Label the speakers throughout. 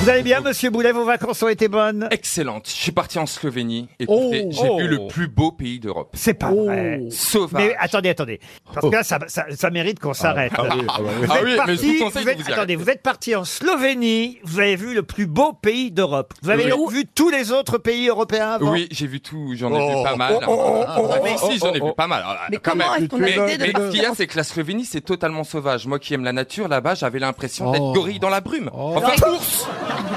Speaker 1: Vous allez bien, monsieur Boulet Vos vacances ont été bonnes
Speaker 2: Excellente. Je suis parti en Slovénie et
Speaker 1: Oh.
Speaker 2: puis j'ai
Speaker 1: Oh.
Speaker 2: vu le plus beau pays d'Europe.
Speaker 1: C'est pas vrai.
Speaker 2: Sauvage.
Speaker 1: Oh, Mais attendez, attendez. Parce que là, ça, ça- ça mérite qu'on s'arrête.
Speaker 2: ah oui, ah bah oui. Ah oui, mais je vous conseille
Speaker 1: vous êtes-
Speaker 2: de vous y
Speaker 1: attendez, vous êtes parti en Slovénie, vous avez vu le plus beau pays d'Europe. Vous avez
Speaker 2: Oui.
Speaker 1: vu tous les autres pays européens
Speaker 3: Ah.
Speaker 1: avant
Speaker 2: Oui, j'ai vu tout, j'en ai
Speaker 1: Oh.
Speaker 2: vu pas mal.
Speaker 1: Oh, oh, oh, oh,
Speaker 2: Ah, mais
Speaker 1: oh,
Speaker 2: si, j'en ai
Speaker 1: oh,
Speaker 2: vu pas mal. Ah,
Speaker 4: Mais
Speaker 2: quand
Speaker 4: comment
Speaker 2: même.
Speaker 4: est-ce qu'on a
Speaker 2: mais,
Speaker 4: l'idée de
Speaker 2: mais
Speaker 4: partir
Speaker 2: ce qu'il y a, c'est que la Slovénie, c'est totalement sauvage. Moi qui aime la nature, là-bas, j'avais l'impression d'être
Speaker 3: Oh.
Speaker 2: gorille dans la brume. Enfin, ours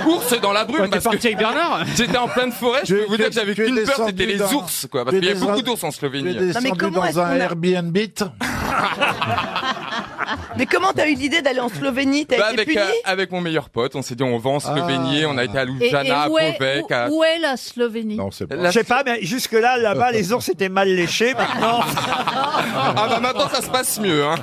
Speaker 2: Ours dans la brume
Speaker 3: Quand t'es
Speaker 2: parce que-
Speaker 3: parti avec Bernard
Speaker 2: J'étais en pleine forêt, je
Speaker 3: Tu-
Speaker 2: peux vous
Speaker 3: tu-
Speaker 2: dire que j'avais
Speaker 3: tu es
Speaker 2: qu'une peur,
Speaker 3: descendu
Speaker 2: c'était les
Speaker 3: dans-
Speaker 2: ours, quoi. Parce
Speaker 3: tu es
Speaker 2: qu'il y a beaucoup
Speaker 3: descendu-
Speaker 2: d'ours en Slovénie.
Speaker 3: tu es
Speaker 4: Non, mais
Speaker 3: descendu
Speaker 4: comment est-ce
Speaker 3: dans un
Speaker 4: qu'on a-
Speaker 3: Airbnb.
Speaker 4: Mais comment t'as eu l'idée d'aller en Slovénie T'as
Speaker 2: Bah,
Speaker 4: été
Speaker 2: avec,
Speaker 4: puni
Speaker 2: euh, avec mon meilleur pote, on s'est dit on va en Slovénie, on a
Speaker 3: Ah.
Speaker 2: été à
Speaker 5: Ah. Et,
Speaker 2: Ljubljana, à
Speaker 5: et où, est,
Speaker 2: Povek,
Speaker 5: où-
Speaker 2: à...
Speaker 5: où est la Slovénie
Speaker 3: c'est
Speaker 1: Je
Speaker 2: La-
Speaker 1: sais pas, mais jusque-là, là-bas, les ours étaient mal léchés. Maintenant,
Speaker 2: Ah bah maintenant ça se passe mieux. Hein.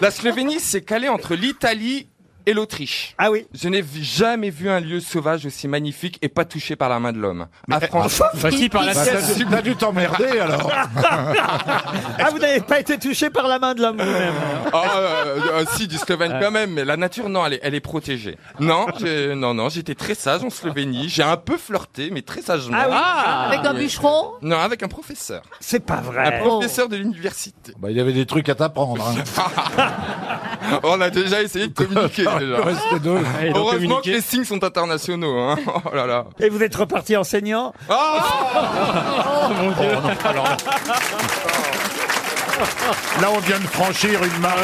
Speaker 2: La Slovénie s'est calée entre l'Italie et l'Autriche.
Speaker 1: ah oui.
Speaker 2: Je n'ai vu- jamais vu un lieu sauvage aussi magnifique et pas touché par la main de l'homme. Ah, franchement,
Speaker 3: Facile Bah, par
Speaker 1: Bah,
Speaker 3: la tête. T'as dû t'emmerder alors.
Speaker 1: Ah, vous n'avez pas été touché par la main de l'homme vous-même.
Speaker 2: ah, euh, euh, si du Slovène quand même, mais la nature non, elle est, elle est protégée. Non, j'ai- non, non, j'étais très sage en Slovénie. J'ai un peu flirté, mais très sagement.
Speaker 1: Ah oui.
Speaker 5: Avec un
Speaker 2: oui.
Speaker 5: bûcheron
Speaker 2: Non, avec un professeur,
Speaker 1: C'est pas
Speaker 2: un
Speaker 1: vrai.
Speaker 2: professeur de l'université.
Speaker 3: Bah, il y avait des trucs à t'apprendre. Hein.
Speaker 2: On a déjà essayé de communiquer. déjà.
Speaker 3: Reste deux.
Speaker 1: Ah,
Speaker 2: Heureusement que les signes sont internationaux. Hein. Oh là là.
Speaker 1: Et vous êtes reparti enseignant
Speaker 2: Ah
Speaker 3: Là, on vient de franchir une marche.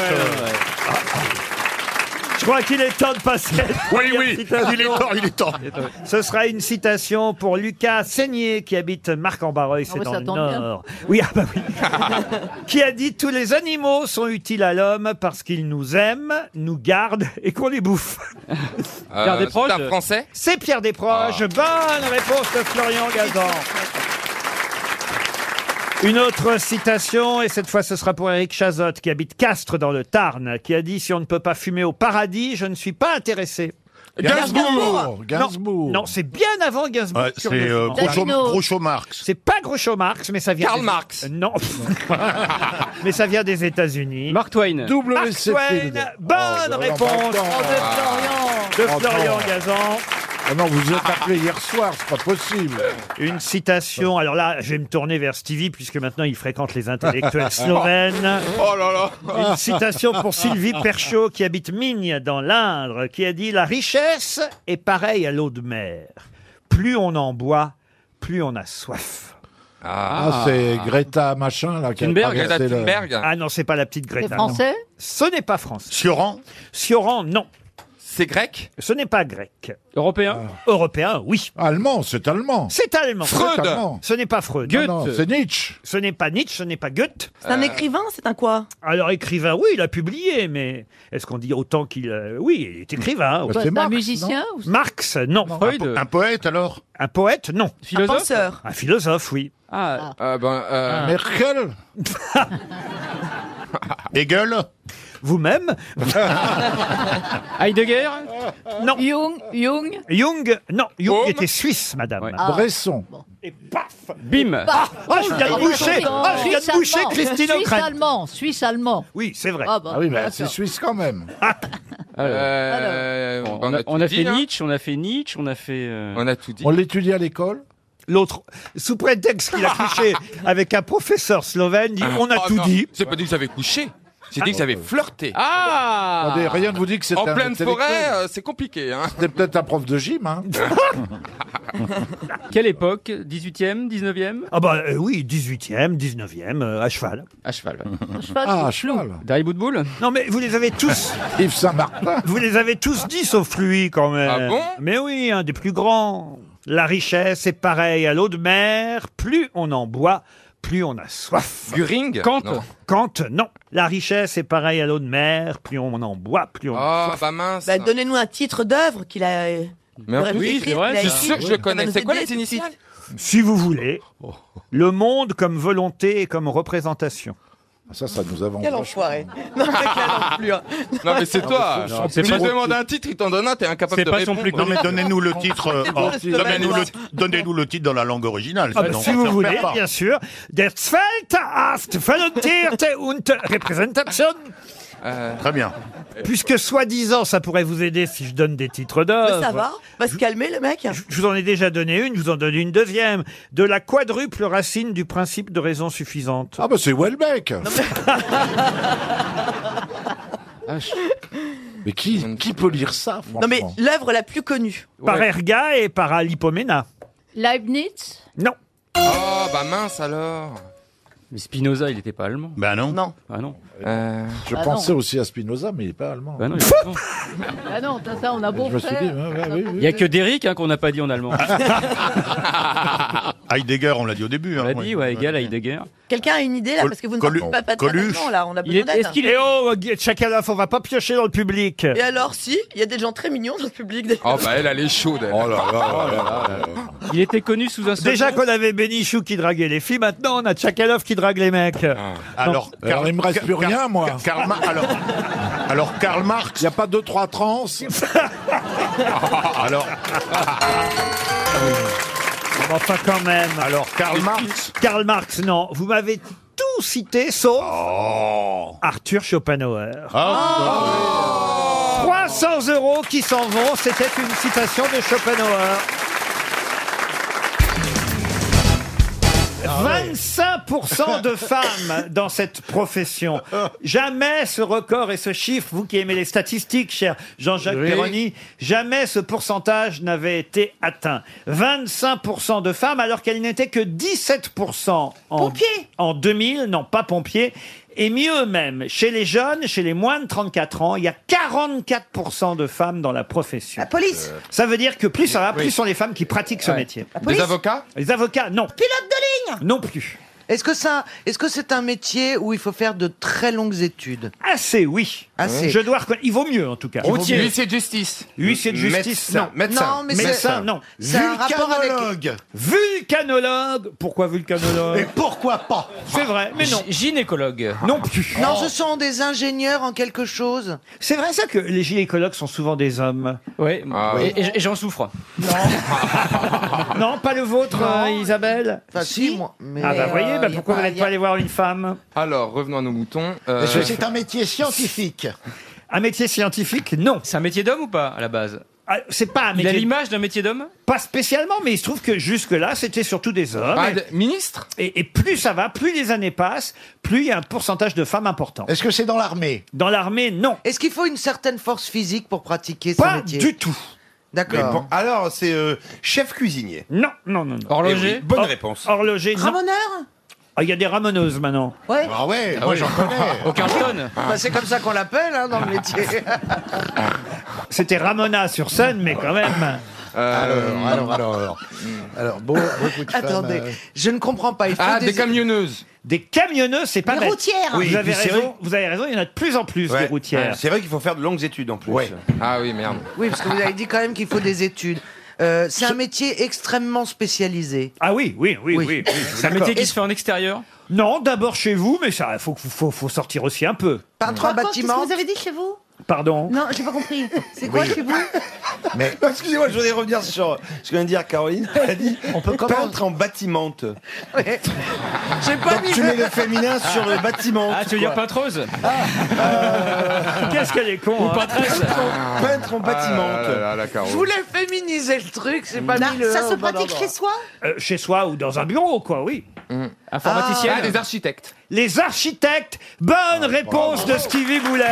Speaker 1: Je crois qu'il est temps de passer.
Speaker 6: Oui, oui,
Speaker 1: Citation.
Speaker 6: il est temps, il est temps.
Speaker 1: Ce sera une citation pour Lucas Seigné, qui habite marc en barreuil c'est
Speaker 5: bah,
Speaker 1: dans
Speaker 5: ça
Speaker 1: le
Speaker 5: tombe bien.
Speaker 1: Nord. Oui, ah bah oui. qui a dit Tous les animaux sont utiles à l'homme parce qu'ils nous aiment, nous gardent et qu'on les bouffe.
Speaker 3: Pierre
Speaker 2: Euh, c'est
Speaker 3: Desproges.
Speaker 2: un français Ah.
Speaker 1: C'est Pierre Desproges. Bonne réponse de Florian Gazan. Une autre citation, et cette fois ce sera pour Eric Chazotte, qui habite Castres dans le Tarn, qui a dit Si on ne peut pas fumer au paradis, je ne suis pas intéressé.
Speaker 3: Gainsbourg.
Speaker 1: Non,
Speaker 3: Gainsbourg.
Speaker 1: Non, c'est bien avant Gainsbourg.
Speaker 6: Oh. Ouais, c'est euh,
Speaker 1: curieusement.
Speaker 6: Groucho,
Speaker 5: Dino.
Speaker 6: Groucho Marx.
Speaker 1: C'est pas Groucho Marx, mais ça vient.
Speaker 2: Karl
Speaker 1: des-
Speaker 2: Marx.
Speaker 1: Euh, Non.
Speaker 3: Ah
Speaker 1: mais ça vient des États-Unis.
Speaker 3: Mark Twain. Double
Speaker 1: Mark Twain. Bonne réponse de Florian
Speaker 3: Attends.
Speaker 1: Gazan.
Speaker 3: non, vous êtes appelé hier soir, c'est pas possible.
Speaker 1: Une citation. Alors là, je vais me tourner vers Stevie puisque maintenant il fréquente les intellectuels slovènes.
Speaker 2: Oh là là
Speaker 1: Une citation pour Sylvie Perchaud qui habite Migne dans l'Indre, qui a dit La richesse est pareille à l'eau de mer. Plus on en boit, plus on a soif.
Speaker 2: Ah,
Speaker 3: Ah, c'est Greta machin là qui a
Speaker 2: Thunberg,
Speaker 3: traversé le-
Speaker 1: Ah non, c'est pas la petite Greta.
Speaker 5: C'est
Speaker 1: non.
Speaker 5: français
Speaker 1: Ce n'est pas français.
Speaker 6: Sioran
Speaker 1: Sioran, non.
Speaker 2: c'est grec
Speaker 1: Ce n'est pas grec.
Speaker 7: Européen
Speaker 1: Européen, oui.
Speaker 3: Allemand, c'est allemand.
Speaker 1: C'est allemand.
Speaker 2: Freud.
Speaker 3: Ah. C'est allemand.
Speaker 1: Ce n'est pas Freud.
Speaker 3: Ah non, c'est Nietzsche.
Speaker 1: Ce n'est pas Nietzsche, ce n'est pas Goethe.
Speaker 4: C'est
Speaker 2: euh,
Speaker 4: un écrivain C'est un quoi
Speaker 1: Alors écrivain, oui, il a publié, mais est-ce qu'on dit autant qu'il... euh, Oui, il est écrivain. oui.
Speaker 3: Bah, c'est
Speaker 5: C'est un
Speaker 3: Marx,
Speaker 5: musicien ou-
Speaker 1: Marx, non.
Speaker 6: un, po- un poète alors
Speaker 1: Un poète, non.
Speaker 4: Un penseur
Speaker 1: Un philosophe, oui.
Speaker 7: Ah,
Speaker 2: Ah ben, euh,
Speaker 3: Merkel.
Speaker 6: Hegel
Speaker 1: Vous-même
Speaker 7: Heidegger
Speaker 1: Non.
Speaker 5: Jung, Jung,
Speaker 1: Jung Non, Jung
Speaker 2: Homme
Speaker 1: était suisse, madame.
Speaker 7: Ouais.
Speaker 3: Bresson.
Speaker 1: Et paf
Speaker 7: Bim
Speaker 1: Oh, je viens de boucher Oh, je viens de boucher
Speaker 5: Suisse-allemand.
Speaker 1: Christine O'Crane
Speaker 5: Suisse-allemand, Suisse-allemand.
Speaker 1: Oui, c'est vrai.
Speaker 5: Ah, bah,
Speaker 3: Ah oui, bah,
Speaker 5: d'accord.
Speaker 3: c'est suisse quand même.
Speaker 2: euh,
Speaker 7: On
Speaker 2: ben,
Speaker 7: a, on a
Speaker 2: tout
Speaker 7: fait
Speaker 2: dit, hein.
Speaker 7: Nietzsche, on a fait Nietzsche, on a fait... euh,
Speaker 2: On a tout dit.
Speaker 3: On l'étudie à l'école.
Speaker 1: L'autre, sous prétexte qu'il a couché avec un professeur slovène, dit, on a
Speaker 2: Oh,
Speaker 1: tout
Speaker 2: non,
Speaker 1: dit.
Speaker 2: J'ai pas dit que j'avais couché. J'ai dit que j'avais flirté.
Speaker 7: Ah
Speaker 3: Attendez, rien ne vous dit que c'est
Speaker 2: en
Speaker 3: un
Speaker 2: pleine
Speaker 3: intellectuel.
Speaker 2: forêt, euh, c'est compliqué. Hein.
Speaker 3: C'était peut-être un prof de gym. Hein.
Speaker 7: Quelle époque 18e 19e
Speaker 1: Ah bah euh, oui, 18e, 19e, euh, à cheval.
Speaker 7: À cheval. ouais.
Speaker 5: Je sais pas,
Speaker 3: Ah, à
Speaker 5: je-
Speaker 3: cheval.
Speaker 7: Dari Boudboul
Speaker 1: Non mais vous les avez tous,
Speaker 3: Yves Saint-Martin.
Speaker 1: vous les avez tous dit sauf lui quand même.
Speaker 2: Ah bon
Speaker 1: mais oui, un des plus grands. La richesse est pareille à l'eau de mer, plus on en boit, plus on a soif.
Speaker 2: Göring
Speaker 7: Kant
Speaker 2: Non.
Speaker 1: Kant, non. La richesse est pareille à l'eau de mer, plus on en boit, plus on a
Speaker 2: Ah
Speaker 1: soif.
Speaker 2: bah mince.
Speaker 4: bah, Donnez-nous un titre d'œuvre qu'il a... euh,
Speaker 2: Mais en
Speaker 4: aurait
Speaker 2: plus,
Speaker 4: pu
Speaker 7: oui,
Speaker 4: écrire,
Speaker 7: c'est vrai,
Speaker 4: qu'il a
Speaker 2: je
Speaker 4: écrit.
Speaker 2: suis sûr que je
Speaker 4: Ça
Speaker 2: le
Speaker 4: va
Speaker 2: connais.
Speaker 4: nous
Speaker 2: C'est quoi
Speaker 4: aider,
Speaker 2: les
Speaker 4: tout de suite.
Speaker 2: initiales
Speaker 1: Si vous voulez, le monde comme volonté et comme représentation.
Speaker 3: Ah, Ça, ça nous avance.
Speaker 4: Quel enfoiré Non, mais quel
Speaker 1: Ah.
Speaker 4: enflure.
Speaker 2: Non mais c'est toi.
Speaker 3: Non,
Speaker 2: Tu
Speaker 3: c'est
Speaker 2: lui
Speaker 3: pas-
Speaker 2: demandes un titre, il t'en donne un, t'es incapable
Speaker 7: C'est
Speaker 2: de
Speaker 7: pas son
Speaker 2: répondre.
Speaker 7: plus
Speaker 6: Non mais donnez-nous le titre. euh, en-
Speaker 4: Reste
Speaker 6: Donnez-nous
Speaker 4: là.
Speaker 6: le, donnez-nous le titre dans la langue originale.
Speaker 1: Ah bah,
Speaker 6: sinon
Speaker 1: si
Speaker 6: on
Speaker 1: vous
Speaker 6: s'en
Speaker 1: voulez,
Speaker 6: perd pas.
Speaker 1: bien sûr. Der Zweite hast Volontierte und Repräsentation.
Speaker 2: Euh,
Speaker 6: Très bien.
Speaker 1: Puisque soi-disant, ça pourrait vous aider si je donne des titres d'œuvres.
Speaker 4: Mais ça va Va se calmer, le mec
Speaker 1: Je- Je vous en ai déjà donné une, je vous en donne une deuxième. De la quadruple racine du principe de raison suffisante.
Speaker 8: Ah bah c'est Welbeck Mais qui, qui peut lire ça, franchement
Speaker 4: Non, mais l'œuvre la plus connue.
Speaker 1: Par
Speaker 2: ouais.
Speaker 1: Erga et par Alipomena.
Speaker 5: Leibniz
Speaker 1: Non.
Speaker 2: Oh, bah mince alors.
Speaker 9: Mais Spinoza, il était pas allemand.
Speaker 6: Ben non.
Speaker 4: Non.
Speaker 9: Ah non.
Speaker 2: Euh,
Speaker 8: Je
Speaker 5: Ah
Speaker 8: pensais aussi à Spinoza, mais il n'est pas allemand.
Speaker 9: Bah non, il est allemand.
Speaker 5: Ah non, t'as ça, on a beau
Speaker 8: je me suis
Speaker 5: faire.
Speaker 8: dit, ouais, ouais, oui, oui.
Speaker 9: Il y a que Derrick hein, qu'on n'a pas dit en allemand.
Speaker 6: Heidegger, on l'a dit au début.
Speaker 9: On
Speaker 6: hein,
Speaker 9: l'a dit, ouais, égal à Heidegger.
Speaker 4: Quelqu'un a une idée, là
Speaker 6: Col-
Speaker 4: Parce que vous ne
Speaker 6: Colu-
Speaker 4: parlez pas, pas de
Speaker 6: Coluche.
Speaker 4: maintenant, là. On a
Speaker 9: Il
Speaker 4: besoin
Speaker 9: est,
Speaker 4: d'aide.
Speaker 9: est-ce qu'il
Speaker 1: Et
Speaker 9: est
Speaker 1: oh, Tchakaloff, on va pas piocher dans le public.
Speaker 4: Et alors, si, il y a des gens très mignons dans le public. des-
Speaker 2: Oh, bah elle, elle est chaude. elle.
Speaker 8: Oh là là, là, là, là.
Speaker 9: Il était connu sous un seul
Speaker 1: Déjà
Speaker 9: nom
Speaker 1: qu'on avait Bénichou qui draguait les filles, maintenant on a Tchakalov qui drague les mecs.
Speaker 6: Ah. Alors,
Speaker 8: Alors, il me reste plus
Speaker 6: Car-
Speaker 8: rien, moi.
Speaker 6: Car- Karl Mar- alors, alors, Karl Marx.
Speaker 8: Il n'y a pas deux, trois trans
Speaker 1: Oh,
Speaker 6: Alors,
Speaker 1: Ah Enfin quand même.
Speaker 6: alors Karl Marx.
Speaker 1: Karl Marx, non. Vous m'avez tout cité, sauf
Speaker 6: Oh.
Speaker 1: Arthur Schopenhauer.
Speaker 6: Ah.
Speaker 1: 300 euros qui s'en vont, c'était une citation de Schopenhauer.
Speaker 6: Ah
Speaker 1: 25% de femmes dans cette profession. Jamais ce record et ce chiffre, vous qui aimez les statistiques, cher Jean-Jacques Perroni, jamais ce pourcentage n'avait été atteint. 25% de femmes alors qu'elles n'étaient que 17% en,
Speaker 4: Pompiers
Speaker 1: en 2000, non pas pompiers. Et mieux même, chez les jeunes, chez les moins de 34 ans, il y a 44% de femmes dans la profession.
Speaker 4: La police
Speaker 1: Ça veut dire que plus ça va, plus sont les femmes qui pratiquent ce métier.
Speaker 2: Des avocats
Speaker 1: Les avocats, non.
Speaker 4: Pilote de ligne
Speaker 1: Non plus.
Speaker 10: Est-ce que ça, est-ce que c'est un métier où il faut faire de très longues études
Speaker 1: Assez, oui.
Speaker 10: Assez.
Speaker 1: Je dois reconnaître. Il vaut mieux, en tout cas.
Speaker 2: Huissier de justice.
Speaker 1: Huissier de justice,
Speaker 2: Médecin.
Speaker 1: non.
Speaker 2: Médecin.
Speaker 10: Non, mais
Speaker 1: Médecin, non.
Speaker 10: C'est un rapport avec.
Speaker 6: Vulcanologue.
Speaker 1: Vulcanologue. Pourquoi vulcanologue
Speaker 6: pourquoi pas
Speaker 1: C'est vrai, mais non.
Speaker 9: gynécologue.
Speaker 1: Non plus.
Speaker 10: Non, ce sont des ingénieurs en quelque chose.
Speaker 1: C'est vrai ça que les gynécologues sont souvent des hommes.
Speaker 9: Ouais.
Speaker 2: Ah,
Speaker 9: Et-
Speaker 2: ouais.
Speaker 9: Et, et j'en souffre.
Speaker 1: Non, pas le vôtre, euh, Isabelle
Speaker 10: Enfin, si, moi. Mais
Speaker 1: Ah bah
Speaker 10: euh,
Speaker 1: voyez, bah,
Speaker 10: y a
Speaker 1: pourquoi vous n'êtes
Speaker 10: y a-
Speaker 1: pas allé voir une femme
Speaker 2: Alors, revenons à nos moutons. Euh,
Speaker 3: C'est un métier scientifique.
Speaker 1: Un métier scientifique Non.
Speaker 9: C'est un métier d'homme ou pas, à la base
Speaker 1: Ah, C'est pas un
Speaker 9: Il a
Speaker 1: métier.
Speaker 9: l'image d'un métier d'homme
Speaker 1: Pas spécialement, mais il se trouve que jusque-là, c'était surtout des hommes.
Speaker 2: ah,
Speaker 1: Et-
Speaker 2: d- ministre
Speaker 1: Et, et plus ça va, plus les années passent, plus il y a un pourcentage de femmes important.
Speaker 3: Est-ce que c'est dans l'armée
Speaker 1: Dans l'armée, non.
Speaker 10: Est-ce qu'il faut une certaine force physique pour pratiquer ce
Speaker 1: Pas
Speaker 10: métier
Speaker 1: du tout.
Speaker 10: D'accord.
Speaker 3: alors, c'est euh, chef cuisinier. Eh
Speaker 1: Non, non, non, non.
Speaker 9: Horloger
Speaker 3: Bonne
Speaker 1: Or-
Speaker 3: réponse.
Speaker 1: Horloger, non.
Speaker 4: Ramoneur
Speaker 1: Ah, Il y a des ramoneuses maintenant.
Speaker 10: Ouais.
Speaker 6: Ah ouais, moi j'en connais.
Speaker 9: Au
Speaker 3: Ah
Speaker 9: Carlton
Speaker 10: Bah, c'est comme ça qu'on l'appelle hein, dans le métier.
Speaker 1: C'était Ramona sur scène, mais quand même.
Speaker 2: Euh,
Speaker 3: Alors, alors, alors, alors. Alors, beau- beaucoup de femmes,
Speaker 10: Attendez,
Speaker 3: euh,
Speaker 10: je ne comprends pas. Il faut
Speaker 2: Ah,
Speaker 10: des...
Speaker 2: des camionneuses.
Speaker 1: Des camionneuses, c'est pas
Speaker 4: Les
Speaker 1: bête.
Speaker 4: routières.
Speaker 1: Vous
Speaker 3: Oui,
Speaker 1: avez
Speaker 3: puis c'est
Speaker 1: raison.
Speaker 3: vrai.
Speaker 1: Vous avez raison. Il y en a de plus en plus
Speaker 3: ouais.
Speaker 1: des routières.
Speaker 3: C'est vrai qu'il faut faire de longues études en plus.
Speaker 2: Ouais. Ah oui, merde.
Speaker 10: Oui, parce que vous avez dit quand même qu'il faut des études. Euh, c'est un métier extrêmement spécialisé.
Speaker 1: Ah oui, oui, oui, oui.
Speaker 10: Oui.
Speaker 1: oui.
Speaker 9: C'est un métier qui se fait en extérieur
Speaker 1: Non, d'abord chez vous, mais ça, faut, que- faut, faut sortir aussi un peu.
Speaker 10: Peintre
Speaker 11: Par contre,
Speaker 10: en
Speaker 11: qu'est-ce
Speaker 10: bâtiment.
Speaker 11: que vous avez dit chez vous
Speaker 1: Pardon.
Speaker 11: Non, j'ai pas compris. C'est quoi chez vous
Speaker 3: Mais... Excusez-moi, je voudrais revenir sur ce que vient de dire Caroline. Elle a dit
Speaker 10: On peut comment
Speaker 3: peintre en bâtimente.
Speaker 10: Ouais. J'ai pas mis
Speaker 3: Tu mets le féminin sur le bâtiment.
Speaker 9: Ah, tu veux dire
Speaker 3: quoi. euh,
Speaker 9: peintreuse
Speaker 1: Qu'est-ce qu'elle est con.
Speaker 9: Ou
Speaker 1: hein.
Speaker 9: peintresse
Speaker 3: Peintre en
Speaker 2: Ah, là, là,
Speaker 3: bâtiment.
Speaker 2: là, la Caro.
Speaker 10: Je voulais féminiser le truc, c'est
Speaker 1: Mmh.
Speaker 10: pas mis le
Speaker 11: Bah, Ça
Speaker 10: un
Speaker 11: se
Speaker 10: au bon
Speaker 11: pratique
Speaker 10: endroit.
Speaker 11: chez soi
Speaker 1: Euh, chez soi ou dans un bureau, quoi. Oui.
Speaker 9: Informaticienne
Speaker 2: Ah, des architectes.
Speaker 1: Mmh. Les architectes. Bonne réponse de Stevie Boulet.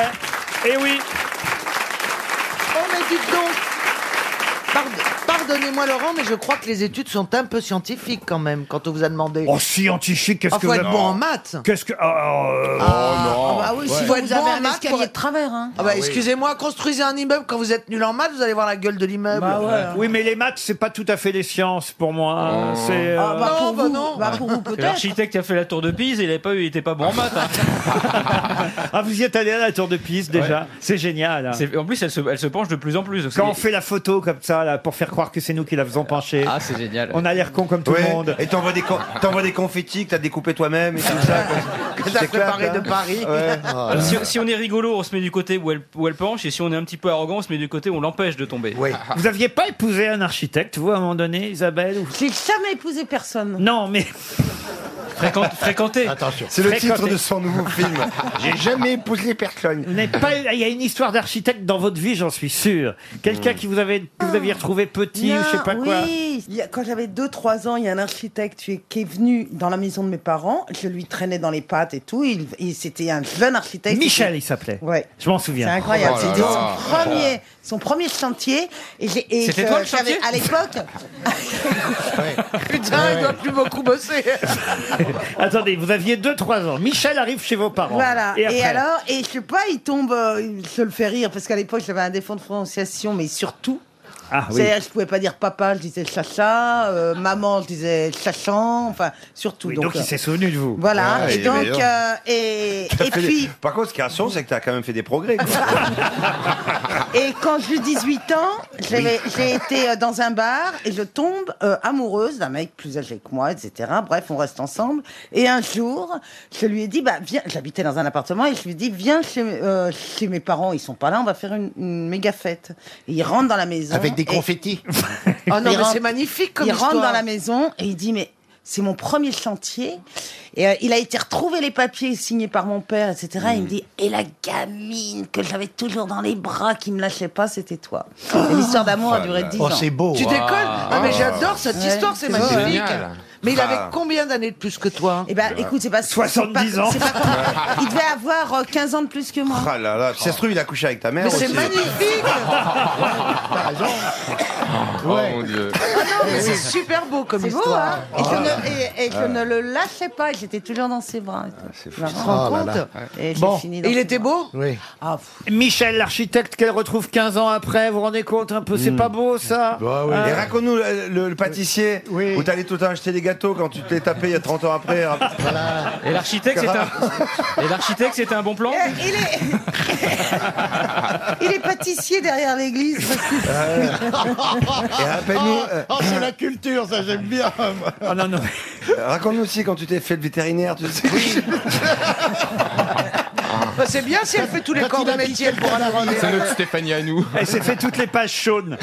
Speaker 1: Eh oui.
Speaker 10: Oh, mais dites donc Pard- Pardonnez-moi Laurent, mais je crois que les études sont un peu scientifiques quand même, quand on vous a demandé.
Speaker 1: Oh, scientifique, qu'est-ce
Speaker 10: Ah,
Speaker 1: que
Speaker 10: faut
Speaker 1: vous
Speaker 10: être
Speaker 1: avez-
Speaker 10: bon en maths bah
Speaker 1: Qu'est-ce que. oh, euh,
Speaker 2: Oh
Speaker 11: Ah oui, si
Speaker 10: Faut
Speaker 11: vous
Speaker 10: être
Speaker 11: avez
Speaker 10: bon en
Speaker 11: un
Speaker 10: maths
Speaker 11: escalier
Speaker 10: pour-
Speaker 11: de travers. Hein.
Speaker 10: Ah bah excusez-moi, construisez un immeuble quand vous êtes nul en maths, vous allez voir la gueule de l'immeuble.
Speaker 9: Bah,
Speaker 1: Bah, Oui, mais les maths, c'est pas tout à fait les sciences pour moi.
Speaker 2: Oh.
Speaker 1: C'est. euh,
Speaker 10: Ah, bah,
Speaker 11: pour
Speaker 10: non, bah
Speaker 11: vous,
Speaker 10: non.
Speaker 11: bah, pour vous peut-être.
Speaker 9: L'architecte a fait la tour de Pise, il, avait pas, il était pas bon en maths. hein.
Speaker 1: Ah, vous y êtes allé à la tour de piste déjà. C'est génial. hein.
Speaker 9: C'est- En plus, elle se, elle se penche de plus en plus. donc
Speaker 1: Quand on
Speaker 9: c'est-
Speaker 1: fait la photo comme ça, là, pour faire croire que c'est nous qui la faisons pencher,
Speaker 9: Ah, c'est génial.
Speaker 1: on a l'air con comme tout le
Speaker 3: Ouais.
Speaker 1: monde.
Speaker 3: Et t'envoies des, con- t'envoies des confettis que t'as découpé toi-même et tout ça. quoi.
Speaker 10: Que
Speaker 3: Tu
Speaker 10: t'as
Speaker 3: t'éclates,
Speaker 10: préparé
Speaker 3: hein.
Speaker 10: de Paris.
Speaker 3: Ouais.
Speaker 9: Euh, Si, si on est rigolo, on se met du côté où elle, où elle penche, et si on est un petit peu arrogant, on se met du côté où on l'empêche de tomber. Ah,
Speaker 3: Ouais.
Speaker 1: Vous aviez pas épousé un architecte, vous, à un moment donné, Isabelle ou-
Speaker 11: J'ai jamais épousé personne.
Speaker 1: Non, mais
Speaker 12: fréquenter.
Speaker 3: Attention. C'est le titre
Speaker 1: Fréquenter.
Speaker 3: de son nouveau film. J'ai jamais épousé personne.
Speaker 1: Vous n'êtes pas- Il y a une histoire d'architecte dans votre vie, j'en suis sûr.
Speaker 3: Hmm.
Speaker 1: Quelqu'un qui vous avait, que vous aviez retrouvé petit ou je sais pas
Speaker 4: oui,
Speaker 1: quoi.
Speaker 4: il y a- quand j'avais 2-3 ans, il y a un architecte qui est- qui est venu dans la maison de mes parents. Je lui traînais dans les pattes et tout. Il, il- c'était un jeune architecte.
Speaker 1: Michel, il
Speaker 4: C'était-
Speaker 1: s'appelait.
Speaker 4: Ouais.
Speaker 1: Je m'en souviens.
Speaker 4: C'est incroyable.
Speaker 1: Oh là
Speaker 4: C'était son
Speaker 1: là.
Speaker 4: premier, son premier chantier. Et j'ai- et
Speaker 1: C'était
Speaker 4: je-
Speaker 1: toi, le
Speaker 4: j'avais-
Speaker 1: chantier
Speaker 4: À l'époque,
Speaker 10: Putain, il doit plus beaucoup bosser.
Speaker 1: Attendez, vous aviez 2-3 ans. Michel arrive chez vos parents.
Speaker 4: Voilà. Et,
Speaker 1: après
Speaker 4: alors, et je sais pas, il tombe, euh, il se le fait rire parce qu'à l'époque j'avais un défaut de prononciation, mais surtout.
Speaker 1: Ah oui.
Speaker 4: C'est-à-dire, je pouvais pas dire papa, je disais chacha, euh, maman, je disais chachan, enfin, surtout.
Speaker 1: Oui, donc,
Speaker 4: euh,
Speaker 1: il s'est souvenu de vous.
Speaker 4: Voilà,
Speaker 3: Ouais,
Speaker 4: et
Speaker 3: et
Speaker 4: donc,
Speaker 3: d'ailleurs.
Speaker 4: euh, et,
Speaker 3: T'as
Speaker 4: et
Speaker 3: fait des-
Speaker 4: puis,
Speaker 3: Par contre, ce qui est rassurant, c'est que t'as quand même fait des progrès. quoi.
Speaker 4: et quand j'ai 18 ans, j'avais- j'ai été euh, dans un bar et je tombe euh, amoureuse d'un mec plus âgé que moi, etc. Bref, on reste ensemble. Et un jour, je lui ai dit, bah, viens, j'habitais dans un appartement et je lui ai dit, viens chez, euh, chez mes parents, ils sont pas là, on va faire une, une méga fête. Et il rentre dans la maison.
Speaker 13: Avec des
Speaker 4: et-
Speaker 13: confettis.
Speaker 10: Oh non, mais
Speaker 4: Il rentre-
Speaker 10: c'est magnifique comme
Speaker 4: il
Speaker 10: histoire.
Speaker 4: rentre dans la maison et il dit mais c'est mon premier chantier et euh, il a été retrouver les papiers signés par mon père etc et il me dit et la gamine que j'avais toujours dans les bras qui me lâchait pas c'était toi Et l'histoire d'amour a duré 10 ans
Speaker 13: beau.
Speaker 10: Tu décolles Ah, mais j'adore cette
Speaker 4: Ouais,
Speaker 10: histoire, c'est
Speaker 4: c'est vrai.
Speaker 10: magnifique.
Speaker 14: Génial.
Speaker 10: Mais il
Speaker 3: Ah.
Speaker 10: avait combien d'années de plus que toi
Speaker 4: et ben écoute c'est pas
Speaker 1: 70 ans.
Speaker 4: c'est pas- il devait avoir euh, 15 ans de plus que moi
Speaker 3: Ah là là, si ça se trouve, il a couché avec ta mère.
Speaker 10: Mais c'est
Speaker 3: aussi.
Speaker 10: magnifique
Speaker 14: Oh mon dieu.
Speaker 10: Mais c'est super beau comme
Speaker 4: C'est beau,
Speaker 10: histoire.
Speaker 4: hein Et je, ne, et- et je ne le lâchais pas, et j'étais toujours dans ses bras. et tout. Voilà.
Speaker 10: Tu te
Speaker 3: Oh
Speaker 10: rends
Speaker 13: Ah là
Speaker 10: compte
Speaker 13: là.
Speaker 4: Et j'ai
Speaker 13: Bon.
Speaker 4: fini dans
Speaker 10: Et il
Speaker 4: ses
Speaker 10: était
Speaker 4: bras.
Speaker 10: beau
Speaker 13: Oui.
Speaker 4: Ah, pff.
Speaker 1: Michel, l'architecte qu'elle retrouve 15 ans après, vous vous rendez compte un peu, c'est pas beau ça
Speaker 13: Bah oui.
Speaker 1: Ah.
Speaker 3: Hmm. Et raconte-nous le, le- le pâtissier
Speaker 13: Oui.
Speaker 3: où t'allais tout le temps acheter des gâteaux quand tu t'es tapé il y a 30 ans après.
Speaker 12: Et l'architecte, c'est un. Et l'architecte, c'était un bon plan.
Speaker 4: Eh, Il est... il est pâtissier derrière l'église. parce que-
Speaker 3: Euh. Et rappelle-nous,
Speaker 6: Ah,
Speaker 3: euh,
Speaker 13: Oh, c'est la culture, ça j'aime bien.
Speaker 1: Ah non, non.
Speaker 3: raconte-nous aussi quand tu t'es fait le vétérinaire, tu sais.
Speaker 10: Bah, c'est bien si elle fait tous les corps de métier pour aller
Speaker 14: C'est notre Stéphanie à nous.
Speaker 1: Elle s'est fait toutes les pages jaunes.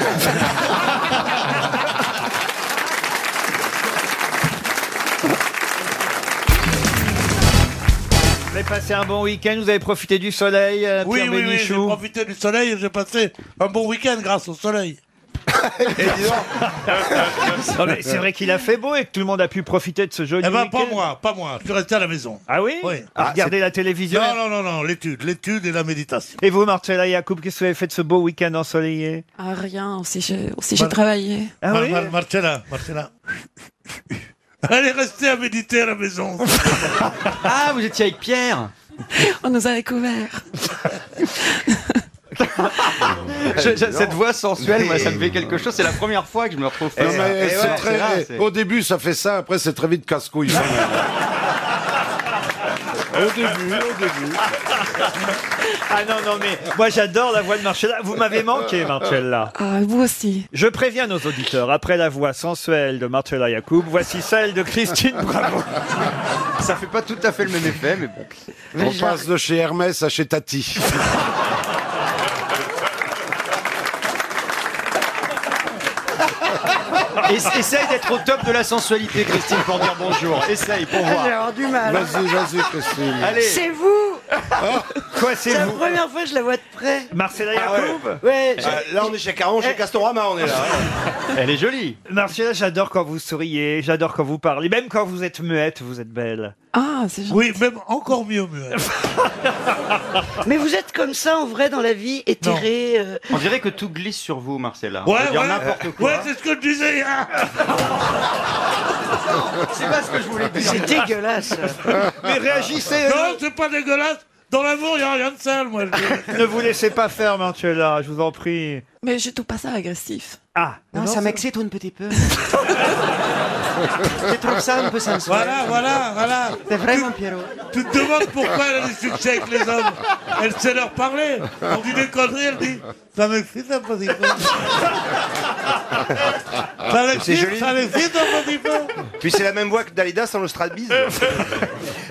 Speaker 1: Vous avez passé un bon week-end, vous avez profité du soleil, euh,
Speaker 7: Oui,
Speaker 1: Pierre
Speaker 7: oui, oui, j'ai
Speaker 1: Bénichou.
Speaker 7: profité du soleil et j'ai passé un bon week-end grâce au soleil.
Speaker 1: Non, mais c'est vrai qu'il a fait beau et que tout le monde a pu profiter de ce joli
Speaker 7: Eh ben,
Speaker 1: week-end.
Speaker 7: pas moi, pas moi. Je suis resté à la maison.
Speaker 1: Ah oui,
Speaker 7: Oui.
Speaker 1: À Regarder la télévision.
Speaker 7: Non, non, non, non, l'étude, l'étude et la méditation.
Speaker 1: Et vous, Marcella Yacoub, qu'est-ce que vous avez fait de ce beau week-end ensoleillé
Speaker 2: Ah, rien, on s'est j'ai
Speaker 7: Voilà.
Speaker 2: travaillé.
Speaker 1: Ah
Speaker 7: Mar-
Speaker 1: oui
Speaker 7: Mar- Marcella, Marcella. Elle est restée à méditer à la maison.
Speaker 6: Ah, vous étiez avec Pierre
Speaker 2: On nous a découvert.
Speaker 6: Je- je- Cette voix sensuelle, moi, ça me fait quelque chose. C'est la première fois que je me retrouve
Speaker 15: Eh,
Speaker 6: face à
Speaker 15: mais c'est
Speaker 6: ouais,
Speaker 15: très-
Speaker 6: c'est rare,
Speaker 15: eh,
Speaker 6: c'est-
Speaker 15: Au début, ça fait ça, après, c'est très vite casse-couille. au début, au début.
Speaker 1: Ah non, non, mais moi j'adore la voix de Marcella. Vous m'avez manqué, Marcella.
Speaker 2: Ah, vous aussi.
Speaker 1: Je préviens nos auditeurs, après la voix sensuelle de Marcella Yacoub, voici celle de Christine Bravo.
Speaker 6: Ça fait pas tout à fait le même effet, mais bon.
Speaker 15: On passe de chez Hermès à chez Tati.
Speaker 6: Et- Essaye d'être au top de la sensualité, Christine, pour dire bonjour. Essaye, pour voir.
Speaker 4: avoir du mal.
Speaker 15: Vas-y, vas-y, Christine.
Speaker 6: Allez,
Speaker 4: vous
Speaker 1: Quoi, c'est vous
Speaker 4: première fois que je la vois de près.
Speaker 1: Marcella Yacoub
Speaker 4: Ouais, je-
Speaker 3: Ah, là, on est chez Caron, chez Castorama, on est là. hein.
Speaker 6: elle est jolie.
Speaker 1: Marcella, j'adore quand vous souriez, j'adore quand vous parlez. Même quand vous êtes muette, vous êtes belle.
Speaker 2: Ah, c'est gentil.
Speaker 7: Oui, même encore mieux, mieux.
Speaker 4: mais vous êtes comme ça en vrai dans la vie, éthéré. euh,
Speaker 6: On dirait que tout glisse sur vous, Marcella. On
Speaker 7: Ouais,
Speaker 6: peut dire
Speaker 7: ouais.
Speaker 6: n'importe quoi.
Speaker 7: Ouais, c'est ce que je disais. hein.
Speaker 6: C'est pas ce que je voulais dire.
Speaker 4: C'est dégueulasse.
Speaker 1: Mais réagissez
Speaker 6: euh.
Speaker 7: Non, c'est pas dégueulasse. Dans l'amour, il n'y a rien de sale, moi. je dis.
Speaker 1: Ne vous laissez pas faire, Marcella, je vous en prie.
Speaker 2: Mais je trouve pas ça agressif.
Speaker 1: Ah,
Speaker 6: Non, ça m'excite un petit peu. Je trouve ça un peu sensuel.
Speaker 7: Voilà, voilà, voilà.
Speaker 6: C'est vraiment Pierrot.
Speaker 7: Tu te demandes pourquoi elle a du succès avec les hommes. Elle sait leur parler. On dit des conneries, elle dit Ça m'excite un petit peu. Ça m'excite, ça m'excite un petit peu.
Speaker 3: Puis c'est la même voix que Dalida sans le Stradbise.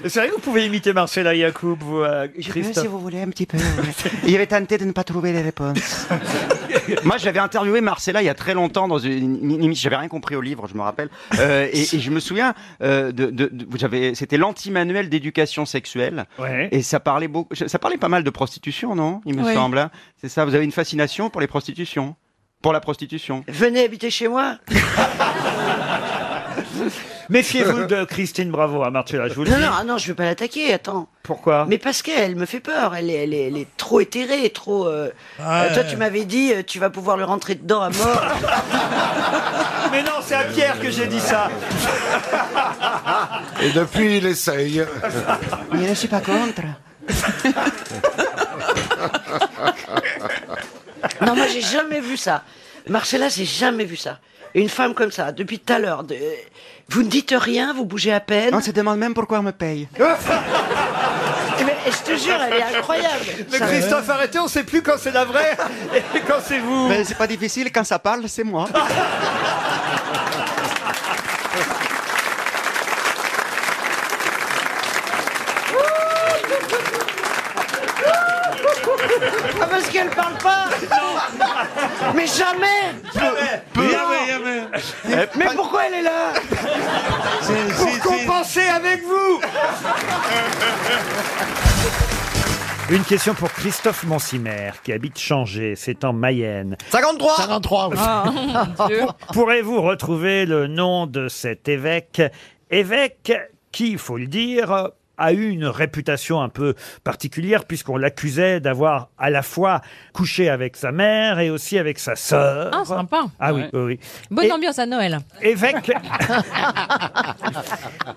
Speaker 1: C'est vrai que vous pouvez imiter Marcela Yacoub, vous, euh,
Speaker 16: Je peux, si
Speaker 1: Christophe
Speaker 16: vous voulez, un petit peu. ouais. Il avait tenté de ne pas trouver les réponses.
Speaker 10: Moi, j'avais interviewé Marcella il y a très longtemps dans une une émission. J'avais rien compris au livre, je me rappelle. Euh, et, et je me souviens, euh, de, de- de- j'avais- c'était l'anti-manuel d'éducation sexuelle.
Speaker 1: Ouais.
Speaker 10: Et ça parlait beaucoup, ça parlait pas mal de prostitution, non Il me
Speaker 2: Oui.
Speaker 10: semble. hein C'est ça. Vous avez une fascination pour les prostitutions, pour la prostitution.
Speaker 2: Venez habiter chez moi.
Speaker 1: Méfiez-vous de Christine Bravo à Marcella, je vous le
Speaker 2: Non,
Speaker 1: dis.
Speaker 2: non, ah non, je veux pas l'attaquer, attends.
Speaker 1: Pourquoi
Speaker 2: Mais parce qu'elle me fait peur, elle est, elle est, elle est trop éthérée, trop... euh, euh, toi, tu m'avais dit, euh, tu vas pouvoir le rentrer dedans à mort.
Speaker 1: Mais non, c'est à Pierre que j'ai dit ça.
Speaker 3: Et depuis, il essaye.
Speaker 16: Mais je suis pas contre.
Speaker 2: Non, moi, j'ai jamais vu ça. Marcella, j'ai jamais vu ça. Une femme comme ça, depuis tout à l'heure, de- vous ne dites rien, vous bougez à peine.
Speaker 16: On se demande même pourquoi on me paye.
Speaker 2: Mais je te jure, elle est incroyable.
Speaker 1: Mais
Speaker 2: Ça-
Speaker 1: Christophe, arrêtez, on sait plus quand c'est la vraie et quand c'est vous.
Speaker 16: Mais c'est pas difficile, quand ça parle, c'est moi.
Speaker 2: Ah, parce qu'elle parle pas Mais jamais
Speaker 17: Jamais, jamais.
Speaker 2: Mais pourquoi elle est là
Speaker 1: Pour compenser avec vous Une question pour Christophe Monsimer, qui habite Changé, c'est en Mayenne.
Speaker 18: 53 53, oui.
Speaker 5: Ah,
Speaker 1: Pourrez-vous retrouver le nom de cet évêque Évêque qui, il faut le dire, a eu une réputation un peu particulière puisqu'on l'accusait d'avoir à la fois couché avec sa mère et aussi avec sa sœur.
Speaker 5: Ah, sympa.
Speaker 1: Ah oui, oui, oui.
Speaker 5: Bonne
Speaker 1: Et-
Speaker 5: ambiance à Noël.
Speaker 1: Évêque.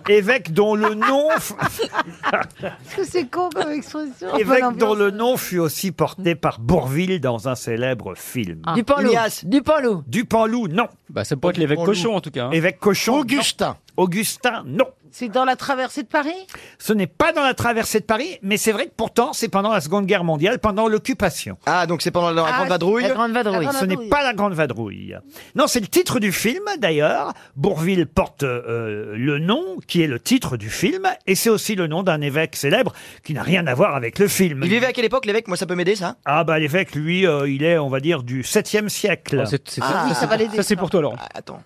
Speaker 1: évêque dont le nom...
Speaker 4: Parce que c'est con comme expression.
Speaker 1: Évêque
Speaker 4: Bonne
Speaker 1: dont
Speaker 4: ambiance.
Speaker 1: le nom fut aussi porté par Bourville dans un célèbre film.
Speaker 4: Ah. Dupanloup. Ilias.
Speaker 1: Dupanloup. Dupanloup, non. Bah, ça peut être l'évêque
Speaker 19: cochon, en tout cas, hein.
Speaker 1: Évêque cochon. Augustin. Augustin, non.
Speaker 4: C'est dans la traversée de Paris
Speaker 1: Ce n'est pas dans la traversée de Paris, mais c'est vrai que pourtant, c'est pendant la Seconde Guerre mondiale, pendant l'occupation. Ah, donc c'est pendant la
Speaker 4: Ah, Grande Vadrouille la Grande Vadrouille. La Grande
Speaker 1: Ce n'est
Speaker 4: Vadrouille.
Speaker 1: pas la Grande Vadrouille. Non, c'est le titre du film, d'ailleurs. Bourville porte euh, le nom, qui est le titre du film, et c'est aussi le nom d'un évêque célèbre qui n'a rien à voir avec le film.
Speaker 10: Il vivait à quelle époque, l'évêque Moi, ça peut m'aider, ça
Speaker 1: Ah bah l'évêque, lui, euh, il est, on va dire, du 7e siècle.
Speaker 20: Oh, c'est- c'est- Ah, ça, ça va l'aider, ça, c'est pour
Speaker 1: toi,
Speaker 10: Ah,
Speaker 1: Laurent.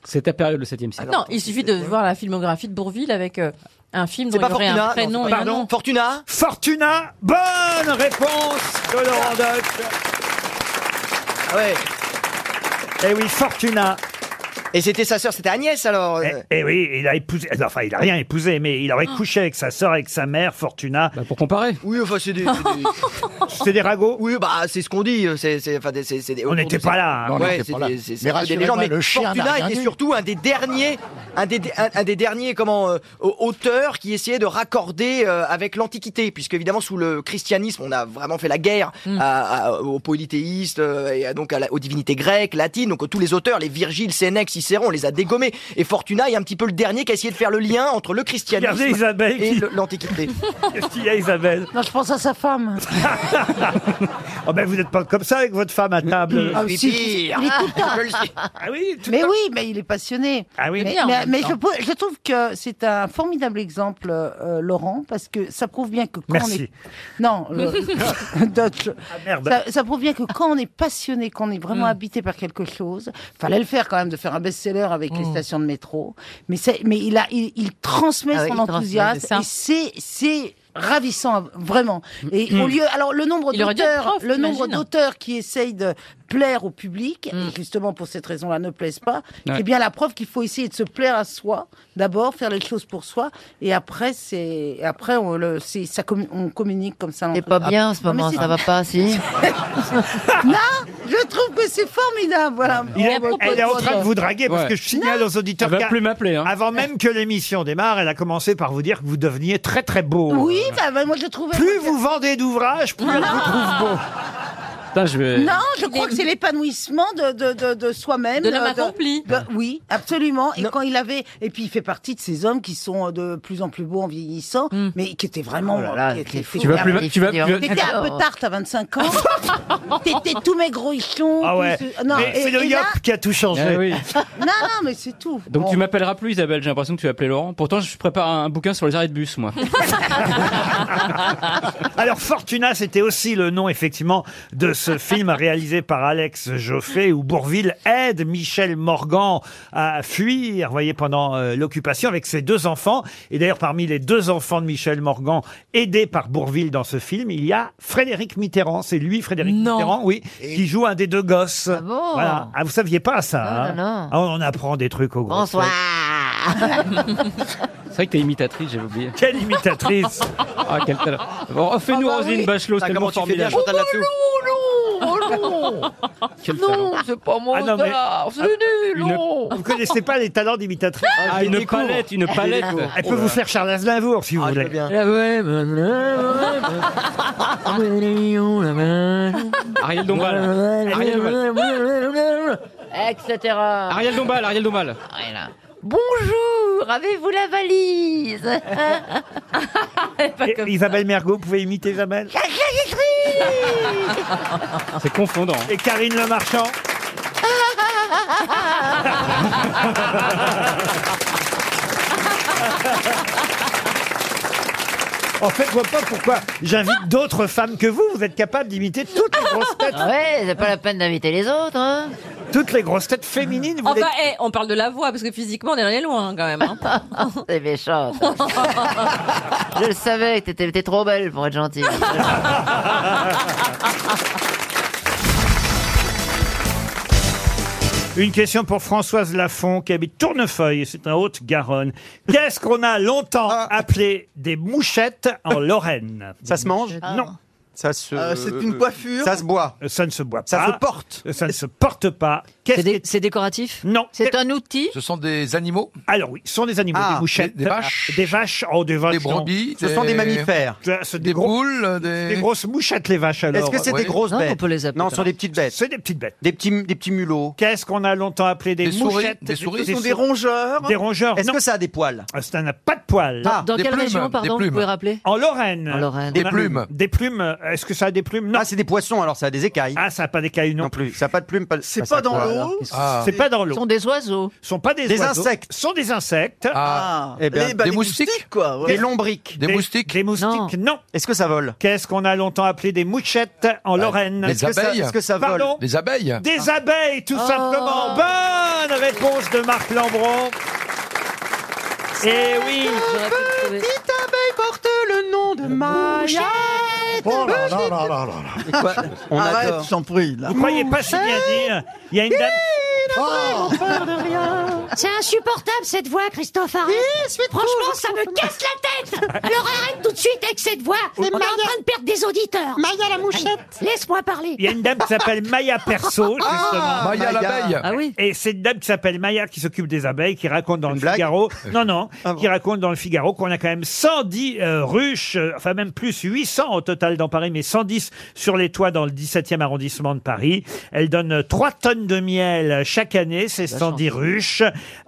Speaker 20: C'est ta période, le 7e siècle.
Speaker 5: non, il suffit de voir la filmographie de Bourville avec euh, un film dont
Speaker 20: C'est
Speaker 5: il
Speaker 20: pas
Speaker 5: y aurait un
Speaker 20: Fortuna,
Speaker 5: prénom
Speaker 20: non, c'est
Speaker 5: et
Speaker 20: pas-
Speaker 5: un
Speaker 20: Pardon,
Speaker 5: nom.
Speaker 1: Fortuna Fortuna Bonne réponse de Laurent Deutsch. Ah
Speaker 10: Ouais.
Speaker 1: Eh oui, Fortuna.
Speaker 10: Et c'était sa sœur, c'était Agnès alors. euh.
Speaker 1: Eh, eh oui, il a épousé, enfin il a rien épousé, mais il aurait couché avec sa sœur, avec sa mère, Fortuna.
Speaker 20: Bah,
Speaker 1: pour comparer.
Speaker 10: Oui, enfin, c'est des.
Speaker 1: C'est des ragots
Speaker 10: Oui, bah, c'est ce qu'on dit. C'est, c'est, enfin, des- c'est- c'est des-
Speaker 1: On n'était pas là, hein. Non, on
Speaker 10: Ouais,
Speaker 1: n'était
Speaker 10: c'est
Speaker 1: pas là.
Speaker 10: des- c'est- c'est
Speaker 1: Mais
Speaker 10: des
Speaker 1: rassurez-moi,
Speaker 10: légendes,
Speaker 1: le chien n'a
Speaker 10: Fortuna
Speaker 1: rien
Speaker 10: était
Speaker 1: eu.
Speaker 10: surtout un des derniers, un des, un, un des derniers comment, euh, au- auteurs qui essayait de raccorder euh, avec l'Antiquité, puisque évidemment, sous le christianisme, on a vraiment fait la guerre
Speaker 3: Hmm.
Speaker 10: à- à- aux polythéistes, euh, et à- donc à la- aux divinités grecques, latines. Donc, tous les auteurs, les Virgile, Sénèque, Cicéron, on les a dégommés. Et Fortuna est un petit peu le dernier qui a essayé de faire le lien entre le christianisme
Speaker 1: Regardez Isabelle
Speaker 10: et
Speaker 1: qui-
Speaker 10: le- l'Antiquité.
Speaker 1: Qu'est-ce qu'il y a, Isabelle
Speaker 4: Non, je pense à sa femme.
Speaker 1: Oh ben vous n'êtes pas comme ça avec votre femme à table.
Speaker 4: Ah, si, il est tout
Speaker 21: ah,
Speaker 4: le temps. mais oui, mais il est passionné.
Speaker 1: Ah oui,
Speaker 4: mais,
Speaker 1: bien, en
Speaker 4: mais-
Speaker 1: même
Speaker 4: mais
Speaker 1: temps.
Speaker 4: je, pou- je trouve que c'est un formidable exemple, euh, Laurent, parce que ça prouve bien que quand on
Speaker 1: Merci. Ah,
Speaker 4: est non, le- Dodge.
Speaker 1: merde.
Speaker 4: ça, ça prouve bien que quand on est passionné, qu'on est vraiment
Speaker 1: Mm.
Speaker 4: habité par quelque chose, fallait le faire quand même de faire un best-seller avec
Speaker 21: Mm.
Speaker 4: les stations de métro. Mais c'est- mais il a, il, il transmet
Speaker 21: Ah oui,
Speaker 4: son
Speaker 21: il transmet,
Speaker 4: enthousiasme
Speaker 21: c'est ça.
Speaker 4: et c'est c'est ravissant à- vraiment. Et au
Speaker 21: Mm.
Speaker 4: lieu, alors le nombre
Speaker 21: Il aurait dû être
Speaker 4: d'auteurs,
Speaker 21: prof,
Speaker 4: le nombre
Speaker 21: t'imagines
Speaker 4: d'auteurs auteurs qui essayent de plaire au public,
Speaker 8: Mm.
Speaker 4: et justement pour cette raison-là ne plaisent pas,
Speaker 21: Ouais.
Speaker 4: c'est bien la preuve qu'il faut essayer de se plaire à soi, d'abord, faire les choses pour soi, et après, c'est, et après on, le, c'est, ça commu- on communique comme ça. Ah. C'est
Speaker 8: pas bien en ce moment, ça va pas, Ah. si
Speaker 4: non, je trouve que c'est formidable, voilà.
Speaker 1: Il est-
Speaker 4: Bon, bah,
Speaker 1: elle est en train de vous draguer parce
Speaker 4: Ouais.
Speaker 1: que je signale aux auditeurs
Speaker 4: Elle va
Speaker 1: qu'à-
Speaker 4: plus
Speaker 1: avant même que l'émission démarre, elle a commencé par vous dire que vous deveniez très très beau.
Speaker 4: Oui, bah, bah, moi je trouvais...
Speaker 1: Plus vous vendez d'ouvrages, plus elle vous trouve beau.
Speaker 20: Putain, je
Speaker 1: Euh,
Speaker 20: vais.
Speaker 4: Non, je crois que c'est l'épanouissement de, de, de, de soi-même.
Speaker 5: De l'homme
Speaker 4: euh,
Speaker 5: accompli.
Speaker 4: de- oui, absolument. Et quand il avait, et puis il fait partie de ces hommes qui sont euh, de plus en plus beaux en vieillissant, mais qui étaient vraiment,
Speaker 16: Oh là là,
Speaker 4: qui
Speaker 16: tu
Speaker 4: étaient
Speaker 16: vas
Speaker 4: formidables.
Speaker 16: plus va- tu vas- tu vas-
Speaker 4: T'étais un peu tarte à 25 ans. T'étais tout maigrichon.
Speaker 1: Ah ouais.
Speaker 4: tout ce-
Speaker 1: Mais c'est le
Speaker 4: et
Speaker 1: yop
Speaker 4: là-
Speaker 1: qui a tout changé.
Speaker 20: Ah oui.
Speaker 4: Non, non, mais c'est tout.
Speaker 20: Donc
Speaker 4: Bon.
Speaker 20: tu m'appelleras plus Isabelle, j'ai l'impression que tu vas appeler Laurent. Pourtant je prépare un, un bouquin sur les arrêts de bus moi.
Speaker 1: Alors Fortuna, c'était aussi le nom effectivement de ce film réalisé par Alex Joffé où Bourville aide Michel Morgan à fuir, voyez, pendant euh, l'occupation avec ses deux enfants. Et d'ailleurs parmi les deux enfants de Michel Morgan aidés par Bourville dans ce film, il y a Frédéric Mitterrand. C'est lui, Frédéric Mitterrand, oui, qui joue un des deux gosses.
Speaker 8: bon
Speaker 1: voilà. Ah, vous saviez pas ça hein
Speaker 8: non, non.
Speaker 1: Ah, On apprend des trucs au gros.
Speaker 8: Bonsoir.
Speaker 2: Bah.
Speaker 20: C'est vrai que t'es imitatrice, j'avais oublié.
Speaker 1: Quelle imitatrice
Speaker 20: Ah quel talent. Bon, fais-nous
Speaker 5: Ah bah
Speaker 1: Ah, bah
Speaker 20: Roselyne Bachelot, c'est tellement formidable.
Speaker 5: Oh non
Speaker 20: Quel
Speaker 5: Non, c'est pas mon
Speaker 1: Ah non, mais-
Speaker 5: taf, c'est nul,
Speaker 1: Une-
Speaker 5: non
Speaker 1: Vous connaissez pas les talents d'imitatrice
Speaker 20: Ah, une palette, une palette. Oh
Speaker 1: Elle peut vous faire Charles Aznavour si vous
Speaker 22: Ah,
Speaker 1: voulez.
Speaker 20: Ariel Dombal. Ariel Dombal.
Speaker 8: Etc.
Speaker 20: Ariel Dombal, Ariel Dombal.
Speaker 8: Bonjour, avez-vous la valise
Speaker 1: Et- Isabelle Mergot, vous pouvez imiter Isabelle
Speaker 20: Ah, C'est confondant. hein.
Speaker 1: Et Karine Le Marchand En fait, je vois pas pourquoi j'invite d'autres femmes que vous. Vous êtes capable d'imiter toutes les grosses têtes.
Speaker 8: Ah ouais, c'est pas la peine d'inviter les autres. hein.
Speaker 1: Toutes les grosses têtes féminines. Vous
Speaker 5: Enfin,
Speaker 1: les-
Speaker 5: eh, on parle de la voix, parce que physiquement, on est allé loin, quand même. hein.
Speaker 8: C'est méchant. ça. Je le savais, que t'étais t'étais trop belle pour être gentille.
Speaker 1: Une question pour Françoise Lafont qui habite Tournefeuille, c'est en Haute-Garonne. Qu'est-ce qu'on a longtemps
Speaker 23: Ah.
Speaker 1: appelé des mouchettes en Lorraine Ça se mange Non. Ça se.
Speaker 23: Euh, c'est une coiffure ça se
Speaker 1: boit. Ça ne se boit pas.
Speaker 23: Ça se
Speaker 1: porte. Ça ne se porte pas. C'est décoratif Non. C'est un outil
Speaker 22: Ce sont des animaux
Speaker 1: Alors oui, ce sont des animaux,
Speaker 22: Ah,
Speaker 1: des mouchettes.
Speaker 22: des- des vaches
Speaker 1: Des vaches, oh, des vaches.
Speaker 22: Des
Speaker 1: non.
Speaker 22: brebis, Ce sont des des mammifères.
Speaker 1: Ça, c'est
Speaker 22: Des
Speaker 1: gros-
Speaker 22: poules, des-
Speaker 1: grosses mouchettes, les vaches, alors.
Speaker 22: Est-ce que c'est des Ouais. grosses Non, on bêtes peut les appeler
Speaker 1: Non,
Speaker 22: ça.
Speaker 1: ce sont des petites bêtes. C'est des petites bêtes. Des petits, des petits mulots. Qu'est-ce qu'on a longtemps appelé des,
Speaker 22: Des souris,
Speaker 1: mouchettes
Speaker 22: des souris.
Speaker 23: Ce sont des
Speaker 1: sou-
Speaker 23: rongeurs.
Speaker 1: Des rongeurs,
Speaker 23: Est-ce
Speaker 1: non.
Speaker 23: que ça a des poils
Speaker 1: Ah, Ça n'a pas de poils.
Speaker 23: Dans- Ah, dans des quelle plumes, région, pardon, des vous plumes. pouvez
Speaker 1: rappeler En Lorraine.
Speaker 23: En Lorraine. Des
Speaker 1: On a-
Speaker 23: plumes.
Speaker 1: Des plumes. euh, Est-ce que ça a des plumes Non.
Speaker 23: Ah, c'est des poissons, alors ça a des écailles.
Speaker 1: Ah, ça a pas d'écailles non,
Speaker 23: plus. Ça a pas de plumes, pas
Speaker 1: C'est
Speaker 23: ça a quoi, alors
Speaker 1: C'est pas dans l'eau.
Speaker 8: Ce sont des oiseaux.
Speaker 1: Ce sont pas des,
Speaker 23: Des
Speaker 1: oiseaux.
Speaker 23: insectes.
Speaker 1: Ce sont des insectes.
Speaker 23: Ah. Eh ben, Eh ben, des des moustiques. moustiques, quoi, ouais. Des lombriques. Des
Speaker 1: moustiques. Des moustiques, non. Est-ce que ça vole Qu'est-ce qu'on a longtemps appelé des mouchettes en
Speaker 23: Bah,
Speaker 1: Lorraine
Speaker 22: des Est-ce que ça- abeilles est-ce que ça vole
Speaker 1: Pardon
Speaker 22: Des abeilles
Speaker 1: Des abeilles, tout simplement. Bonne réponse de Marc Lambron. Eh oui,
Speaker 16: Petite abeille porte le nom de Maya.
Speaker 18: Oh là là là là là là.
Speaker 16: On
Speaker 18: Arrête,
Speaker 16: adore.
Speaker 18: je t'en prie. Là.
Speaker 1: Vous croyez pas si bien dire Il y a une dame. Oh.
Speaker 24: C'est insupportable cette voix, Christophe Arrête. Franchement, ça me casse la tête. Alors arrête tout de suite avec cette voix. On est en train de perdre des auditeurs. Maya la mouchette. Laisse-moi parler.
Speaker 1: Il y a une dame qui s'appelle Maya Perso, justement.
Speaker 24: Ah, Maya Maya. l'abeille. Ah oui.
Speaker 1: Et c'est une dame qui s'appelle Maya qui s'occupe des abeilles, qui raconte dans le Figaro.
Speaker 24: Euh.
Speaker 1: Non, non,
Speaker 24: Ah
Speaker 1: qui raconte dans le Figaro qu'on a quand même 110 euh, ruches, euh, enfin même plus 800 au total dans Paris, mais 110 sur les toits dans le 17e arrondissement de Paris. Elle donne euh, 3 tonnes de miel chaque année, ces 110 ruches.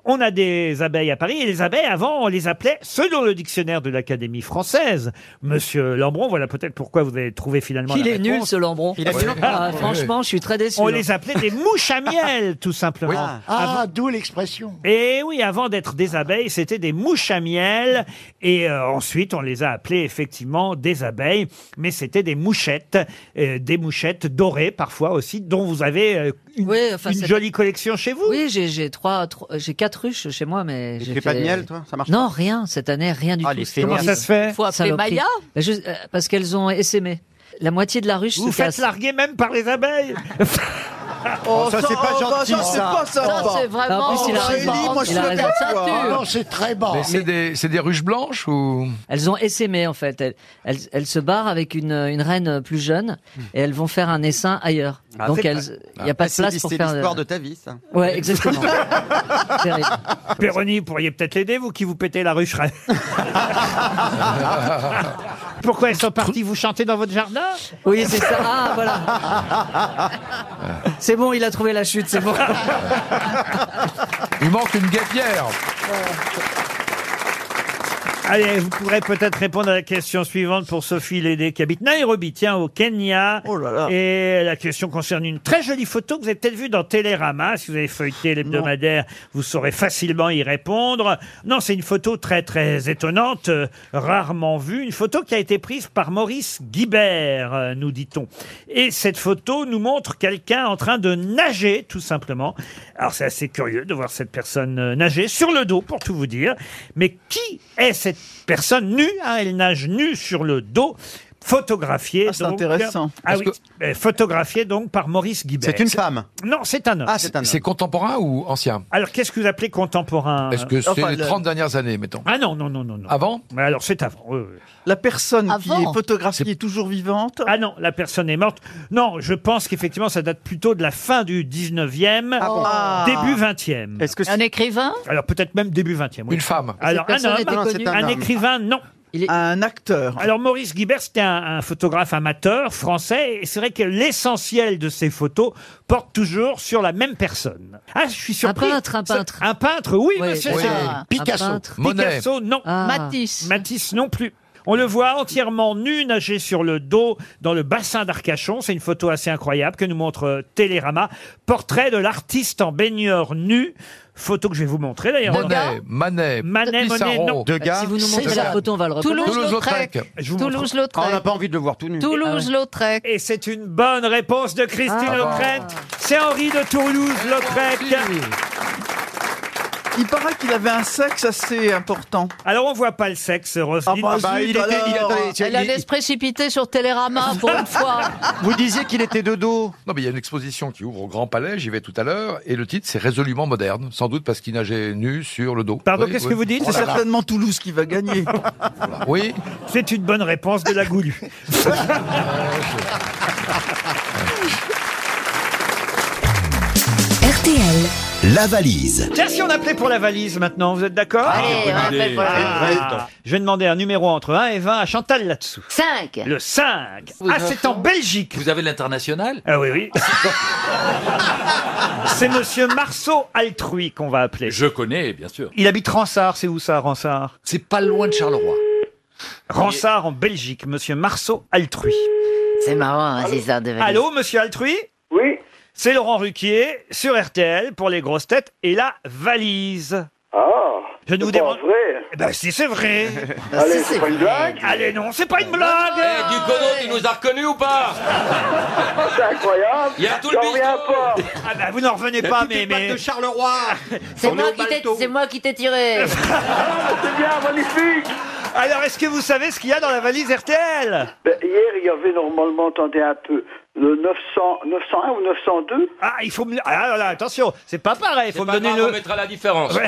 Speaker 1: On a des abeilles à Paris et les abeilles avant, on les appelait, selon le dictionnaire de l'Académie française, Monsieur Lambron, voilà peut-être pourquoi vous avez trouvé finalement
Speaker 25: Qu'il
Speaker 1: la
Speaker 25: est nul
Speaker 1: réponse.
Speaker 25: ce Lambron.
Speaker 1: Il est nul.
Speaker 25: Ah, Franchement, je suis très déçu. hein.
Speaker 1: On les appelait des mouches à miel, tout simplement.
Speaker 18: Ah, d'où l'expression.
Speaker 1: Et oui, avant d'être des abeilles, c'était des mouches à miel. Et euh, ensuite, on les a appelées effectivement des abeilles, mais c'était des mouchettes, euh, des mouchettes dorées parfois aussi, dont vous avez euh, une, une
Speaker 25: c'est-
Speaker 1: jolie collection chez vous.
Speaker 25: Oui, j'ai j'ai trois, trois- j'ai quatre ruches chez moi, mais j'ai
Speaker 1: fais pas de miel, toi Ça marche
Speaker 25: Non, rien cette année, rien du tout.
Speaker 1: fainéants. Comment ça se fait Faut appeler
Speaker 25: Saloperie.
Speaker 1: Maya
Speaker 25: Ben, je- euh, Parce qu'elles ont essaimé. La moitié de la ruche.
Speaker 1: Vous
Speaker 25: c'était à-
Speaker 1: faites larguer même par les abeilles.
Speaker 25: Oh, ça, c'est pas
Speaker 1: bah,
Speaker 25: gentil, ça. Ça, c'est vraiment- En plus, il a raison. Il a raison. Ah non,
Speaker 18: c'est très bas.
Speaker 22: Mais c'est des, c'est des ruches blanches ou
Speaker 25: Elles ont essaimé en fait. Elles, elles, elles se barrent avec une, une reine plus jeune et elles vont faire un essaim ailleurs.
Speaker 23: Ah,
Speaker 25: Donc
Speaker 23: c'est
Speaker 25: elles,
Speaker 23: pas-
Speaker 25: il n'y a pas de
Speaker 23: C'est-
Speaker 25: place pour
Speaker 23: c'est
Speaker 25: faire.
Speaker 23: l'histoire de ta vie, ça.
Speaker 25: Ouais, exactement. Terrible.
Speaker 1: Péroni, vous pourriez peut-être l'aider, vous qui vous pétez la ruche. Pourquoi elles sont parties vous chanter dans votre jardin
Speaker 25: Oui, c'est ça. Ah, voilà. C'est bon, il a trouvé la chute, c'est bon.
Speaker 2: Il manque une guêpière.
Speaker 1: Allez, vous pourrez peut-être répondre à la question suivante pour Sophie Lédé qui habite Nairobi, tiens, au Kenya. Et la question concerne une très jolie photo que vous avez peut-être vue dans Télérama. Si vous avez feuilleté l'hebdomadaire, vous saurez facilement y répondre. Non, c'est une photo très très étonnante, euh, rarement vue. Une photo qui a été prise par Maurice Guibert, euh, nous dit-on. Et cette photo nous montre quelqu'un en train de nager, tout simplement. Alors c'est assez curieux de voir cette personne euh, nager sur le dos, pour tout vous dire. Mais qui est cette personne nue hein Elle nage nue sur le dos. Photographiée.
Speaker 5: c'est
Speaker 1: donc-
Speaker 5: intéressant.
Speaker 1: Ah
Speaker 5: Parce
Speaker 1: oui,
Speaker 5: que-
Speaker 1: euh, photographiée donc par Maurice Guibert.
Speaker 5: C'est une femme
Speaker 1: Non, c'est un homme.
Speaker 5: Ah, c'est un homme.
Speaker 2: C'est contemporain ou ancien
Speaker 1: Alors qu'est-ce que vous appelez contemporain
Speaker 2: Est-ce que c'est
Speaker 1: Enfin,
Speaker 2: les
Speaker 1: le-
Speaker 2: 30 dernières années, mettons
Speaker 1: Ah non, non, non, non.
Speaker 2: Avant
Speaker 1: Mais alors c'est avant. oui, oui.
Speaker 5: La personne qui
Speaker 1: Avant.
Speaker 5: est photographiée est toujours vivante
Speaker 1: Ah non, la personne est morte. Non, je pense qu'effectivement, ça date plutôt de la fin du 19e,
Speaker 5: Ah bon Ah.
Speaker 1: début 20e.
Speaker 5: Est-ce que
Speaker 1: Un écrivain Alors peut-être même début 20e. Oui.
Speaker 2: Une femme
Speaker 5: Cette
Speaker 1: Alors un
Speaker 5: personne
Speaker 1: homme,
Speaker 5: était connue Ah.
Speaker 1: un,
Speaker 5: Un homme.
Speaker 1: écrivain, non.
Speaker 5: Un acteur.
Speaker 1: Alors Maurice Guibert, c'était un, un photographe amateur français, et c'est vrai que l'essentiel de ses photos porte toujours sur la même personne. Ah, je suis surpris.
Speaker 25: Un peintre, un
Speaker 1: Ça-
Speaker 25: peintre.
Speaker 1: Un peintre, oui,
Speaker 25: Oui,
Speaker 1: monsieur.
Speaker 25: oui.
Speaker 1: c'est-
Speaker 25: Ah, un
Speaker 1: Picasso.
Speaker 25: peintre.
Speaker 1: Monet. Picasso, non.
Speaker 25: Matisse.
Speaker 1: Matisse, non plus. On le voit entièrement nu, nager sur le dos dans le bassin d'Arcachon. C'est une photo assez incroyable que nous montre euh, Télérama. Portrait de l'artiste en baigneur nu. Photo que je vais vous montrer d'ailleurs.
Speaker 2: Monet, Manet,
Speaker 1: Manet, Monet,
Speaker 2: Pissarro,
Speaker 1: non.
Speaker 2: Degas,
Speaker 1: Si vous nous montrez
Speaker 2: Cézanne.
Speaker 1: la photo, on va le reconnaître. Ah,
Speaker 2: Toulouse-Lautrec.
Speaker 1: Je vous montre. Ah
Speaker 8: Toulouse-Lautrec.
Speaker 26: Ah, on n'a pas envie de le voir tout nu.
Speaker 5: Ah
Speaker 8: Toulouse-Lautrec.
Speaker 1: Et c'est une bonne réponse de Christine
Speaker 8: Ah.
Speaker 1: Ockrent. C'est Henri de Toulouse-Lautrec.
Speaker 5: Il paraît qu'il avait un sexe assez important.
Speaker 1: Alors on voit pas le sexe, Roselyne.
Speaker 5: Ah bah, Ah bah, zut, il était- il alors. attendait,
Speaker 8: Elle allait se précipiter sur Télérama pour une fois.
Speaker 2: Vous disiez qu'il était de dos. Non, mais il y a une exposition qui ouvre au Grand Palais, j'y vais tout à l'heure, et le titre c'est Résolument moderne, sans doute parce qu'il nageait nu sur le dos.
Speaker 1: Pardon, Ah, bah, qu'est-ce que vous dites
Speaker 5: C'est
Speaker 2: Oh là là.
Speaker 5: certainement Toulouse qui va gagner.
Speaker 2: Oui.
Speaker 1: C'est une bonne réponse de la goulue.
Speaker 3: RTL. La valise.
Speaker 1: Tiens, si on appelait pour la valise maintenant, vous êtes d'accord
Speaker 5: Ah,
Speaker 3: Allez, on appelle pour la valise.
Speaker 1: Ah, Je vais demander un numéro entre 1 et 20 à Chantal là-dessous.
Speaker 8: 5.
Speaker 1: Le 5. Ah, c'est en Belgique.
Speaker 27: Vous avez l'international
Speaker 1: Ah oui, oui. c'est monsieur Marceau Altrui qu'on va appeler.
Speaker 27: Je connais, bien sûr.
Speaker 1: Il habite Ransard, c'est où ça, Ransard
Speaker 27: C'est pas loin de Charleroi.
Speaker 1: Ransard en Belgique, monsieur Marceau Altrui.
Speaker 8: C'est marrant, hein, ces histoires de valise.
Speaker 1: Allô, monsieur Altrui
Speaker 6: Oui.
Speaker 1: C'est Laurent Ruquier sur RTL pour les grosses têtes et la valise.
Speaker 6: Ah,
Speaker 1: Je ne vous
Speaker 6: c'est pas
Speaker 1: dérange.
Speaker 6: vrai.
Speaker 1: Eh Ben si c'est vrai.
Speaker 6: Allez, Si, c'est c'est pas une vrai. blague
Speaker 1: Allez non, c'est pas une blague.
Speaker 27: Eh, Guicodon, tu nous as reconnus ou pas
Speaker 6: C'est incroyable.
Speaker 27: Il y a tout le
Speaker 6: J'en reviens pas.
Speaker 1: Ah ben vous n'en revenez pas, mais mais.
Speaker 6: Charleroi.
Speaker 8: C'est moi, qui t'ai- c'est moi qui t'ai tiré.
Speaker 6: Ah, C'est bien, magnifique.
Speaker 1: Alors est-ce que vous savez ce qu'il y a dans la valise RTL
Speaker 6: Ben, hier, il y avait normalement, attendez un peu, le 900, 901 ou 902.
Speaker 1: Ah il faut me. Ah là là, attention, c'est pas pareil. Faut me donner
Speaker 27: On
Speaker 1: le.
Speaker 27: mettra la différence.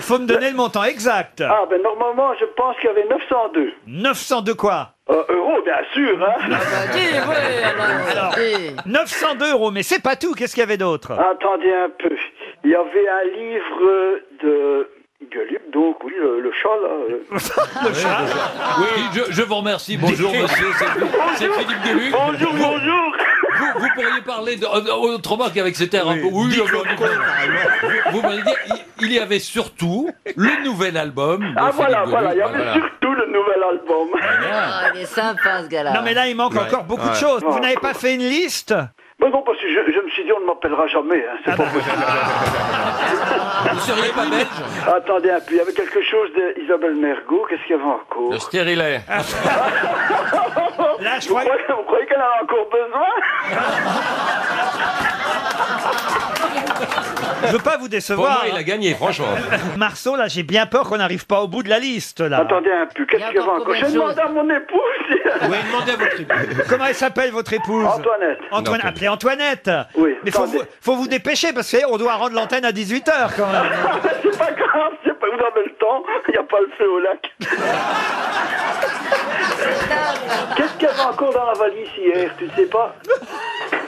Speaker 1: Faut me donner le montant exact.
Speaker 6: Ah, ben normalement, je pense qu'il y avait 902.
Speaker 1: 902 quoi
Speaker 6: Euh, euros, bien sûr, hein.
Speaker 1: Alors, 902 euros, mais c'est pas tout. Qu'est-ce qu'il y avait d'autre
Speaker 6: Attendez un peu. Il y avait un livre euh, de Gueluc, donc, oui, le, le chat, là. euh.
Speaker 27: Oui, je, je vous remercie. Bonjour, monsieur. C'est c'est Philippe Gueluc. Bonjour,
Speaker 6: bonjour.
Speaker 27: Vous, vous pourriez parler de, euh, autrement qu'avec cet air un peu. Oui, euh, vous, vous m'avez dit, il, il y avait surtout le nouvel album. de
Speaker 6: Ah,
Speaker 27: Philippe
Speaker 6: voilà,
Speaker 27: Gueluc.
Speaker 6: voilà. Il y avait
Speaker 27: Voilà.
Speaker 6: surtout le nouvel album.
Speaker 8: Ah, il est sympa, ce gars-là.
Speaker 1: Non mais là il manque
Speaker 6: Ouais.
Speaker 1: encore beaucoup de
Speaker 6: Ouais.
Speaker 1: choses. Vous
Speaker 6: Ouais.
Speaker 1: n'avez pas fait une liste
Speaker 6: Ben non, parce que je, je me suis dit, on ne m'appellera jamais. hein, C'est pas possible.
Speaker 27: Vous seriez pas belge
Speaker 6: Attendez un peu, il y avait quelque chose d'Isabelle Mergot, qu'est-ce qu'il y avait encore
Speaker 27: Le stérilet.
Speaker 1: Là, je
Speaker 6: vous, croyez, vous croyez qu'elle en a encore besoin
Speaker 1: Je veux pas vous
Speaker 27: Pour
Speaker 1: décevoir.
Speaker 27: moi, il a gagné, franchement.
Speaker 1: Marceau, là, j'ai bien peur qu'on n'arrive pas au bout de la liste, là.
Speaker 6: Attendez un peu, qu'est-ce qu'il y avait encore
Speaker 8: combien
Speaker 6: J'ai
Speaker 8: de
Speaker 6: demandé à mon épouse
Speaker 27: Oui, demandez à votre
Speaker 1: Comment elle s'appelle, votre épouse
Speaker 6: Antoinette.
Speaker 1: Antoine, appelez Antoinette.
Speaker 6: Oui,
Speaker 1: Mais faut
Speaker 6: attendez.
Speaker 1: vous, faut vous dépêcher parce qu'on doit rendre l'antenne à 18h quand même.
Speaker 6: C'est pas grave, c'est pas, vous avez le temps, il n'y a pas le feu au lac. qu'est-ce qu'il y avait encore dans la valise hier, tu ne sais pas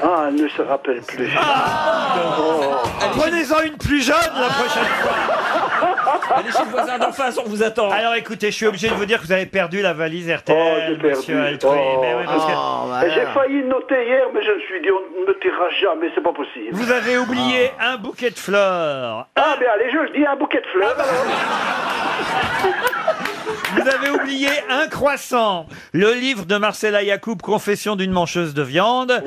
Speaker 27: Ah, elle ne se rappelle plus.
Speaker 7: Ah.
Speaker 1: Oh.
Speaker 27: Oh.
Speaker 1: Prenez-en une plus jeune la prochaine fois.
Speaker 7: Allez chez le voisin d'en face, on vous attend.
Speaker 1: Alors écoutez, je suis obligé de vous dire que vous avez perdu la valise RTL,
Speaker 6: Oh,
Speaker 1: monsieur Altrui. Mais oui, parce que-
Speaker 7: Oh,
Speaker 27: Et J'ai failli noter hier, mais je me suis dit, on ne me tirera jamais, c'est pas possible.
Speaker 1: Vous avez oublié un bouquet de fleurs.
Speaker 27: Ah, ben allez, je le dis, un bouquet de fleurs.
Speaker 1: Vous avez oublié un croissant, le livre de Marcella Yacoub, Confession d'une mancheuse de viande,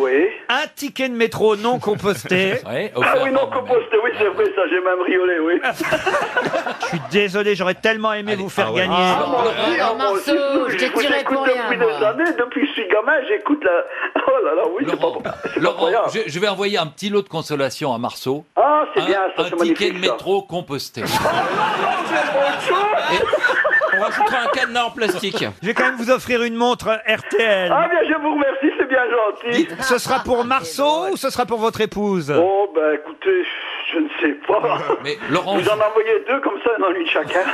Speaker 1: un ticket de métro non composté.
Speaker 27: ah oui, non, compost, oui, c'est vrai, ça, j'ai même riolé, oui.
Speaker 1: Je suis désolé, j'aurais tellement aimé vous faire
Speaker 27: ouais.
Speaker 1: gagner.
Speaker 27: Ah, moi aussi, ah, moi aussi,
Speaker 8: Marceau,
Speaker 27: je
Speaker 8: je t'ai tiré
Speaker 27: j'écoute
Speaker 8: pour rien,
Speaker 27: depuis des années, depuis que je suis gamin, j'écoute la... Oh là là, oui, c'est pas bon.
Speaker 28: Laurent, je, je vais envoyer un petit lot de consolation à Marceau.
Speaker 27: Ah, c'est
Speaker 28: un,
Speaker 27: bien, ça,
Speaker 28: un
Speaker 27: c'est
Speaker 28: ticket
Speaker 27: magnifique,
Speaker 28: de
Speaker 27: ça.
Speaker 28: métro composté.
Speaker 7: Ah. On rajoutera un cadenas en plastique.
Speaker 1: Je vais quand même vous offrir une montre RTL.
Speaker 27: Ah bien, je vous remercie, c'est bien gentil.
Speaker 1: Ce sera pour Marceau ou ce sera pour votre épouse
Speaker 27: Oh, ben écoutez, je ne sais pas.
Speaker 28: Mais Laurent,
Speaker 27: Vous en envoyez deux comme ça, dans une chacun.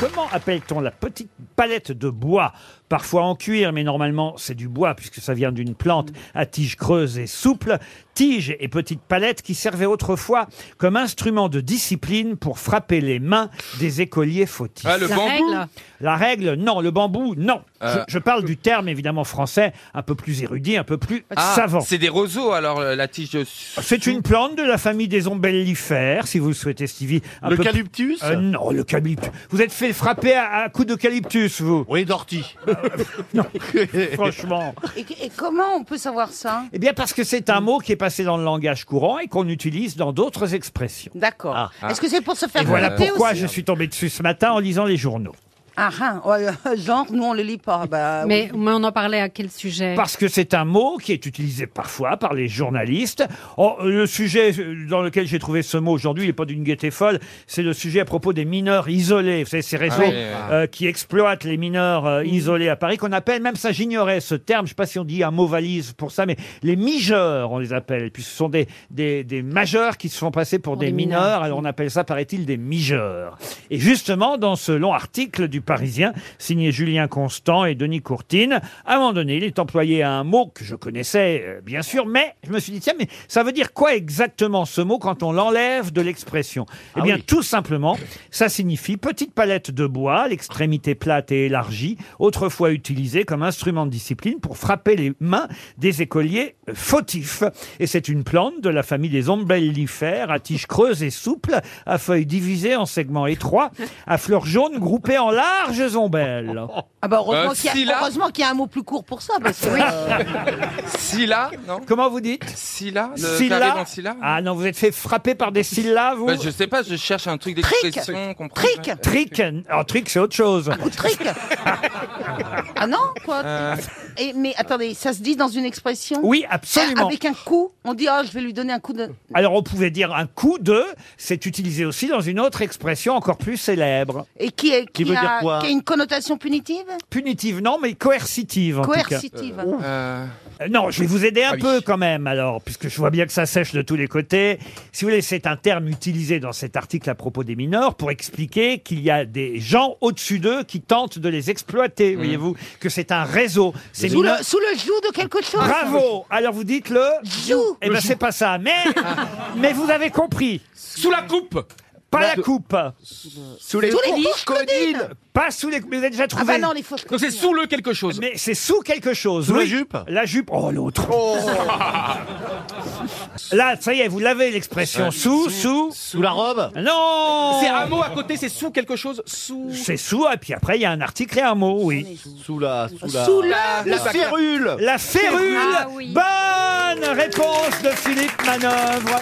Speaker 1: Comment appelle-t-on la petite palette de bois, parfois en cuir, mais normalement c'est du bois puisque ça vient d'une plante à tige creuse et souple, tige et petite palette qui servaient autrefois comme instrument de discipline pour frapper les mains des écoliers fautifs.
Speaker 3: Ah, le La bambou règle
Speaker 1: La règle, non. Le bambou, non.
Speaker 3: Euh.
Speaker 1: Je, je parle du terme évidemment français, un peu plus érudit, un peu plus
Speaker 3: Ah,
Speaker 1: savant.
Speaker 3: C'est des roseaux, alors euh, la tige. de sou-
Speaker 1: C'est une plante de la famille des ombellifères, si vous le souhaitez, Stevie. Un peu-
Speaker 3: L'eucalyptus
Speaker 1: Euh, Non, l'eucalyptus. Vous êtes fait frapper à, à coups d'eucalyptus, vous Oui, d'ortie. non, franchement.
Speaker 4: Et, et comment on peut savoir ça
Speaker 1: Eh bien, parce que c'est un mot qui est passé dans le langage courant et qu'on utilise dans d'autres expressions.
Speaker 4: D'accord. Est-ce que c'est pour se faire
Speaker 1: Ah, Et voilà
Speaker 4: gratter
Speaker 1: pourquoi
Speaker 4: aussi
Speaker 1: je suis tombé dessus ce matin en lisant les journaux.
Speaker 4: Ah, hein, ouais, genre, nous on le lit pas. Bah,
Speaker 29: Mais, mais on en parlait à quel sujet
Speaker 1: Parce que c'est un mot qui est utilisé parfois par les journalistes. Oh, le sujet euh, dans lequel j'ai trouvé ce mot aujourd'hui, il n'est pas d'une gaieté folle, c'est le sujet à propos des mineurs isolés. Vous savez, ces réseaux
Speaker 3: Ah oui, oui.
Speaker 1: euh, qui exploitent les mineurs euh, isolés à Paris, qu'on appelle, même ça j'ignorais ce terme, je ne sais pas si on dit un mot valise pour ça, mais les mijeurs, on les appelle. Puis ce sont des, des, des majeurs qui se font passer pour, des, mineurs. Alors on appelle ça, paraît-il, des mijeurs. Et justement, dans ce long article du Parisien, signé Julien Constant et Denis Courtine, à un moment donné, il est employé à un mot que je connaissais, euh, bien sûr, mais je me suis dit, tiens, mais ça veut dire quoi exactement ce mot quand on l'enlève de l'expression Eh bien, tout simplement, ça signifie petite palette de bois, l'extrémité plate et élargie, autrefois utilisée comme instrument de discipline pour frapper les mains des écoliers euh, fautifs. Et c'est une plante de la famille des ombellifères, à tiges creuses et souples, à feuilles divisées en segments étroits, à fleurs jaunes groupées en larges ombelles.
Speaker 4: Ah bah
Speaker 1: Euh,
Speaker 4: heureusement qu'il y, a- heureusement qu'il y a un mot plus court pour ça. Parce que, euh,
Speaker 3: Scylla, non
Speaker 1: Comment vous dites
Speaker 3: Scylla le-
Speaker 1: Sylla-
Speaker 3: t'arrives en Scylla
Speaker 1: Ah non, vous êtes fait frapper par des syllabes, vous
Speaker 3: Bah, Je sais pas, je cherche un truc d'expression. qu'on prend.
Speaker 1: Trick Trick Alors, trick, c'est autre chose.
Speaker 4: ah non quoi
Speaker 1: Euh.
Speaker 4: Et- Mais attendez, ça se dit dans une expression
Speaker 1: Oui, absolument.
Speaker 4: Avec un coup, on dit oh je vais lui donner un coup de.
Speaker 1: Alors, on pouvait dire un coup de, c'est utilisé aussi dans une autre expression encore plus célèbre.
Speaker 4: Et qui, est,
Speaker 1: Qui veut
Speaker 4: a,
Speaker 1: dire quoi
Speaker 4: qui a une connotation punitive
Speaker 1: Punitive, non, mais coercitive, en tout
Speaker 4: Coercitive.
Speaker 1: cas. Euh, Non, je vais vous aider un peu quand même, alors, puisque je vois bien que ça sèche de tous les côtés. Si vous voulez, c'est un terme utilisé dans cet article à propos des mineurs pour expliquer qu'il y a des gens au-dessus d'eux qui tentent de les exploiter, voyez-vous, que c'est un réseau. Ces
Speaker 4: Sous,
Speaker 1: mineurs-
Speaker 4: le, sous le joug de quelque chose
Speaker 1: Bravo Alors vous dites le Joue Eh ben c'est pas ça, mais,
Speaker 4: Ah.
Speaker 1: mais vous avez compris. Sous la coupe Pas la coupe Sous
Speaker 4: les Sous les fausses codines.
Speaker 1: Pas sous les... Mais vous avez déjà trouvé...
Speaker 4: Ah bah non, les fausses
Speaker 1: Donc c'est sous le quelque chose Mais c'est sous quelque chose, Sous la jupe La jupe, oh l'autre Là, ça y est, vous l'avez l'expression
Speaker 3: Euh,
Speaker 1: sous,
Speaker 3: sous-
Speaker 1: sous... Sous la robe
Speaker 2: Oh.
Speaker 1: Non
Speaker 3: C'est un mot à côté, c'est sous quelque chose Sous.
Speaker 1: C'est sous, et puis après il y a un article et un mot, oui. Sous la... Sous
Speaker 3: la- Sous la- la
Speaker 1: férule La férule
Speaker 3: Ah
Speaker 1: Bonne réponse de Philippe Manœuvre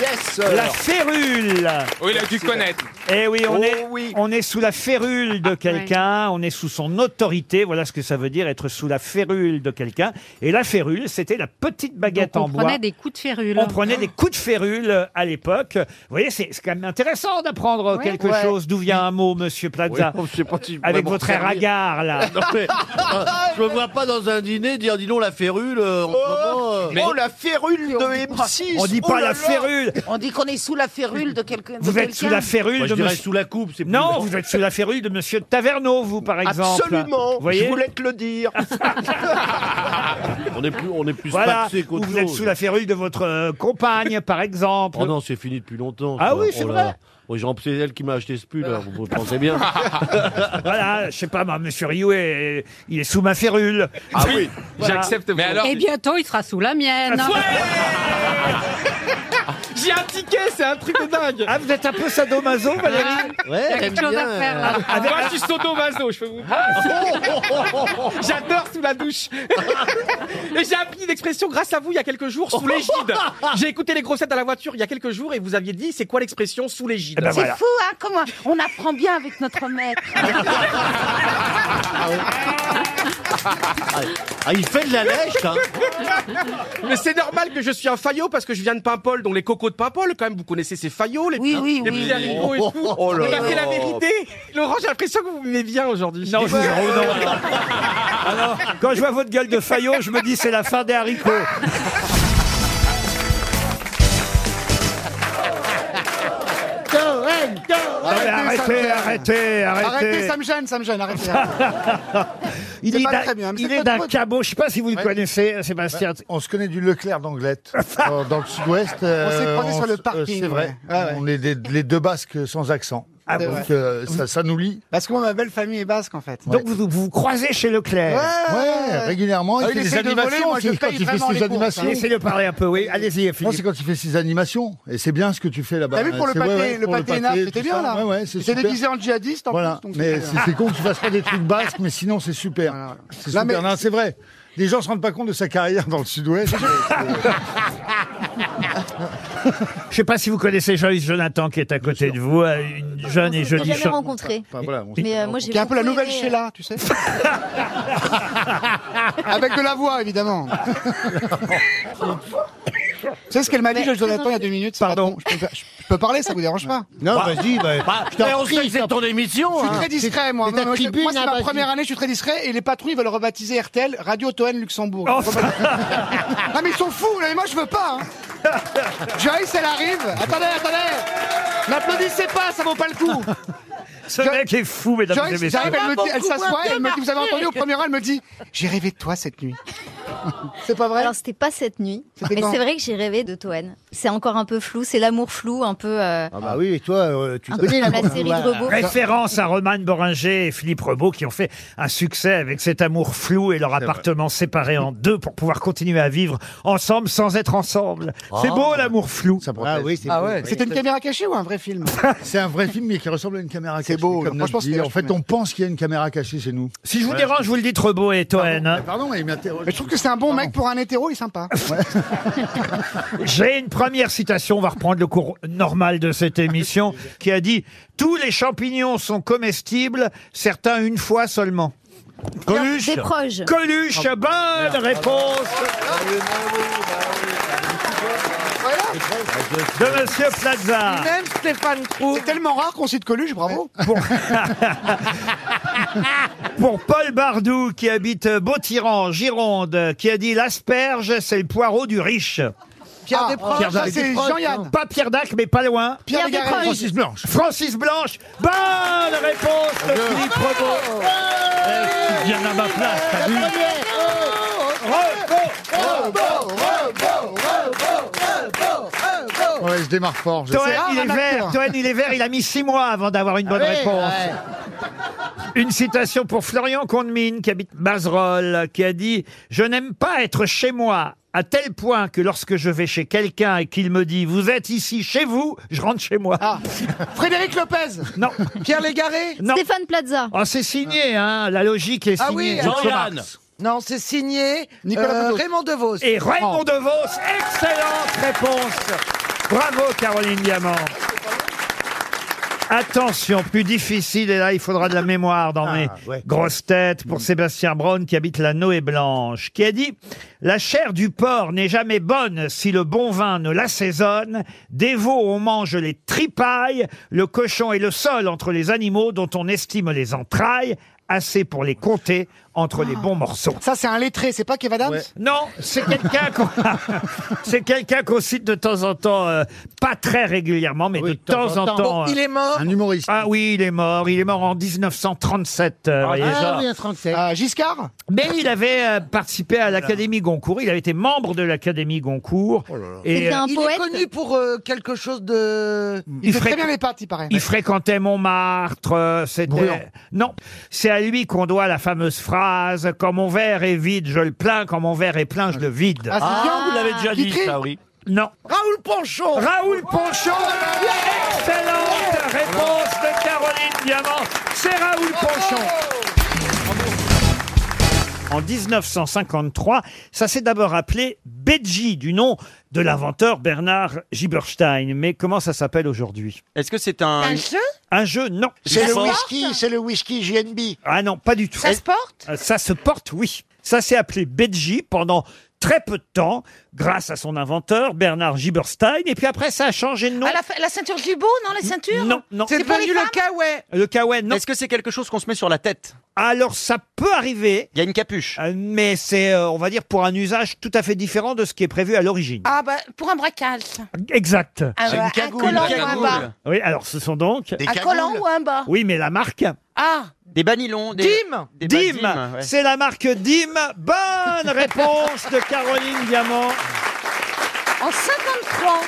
Speaker 3: Yes
Speaker 1: La férule
Speaker 3: Oui, Oh, il a dû connaître.
Speaker 1: Eh oui, on,
Speaker 3: Oh
Speaker 1: est, on est sous la férule de quelqu'un, on est sous son autorité, voilà ce que ça veut dire être sous la férule de quelqu'un. Et la férule, c'était la petite baguette
Speaker 29: On
Speaker 1: en bois.
Speaker 29: prenait des coups de férule.
Speaker 1: On prenait des coups de férule euh, à l'époque. Vous voyez, c'est c'est quand même intéressant d'apprendre
Speaker 29: Ouais.
Speaker 1: quelque
Speaker 29: Ouais.
Speaker 1: chose. D'où vient un mot, monsieur Plaza
Speaker 15: Oui, je sais pas si je pourrais
Speaker 1: Avec
Speaker 15: m'en
Speaker 1: votre air
Speaker 15: servir.
Speaker 1: hagard, là.
Speaker 15: Non, mais, euh, je me vois pas dans un dîner dire dis donc la férule euh, en ce moment. euh,
Speaker 3: Mais-
Speaker 15: oh,
Speaker 3: la
Speaker 4: férule
Speaker 15: de M6.
Speaker 1: On dit pas la férule.
Speaker 4: On dit qu'on est sous la férule de quelqu'un. de
Speaker 1: Vous êtes
Speaker 4: quelqu'un.
Speaker 1: sous la férule de
Speaker 7: dirais
Speaker 1: monsieur-
Speaker 7: sous la coupe, c'est plus-
Speaker 1: Non, vous êtes sous la férule de Monsieur Taverneau, vous, par exemple.
Speaker 7: Absolument,
Speaker 1: Vous voyez
Speaker 7: je voulais
Speaker 1: te le dire.
Speaker 7: On est plus, on est plus
Speaker 1: Voilà,
Speaker 7: spaxé
Speaker 1: ou
Speaker 7: qu'autre
Speaker 1: vous êtes
Speaker 7: chose.
Speaker 1: sous la férule de votre euh, compagne, par exemple.
Speaker 7: Oh non, c'est fini depuis longtemps.
Speaker 1: Ah
Speaker 7: ça.
Speaker 1: oui, c'est
Speaker 7: Oh là
Speaker 1: vrai.
Speaker 7: là. Oui, Jean, c'est elle qui m'a acheté ce pull, là, vous vous pensez bien.
Speaker 1: voilà, je sais pas, moi, Monsieur Rioux, est- il est sous ma férule.
Speaker 7: Ah oui,
Speaker 1: j'accepte. Mais
Speaker 5: Et bientôt, il sera Eh sous la mienne.
Speaker 1: J'ai un ticket, c'est un truc de dingue. Ah, vous êtes un peu sadomaso, Valérie
Speaker 2: Ouais, Il y a quelque j'aime chose à bien. faire, là.
Speaker 1: Ah, avec-
Speaker 2: Moi, je suis sadomaso, je peux vous
Speaker 3: Ah, oh,
Speaker 2: dire. J'adore sous la douche. Et j'ai appris une expression grâce à vous il y a quelques jours, sous l'égide. J'ai écouté les grossettes à la voiture il y a quelques jours et vous aviez dit c'est quoi l'expression sous l'égide
Speaker 3: Eh ben
Speaker 4: C'est fou, hein, comment on apprend bien avec notre maître.
Speaker 7: Ah, il fait de la lèche, hein.
Speaker 2: Mais c'est normal que je suis un faillot parce que je viens de Paimpol, dont les cocos de Paimpol, quand même, vous connaissez ces faillots, les petits,
Speaker 4: oui, oui,
Speaker 2: les petits
Speaker 4: oui.
Speaker 2: haricots et tout.
Speaker 4: Oh, oh là
Speaker 2: Eh ben,
Speaker 4: là.
Speaker 2: c'est la vérité. Laurent, j'ai l'impression que vous m'aimez bien aujourd'hui.
Speaker 1: Non, je vous oh non. Alors, quand je vois votre gueule de faillot, je me dis c'est la fin des haricots.
Speaker 3: Cohen,
Speaker 1: Non, mais arrêtez, arrêtez, arrêtez.
Speaker 3: Arrêtez, Ah. ça me gêne, ça me gêne, arrêtez.
Speaker 1: Il
Speaker 3: C'est
Speaker 1: est
Speaker 3: pas
Speaker 1: d'un-
Speaker 3: très bien, mais
Speaker 1: il
Speaker 3: c'est pas
Speaker 1: est d'un
Speaker 3: trop-
Speaker 1: cabot, je sais pas si vous le
Speaker 3: Ouais.
Speaker 1: connaissez, euh, Sébastien.
Speaker 6: on se connaît du Leclerc d'Anglette, dans, dans le sud-ouest. euh,
Speaker 3: s'est croisés sur le
Speaker 6: s- euh,
Speaker 3: parking,
Speaker 6: C'est vrai.
Speaker 3: ouais. Ouais, ouais.
Speaker 6: On est des- les deux Basques sans accent.
Speaker 3: Ah bon.
Speaker 6: Donc, euh, ça, ça nous lie.
Speaker 3: Parce que moi, ma belle famille est basque, en fait.
Speaker 1: Donc, vous, vous croisez chez Leclerc
Speaker 3: Ouais,
Speaker 6: Ouais, régulièrement.
Speaker 3: Ah,
Speaker 6: il
Speaker 3: il
Speaker 6: fait des
Speaker 3: essaie de
Speaker 6: animations.
Speaker 3: voler, moi, je
Speaker 6: aussi, quand
Speaker 3: paye
Speaker 6: il fait
Speaker 3: vraiment les
Speaker 6: ses
Speaker 3: courses,
Speaker 6: animations.
Speaker 3: hein. Essayez
Speaker 1: de parler un peu, oui. Allez-y,
Speaker 6: Non, c'est quand il fait ses animations. Et c'est bien ce que tu fais là-bas.
Speaker 3: T'as vu pour le
Speaker 6: C'est- ouais,
Speaker 3: pâté,
Speaker 6: ouais,
Speaker 3: le
Speaker 6: pour
Speaker 3: pâté nappe,
Speaker 6: pâté,
Speaker 3: c'était
Speaker 6: tout
Speaker 3: bien
Speaker 6: ça.
Speaker 3: là.
Speaker 6: Ouais, ouais, c'est
Speaker 3: C'était
Speaker 6: super.
Speaker 3: déguisé en djihadiste en
Speaker 6: Voilà.
Speaker 3: plus. donc
Speaker 6: mais
Speaker 3: bien.
Speaker 6: c'est c'est con que tu fasses pas des trucs basques, mais sinon c'est super. C'est
Speaker 3: Là, mais-
Speaker 6: super. Non, c'est vrai. Les gens se rendent pas compte de sa carrière dans le Sud-Ouest.
Speaker 1: Je sais pas si vous connaissez Joyce Jonathan qui est à côté de vous, euh, une jeune et
Speaker 20: Ah, Je l'ai
Speaker 1: jolie
Speaker 20: jamais
Speaker 1: chan-
Speaker 20: rencontré.
Speaker 6: Enfin, voilà, on-
Speaker 20: Mais euh, moi, j'ai
Speaker 3: Qui est un peu la
Speaker 20: beaucoup
Speaker 3: nouvelle
Speaker 20: aimé-
Speaker 3: Sheila, tu sais. Avec de la voix, évidemment. tu sais ce qu'elle m'a dit, Joël Jonathan, il y a deux minutes Pardon. Je peux, je peux parler, ça vous dérange pas
Speaker 7: Non, vas-y, bah,
Speaker 3: je t'en
Speaker 7: mais on
Speaker 3: prie,
Speaker 7: sait que c'est ton émission.
Speaker 3: Je
Speaker 7: hein.
Speaker 3: suis très discret, moi.
Speaker 7: C'est ta
Speaker 3: Non, moi, je-
Speaker 7: tribune,
Speaker 3: moi, c'est
Speaker 7: hein,
Speaker 3: ma
Speaker 7: vas-y.
Speaker 3: première année, je suis très discret. Et les patrons, ils veulent rebaptiser RTL Radio Toen Luxembourg. Oh, non, mais ils sont fous. Mais moi, je veux pas. hein. Joyce, elle arrive. Attendez, attendez. N'applaudissez pas, ça vaut pas le coup.
Speaker 1: Ce mec est fou, mesdames et
Speaker 3: Joyce,
Speaker 1: messieurs.
Speaker 3: j'arrive, elle, me dit- elle s'assoit, elle me dit, vous avez entendu au premier rang, elle me dit, j'ai rêvé de toi cette nuit. C'est pas vrai
Speaker 20: Alors, c'était pas cette nuit.
Speaker 3: C'était
Speaker 20: Mais
Speaker 3: quand
Speaker 20: c'est vrai que j'ai rêvé de Toen. C'est encore un peu flou. C'est l'amour flou, un peu. euh,
Speaker 7: Ah bah oui, et toi, euh, tu
Speaker 20: Un peu
Speaker 7: connais
Speaker 20: comme
Speaker 7: la
Speaker 20: Ah, la série de robots.
Speaker 1: Référence à Roman Boringer et Philippe Rebaud qui ont fait un succès avec cet amour flou et leur appartement séparé en deux pour pouvoir continuer à vivre ensemble sans être ensemble. C'est
Speaker 3: Ah.
Speaker 1: beau l'amour flou.
Speaker 3: Ah oui, c'est beau. C'était une caméra cachée ou un vrai film
Speaker 6: C'est un vrai film, mais qui ressemble à une caméra cachée. C'est
Speaker 3: beau,
Speaker 6: Comme
Speaker 3: franchement,
Speaker 6: notre vie.
Speaker 3: c'était
Speaker 6: En fait,
Speaker 3: vachement
Speaker 6: on pense qu'il y a une caméra cachée chez nous.
Speaker 1: Si je vous dérange, vous le dites Rebaud et Toen. hein.
Speaker 6: Pardon, mais il m'interroge.
Speaker 3: Je trouve que c'est un bon mec pour un hétéro, il est sympa.
Speaker 1: J'ai une première citation, on va reprendre le cours normal de cette émission, qui a dit « Tous les champignons sont comestibles, certains une fois seulement ». Coluche
Speaker 20: Des proches.
Speaker 1: Coluche,
Speaker 20: Ah,
Speaker 1: bonne réponse de Monsieur Plaza.
Speaker 3: Même Stéphane Trou. Ah. C'est tellement rare qu'on cite Coluche, bravo.
Speaker 1: Pour Paul Bardou, qui habite Beautiran, en Gironde, qui a dit « L'asperge, c'est le poireau du riche ».
Speaker 3: Ah, Pierre Desproges,
Speaker 1: Pierre
Speaker 3: ça,
Speaker 1: Dac.
Speaker 3: c'est Jean-Yann.
Speaker 1: Pas Pierre Dac, mais pas loin.
Speaker 3: Pierre Pierre Desproges. Desproges.
Speaker 1: Francis Blanche. Francis Blanche. Bonne réponse de Philippe Rebaud. Eh, Bien à ma place, t'as vu
Speaker 6: Ouais, je démarre fort. je
Speaker 1: Oh. Toen,
Speaker 6: sais.
Speaker 1: il est vert. Toen, il est vert. Il a mis six mois avant d'avoir une bonne
Speaker 6: Ah oui,
Speaker 1: réponse.
Speaker 6: ouais.
Speaker 1: Une citation pour Florian Condemine, qui habite Bazerolles, qui a dit « Je n'aime pas être chez moi, à tel point que lorsque je vais chez quelqu'un et qu'il me dit « Vous êtes ici, chez vous », je rentre chez moi.
Speaker 3: Ah. Frédéric Lopez.
Speaker 1: Non.
Speaker 3: Pierre Légaré.
Speaker 20: Stéphane Plaza.
Speaker 1: Ah, c'est signé, hein, la logique est
Speaker 3: Ah
Speaker 1: signée.
Speaker 3: oui,
Speaker 1: Groucho
Speaker 3: Jean-Yann.
Speaker 1: Marx.
Speaker 10: Non, c'est signé
Speaker 1: Nicolas
Speaker 10: euh,
Speaker 1: Bedos.
Speaker 10: Raymond DeVos.
Speaker 1: Et Raymond
Speaker 10: Oh.
Speaker 1: DeVos, excellente réponse. Bravo Caroline Diamant. Attention, plus difficile, et là il faudra de la mémoire dans mes
Speaker 7: ouais.
Speaker 1: grosses têtes pour Sébastien Braun qui habite la Noé Blanche, qui a dit La chair du porc n'est jamais bonne si le bon vin ne l'assaisonne. Des veaux, on mange les tripailles, le cochon est le sol entre les animaux dont on estime les entrailles, assez pour les compter. entre les bons morceaux.
Speaker 6: Ça, c'est un lettré, c'est pas Kev Adams
Speaker 1: Non, c'est quelqu'un qu'on c'est quelqu'un qu'on cite de temps en temps, euh, pas très régulièrement, mais de temps, en temps. euh,
Speaker 6: Bon, il est mort
Speaker 1: Un humoriste. Ah oui, il est mort. Il est mort en 1937. euh, voyez.
Speaker 10: Euh,
Speaker 6: Ah, Giscard
Speaker 1: Mais il avait euh, participé à l'Académie Goncourt. Il avait été membre de l'Académie Goncourt. euh,
Speaker 6: il est connu pour euh, quelque chose de. Il,
Speaker 1: Il
Speaker 6: fait très
Speaker 1: fréqu-
Speaker 6: bien les pattes, il paraît.
Speaker 1: Il fréquentait Montmartre, euh,
Speaker 6: Bruyant.
Speaker 1: c'était... Non, c'est à lui qu'on doit la fameuse phrase « Quand mon verre est vide, je le plains, quand mon verre est plein, je le vide
Speaker 6: Ah, c'est Ah, bien. vous l'avez
Speaker 1: déjà
Speaker 6: dit, Vitry ça,
Speaker 1: oui. Ah, Non.
Speaker 6: Raoul Ponchon
Speaker 1: Raoul Ponchon Excellente réponse de Caroline Diamant, c'est Raoul Ponchon en 1953. Ça s'est d'abord appelé Bedji, du nom de l'inventeur Bernard Giberstein. Mais comment ça s'appelle aujourd'hui
Speaker 2: Est-ce que c'est un...
Speaker 1: Un jeu, non.
Speaker 2: C'est le
Speaker 1: whisky, c'est le whisky JNB. Ah non, pas du tout. Ça se porte Ça se porte, oui. Ça s'est appelé Bedji pendant très peu de temps, grâce à son inventeur, Bernard Giberstein. Et puis après, ça a changé de nom.
Speaker 4: Ah, la, fa- la ceinture Gibo, non Les ceintures
Speaker 1: Non, non.
Speaker 4: C'est pour les femmes
Speaker 6: kawaii.
Speaker 1: Le kawaii, non.
Speaker 2: Est-ce que c'est quelque chose qu'on se met sur la tête
Speaker 1: Alors ça peut arriver.
Speaker 2: Il y a une capuche.
Speaker 1: Mais c'est, euh, on va dire, pour un usage tout à fait différent de ce qui est prévu à l'origine.
Speaker 4: Ah, bah, pour un braquage.
Speaker 1: Exact.
Speaker 4: Ah, C'est une un cagoule. collant
Speaker 2: Une ou un cagoule. bas.
Speaker 1: Oui, alors ce sont donc...
Speaker 2: Des Un cagoules. collant ou
Speaker 4: un bas
Speaker 1: Oui, mais la marque...
Speaker 4: Ah
Speaker 2: Des banilons. Des...
Speaker 1: Dim
Speaker 2: Des
Speaker 1: Dim,
Speaker 2: badines, ouais.
Speaker 1: C'est la marque Dim. Bonne réponse de Caroline Diamant.
Speaker 4: En 53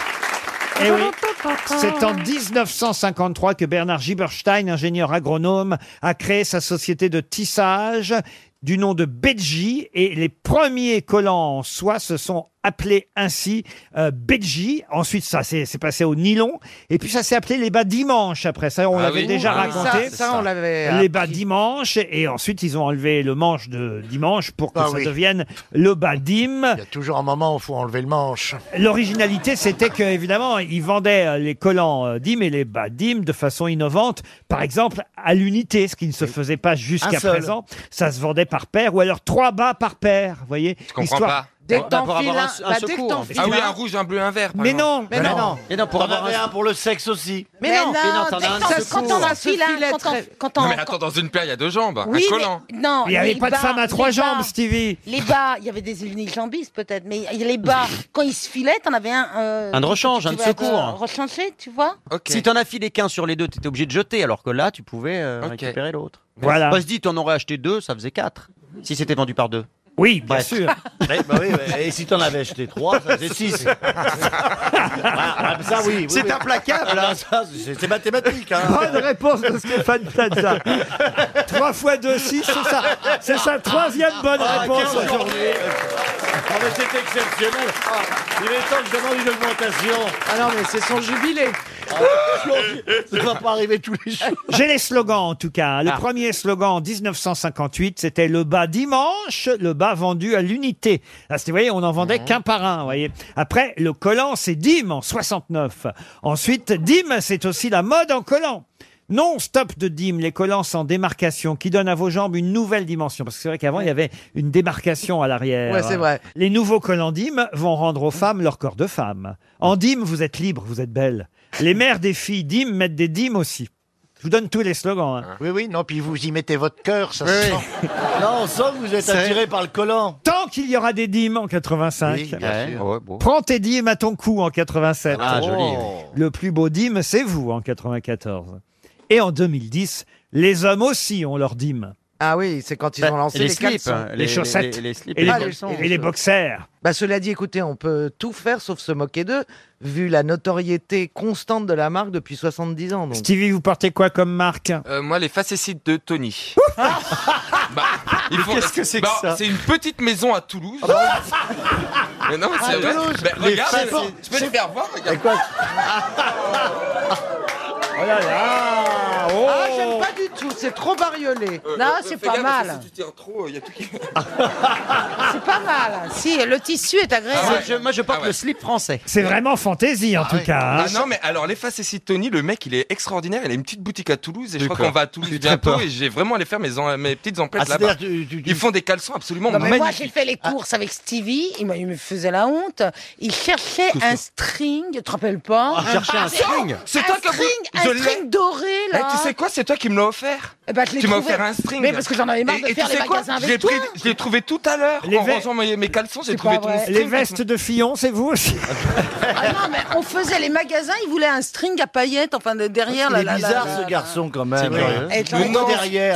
Speaker 1: Eh
Speaker 4: Je
Speaker 1: oui.
Speaker 4: l'entends, papa.
Speaker 1: C'est en 1953 que Bernard Giberstein, ingénieur agronome, a créé sa société de tissage du nom de Bedji et les premiers collants en soie se sont appelés ainsi euh, Bedji. Ensuite, ça s'est s'est passé au nylon et puis ça s'est appelé les bas dimanche après ça. On
Speaker 6: Ah
Speaker 1: l'avait
Speaker 6: oui.
Speaker 1: déjà
Speaker 6: Ah oui, ça-
Speaker 1: raconté.
Speaker 6: ça, on l'avait
Speaker 1: Les bas dimanche et ensuite ils ont enlevé le manche de dimanche pour que
Speaker 30: Ah
Speaker 1: ça
Speaker 30: oui.
Speaker 1: devienne le bas dim.
Speaker 30: Toujours un moment où il faut enlever le manche.
Speaker 1: L'originalité, c'était que évidemment, ils vendaient euh, les collants euh, DIM et les bas DIM de façon innovante. Par exemple, à l'unité, ce qui ne se faisait pas jusqu'à
Speaker 6: Un seul.
Speaker 1: présent, ça se vendait par paire ou alors trois bas par paire. Vous voyez Je
Speaker 2: comprends pas. Dès que t'enfiles un- bah, dès que t'enfiles
Speaker 1: Ah
Speaker 2: un-
Speaker 1: oui,
Speaker 2: un
Speaker 1: rouge.
Speaker 2: rouge, un bleu, un vert. par
Speaker 1: Mais
Speaker 2: exemple.
Speaker 1: non, mais non.
Speaker 2: Mais non, pour
Speaker 3: T'en
Speaker 2: avoir
Speaker 3: avais
Speaker 2: un-
Speaker 3: un pour le sexe aussi.
Speaker 4: Mais, non,
Speaker 3: t'en as un
Speaker 4: quand-
Speaker 3: de
Speaker 4: quand
Speaker 3: secours.
Speaker 4: on enfile un- hein, quand on- quand on-
Speaker 2: Non, mais attends, dans une paire, il y a deux jambes.
Speaker 4: Oui,
Speaker 2: un collant.
Speaker 4: mais- non,
Speaker 1: Il y avait
Speaker 4: les
Speaker 1: pas de
Speaker 4: bas-
Speaker 1: femme à trois
Speaker 4: les
Speaker 1: jambes,
Speaker 4: bas-
Speaker 1: Stevie.
Speaker 4: Les bas, il y avait des unijambistes peut-être, mais les bas, quand ils se filaient, t'en avais un. euh,
Speaker 2: Un de rechange,
Speaker 4: que tu
Speaker 2: un de
Speaker 4: vas, euh,
Speaker 2: secours.
Speaker 4: Rechanger, tu vois
Speaker 2: Si t'en as filé qu'un sur les deux, t'étais obligé de jeter, alors que là, tu pouvais euh, récupérer l'autre.
Speaker 1: Voilà.
Speaker 2: Moi, je dis, t'en aurais acheté deux, ça faisait quatre. Si c'était vendu par deux. Eh, bah
Speaker 1: Oui, bien
Speaker 2: sûr.
Speaker 3: Et si t'en avais acheté trois, ça faisait six. Ah, ça, oui, oui,
Speaker 2: C'est
Speaker 3: oui.
Speaker 2: implacable,
Speaker 3: Ah, ça, c'est c'est mathématique. hein.
Speaker 1: hein. Bonne réponse de Stéphane Plaza. 3 fois 2, 6, c'est ça. C'est sa troisième bonne
Speaker 3: Ah,
Speaker 1: réponse
Speaker 3: quelle journée.
Speaker 1: aujourd'hui.
Speaker 3: Ah, mais c'est exceptionnel. Il est temps que je demande une augmentation.
Speaker 31: Ah non, mais c'est son jubilé.
Speaker 3: Ah, Ça ne va pas arriver tous les jours.
Speaker 1: J'ai les slogans en tout cas. Le premier slogan en 1958, c'était le bas dimanche, le bas vendu à l'unité. Là, c'était- vous voyez, on n'en vendait qu'un par un. vous Voyez. Après, le collant, c'est Dim en 69. Ensuite, Dim, c'est aussi la mode en collant. Non, stop de Dim, les collants sans démarcation qui donnent à vos jambes une nouvelle dimension. Parce que c'est vrai qu'avant, il y avait une démarcation à l'arrière.
Speaker 31: Ouais, c'est vrai.
Speaker 1: Les nouveaux collants Dim vont rendre aux femmes leur corps de femme. En Dim, vous êtes libre, vous êtes belle. Les mères des filles Dim mettent des Dim aussi. Je vous donne tous les slogans. hein.
Speaker 30: Oui, oui, non, puis vous y mettez votre cœur, ça se sent.
Speaker 3: Là, on sent que vous êtes
Speaker 30: C'est-
Speaker 3: attiré par le collant.
Speaker 1: Tant qu'il y aura des dîmes en 85.
Speaker 3: Oui, bien Ouais. sûr. Ouais, bon.
Speaker 1: Prends tes dîmes à ton cou en 87.
Speaker 2: Ah, joli, oui.
Speaker 1: Le plus beau dîme, c'est vous en 94. Et en 2010, les hommes aussi ont leurs dîmes.
Speaker 6: Ah oui, c'est quand ils
Speaker 2: Bah,
Speaker 6: ont lancé
Speaker 2: les
Speaker 6: les,
Speaker 2: slips,
Speaker 6: caleçons.
Speaker 2: hein,
Speaker 1: Les, chaussettes
Speaker 2: les- les slips
Speaker 1: et,
Speaker 2: et
Speaker 1: les,
Speaker 2: les
Speaker 1: bo-
Speaker 2: caleçons.
Speaker 1: et les boxers.
Speaker 10: Bah, cela dit, écoutez, on peut tout faire sauf se moquer d'eux, vu la notoriété constante de la marque depuis 70 ans. Donc.
Speaker 1: Stevie, vous portez quoi comme marque
Speaker 2: Euh, moi, les facétides de Tony. Bah, ils font-
Speaker 3: qu'est-ce que c'est que
Speaker 2: bah,
Speaker 3: ça
Speaker 2: C'est une petite maison à Toulouse. mais non, mais
Speaker 3: Ah,
Speaker 2: c'est vrai.
Speaker 3: Toulouse.
Speaker 2: Bah,
Speaker 3: Les
Speaker 2: regarde,
Speaker 3: faces-
Speaker 2: je peux les faire voir. Regarde.
Speaker 10: Oh là là Ah,
Speaker 4: Oh
Speaker 10: j'aime pas du tout, c'est trop bariolé.
Speaker 2: Euh,
Speaker 10: non,
Speaker 2: euh,
Speaker 10: c'est
Speaker 2: fais
Speaker 10: pas
Speaker 2: gaffe,
Speaker 10: mal.
Speaker 2: parce que Si tu tires trop, il y a tout qui.
Speaker 10: C'est pas mal.
Speaker 4: Ah là, si, le tissu est agréable.
Speaker 2: Ah,
Speaker 21: Moi, je- moi, je porte le slip français.
Speaker 1: C'est vraiment fantaisie, en tout cas. hein.
Speaker 2: Ah non, mais alors les faces et Tony, le mec, il est extraordinaire. Il a une petite boutique à Toulouse et je
Speaker 1: J'ai
Speaker 2: crois
Speaker 1: peur.
Speaker 2: qu'on va à Toulouse
Speaker 1: J'ai très
Speaker 2: bientôt
Speaker 1: peur.
Speaker 2: et j'ai vraiment allé faire mes, en- mes petites emplettes
Speaker 1: Ah,
Speaker 2: là-bas.
Speaker 1: c'est-à-dire, tu- tu- tu-
Speaker 2: Ils font des caleçons absolument
Speaker 4: Non, mais moi, j'ai
Speaker 2: magnifiques.
Speaker 4: fait les courses avec Stevie, il, m'a- il me faisait la honte. Il cherchait
Speaker 2: Qu'est-ce
Speaker 4: un
Speaker 2: que-
Speaker 4: string, tu te rappelles pas
Speaker 2: Ah, cherchait un string
Speaker 4: C'est
Speaker 2: C'est
Speaker 4: toi
Speaker 2: toi
Speaker 4: qui
Speaker 2: qui as-
Speaker 4: string, un
Speaker 2: Je l'ai.
Speaker 4: string doré, là
Speaker 2: Eh, tu sais quoi, c'est toi qui me l'as offert.
Speaker 4: Eh ben, je l'ai
Speaker 2: tu m'as
Speaker 4: trouvé.
Speaker 2: offert un string.
Speaker 4: Mais parce que j'en avais marre de
Speaker 2: et, et
Speaker 4: faire
Speaker 2: tu
Speaker 4: les
Speaker 2: sais quoi
Speaker 4: magasins
Speaker 2: Je
Speaker 4: avec
Speaker 2: l'ai
Speaker 4: toi.
Speaker 2: pris- Je l'ai trouvé tout à l'heure.
Speaker 1: Les
Speaker 2: En
Speaker 1: ve-
Speaker 2: rangeant mes, mes caleçons, j'ai
Speaker 4: C'est
Speaker 2: trouvé
Speaker 4: pas
Speaker 2: ton
Speaker 4: vrai.
Speaker 2: string.
Speaker 1: Les vestes de Fillon, c'est vous aussi
Speaker 4: Ah non, mais on faisait les magasins, il voulait un string à paillettes, enfin de- derrière
Speaker 2: Il
Speaker 4: la
Speaker 2: est
Speaker 4: la- la-
Speaker 2: bizarre,
Speaker 4: la-
Speaker 2: ce
Speaker 4: la-
Speaker 2: garçon,
Speaker 15: quand
Speaker 2: même. C'est curieux.
Speaker 4: Et t'en-
Speaker 2: Mais non,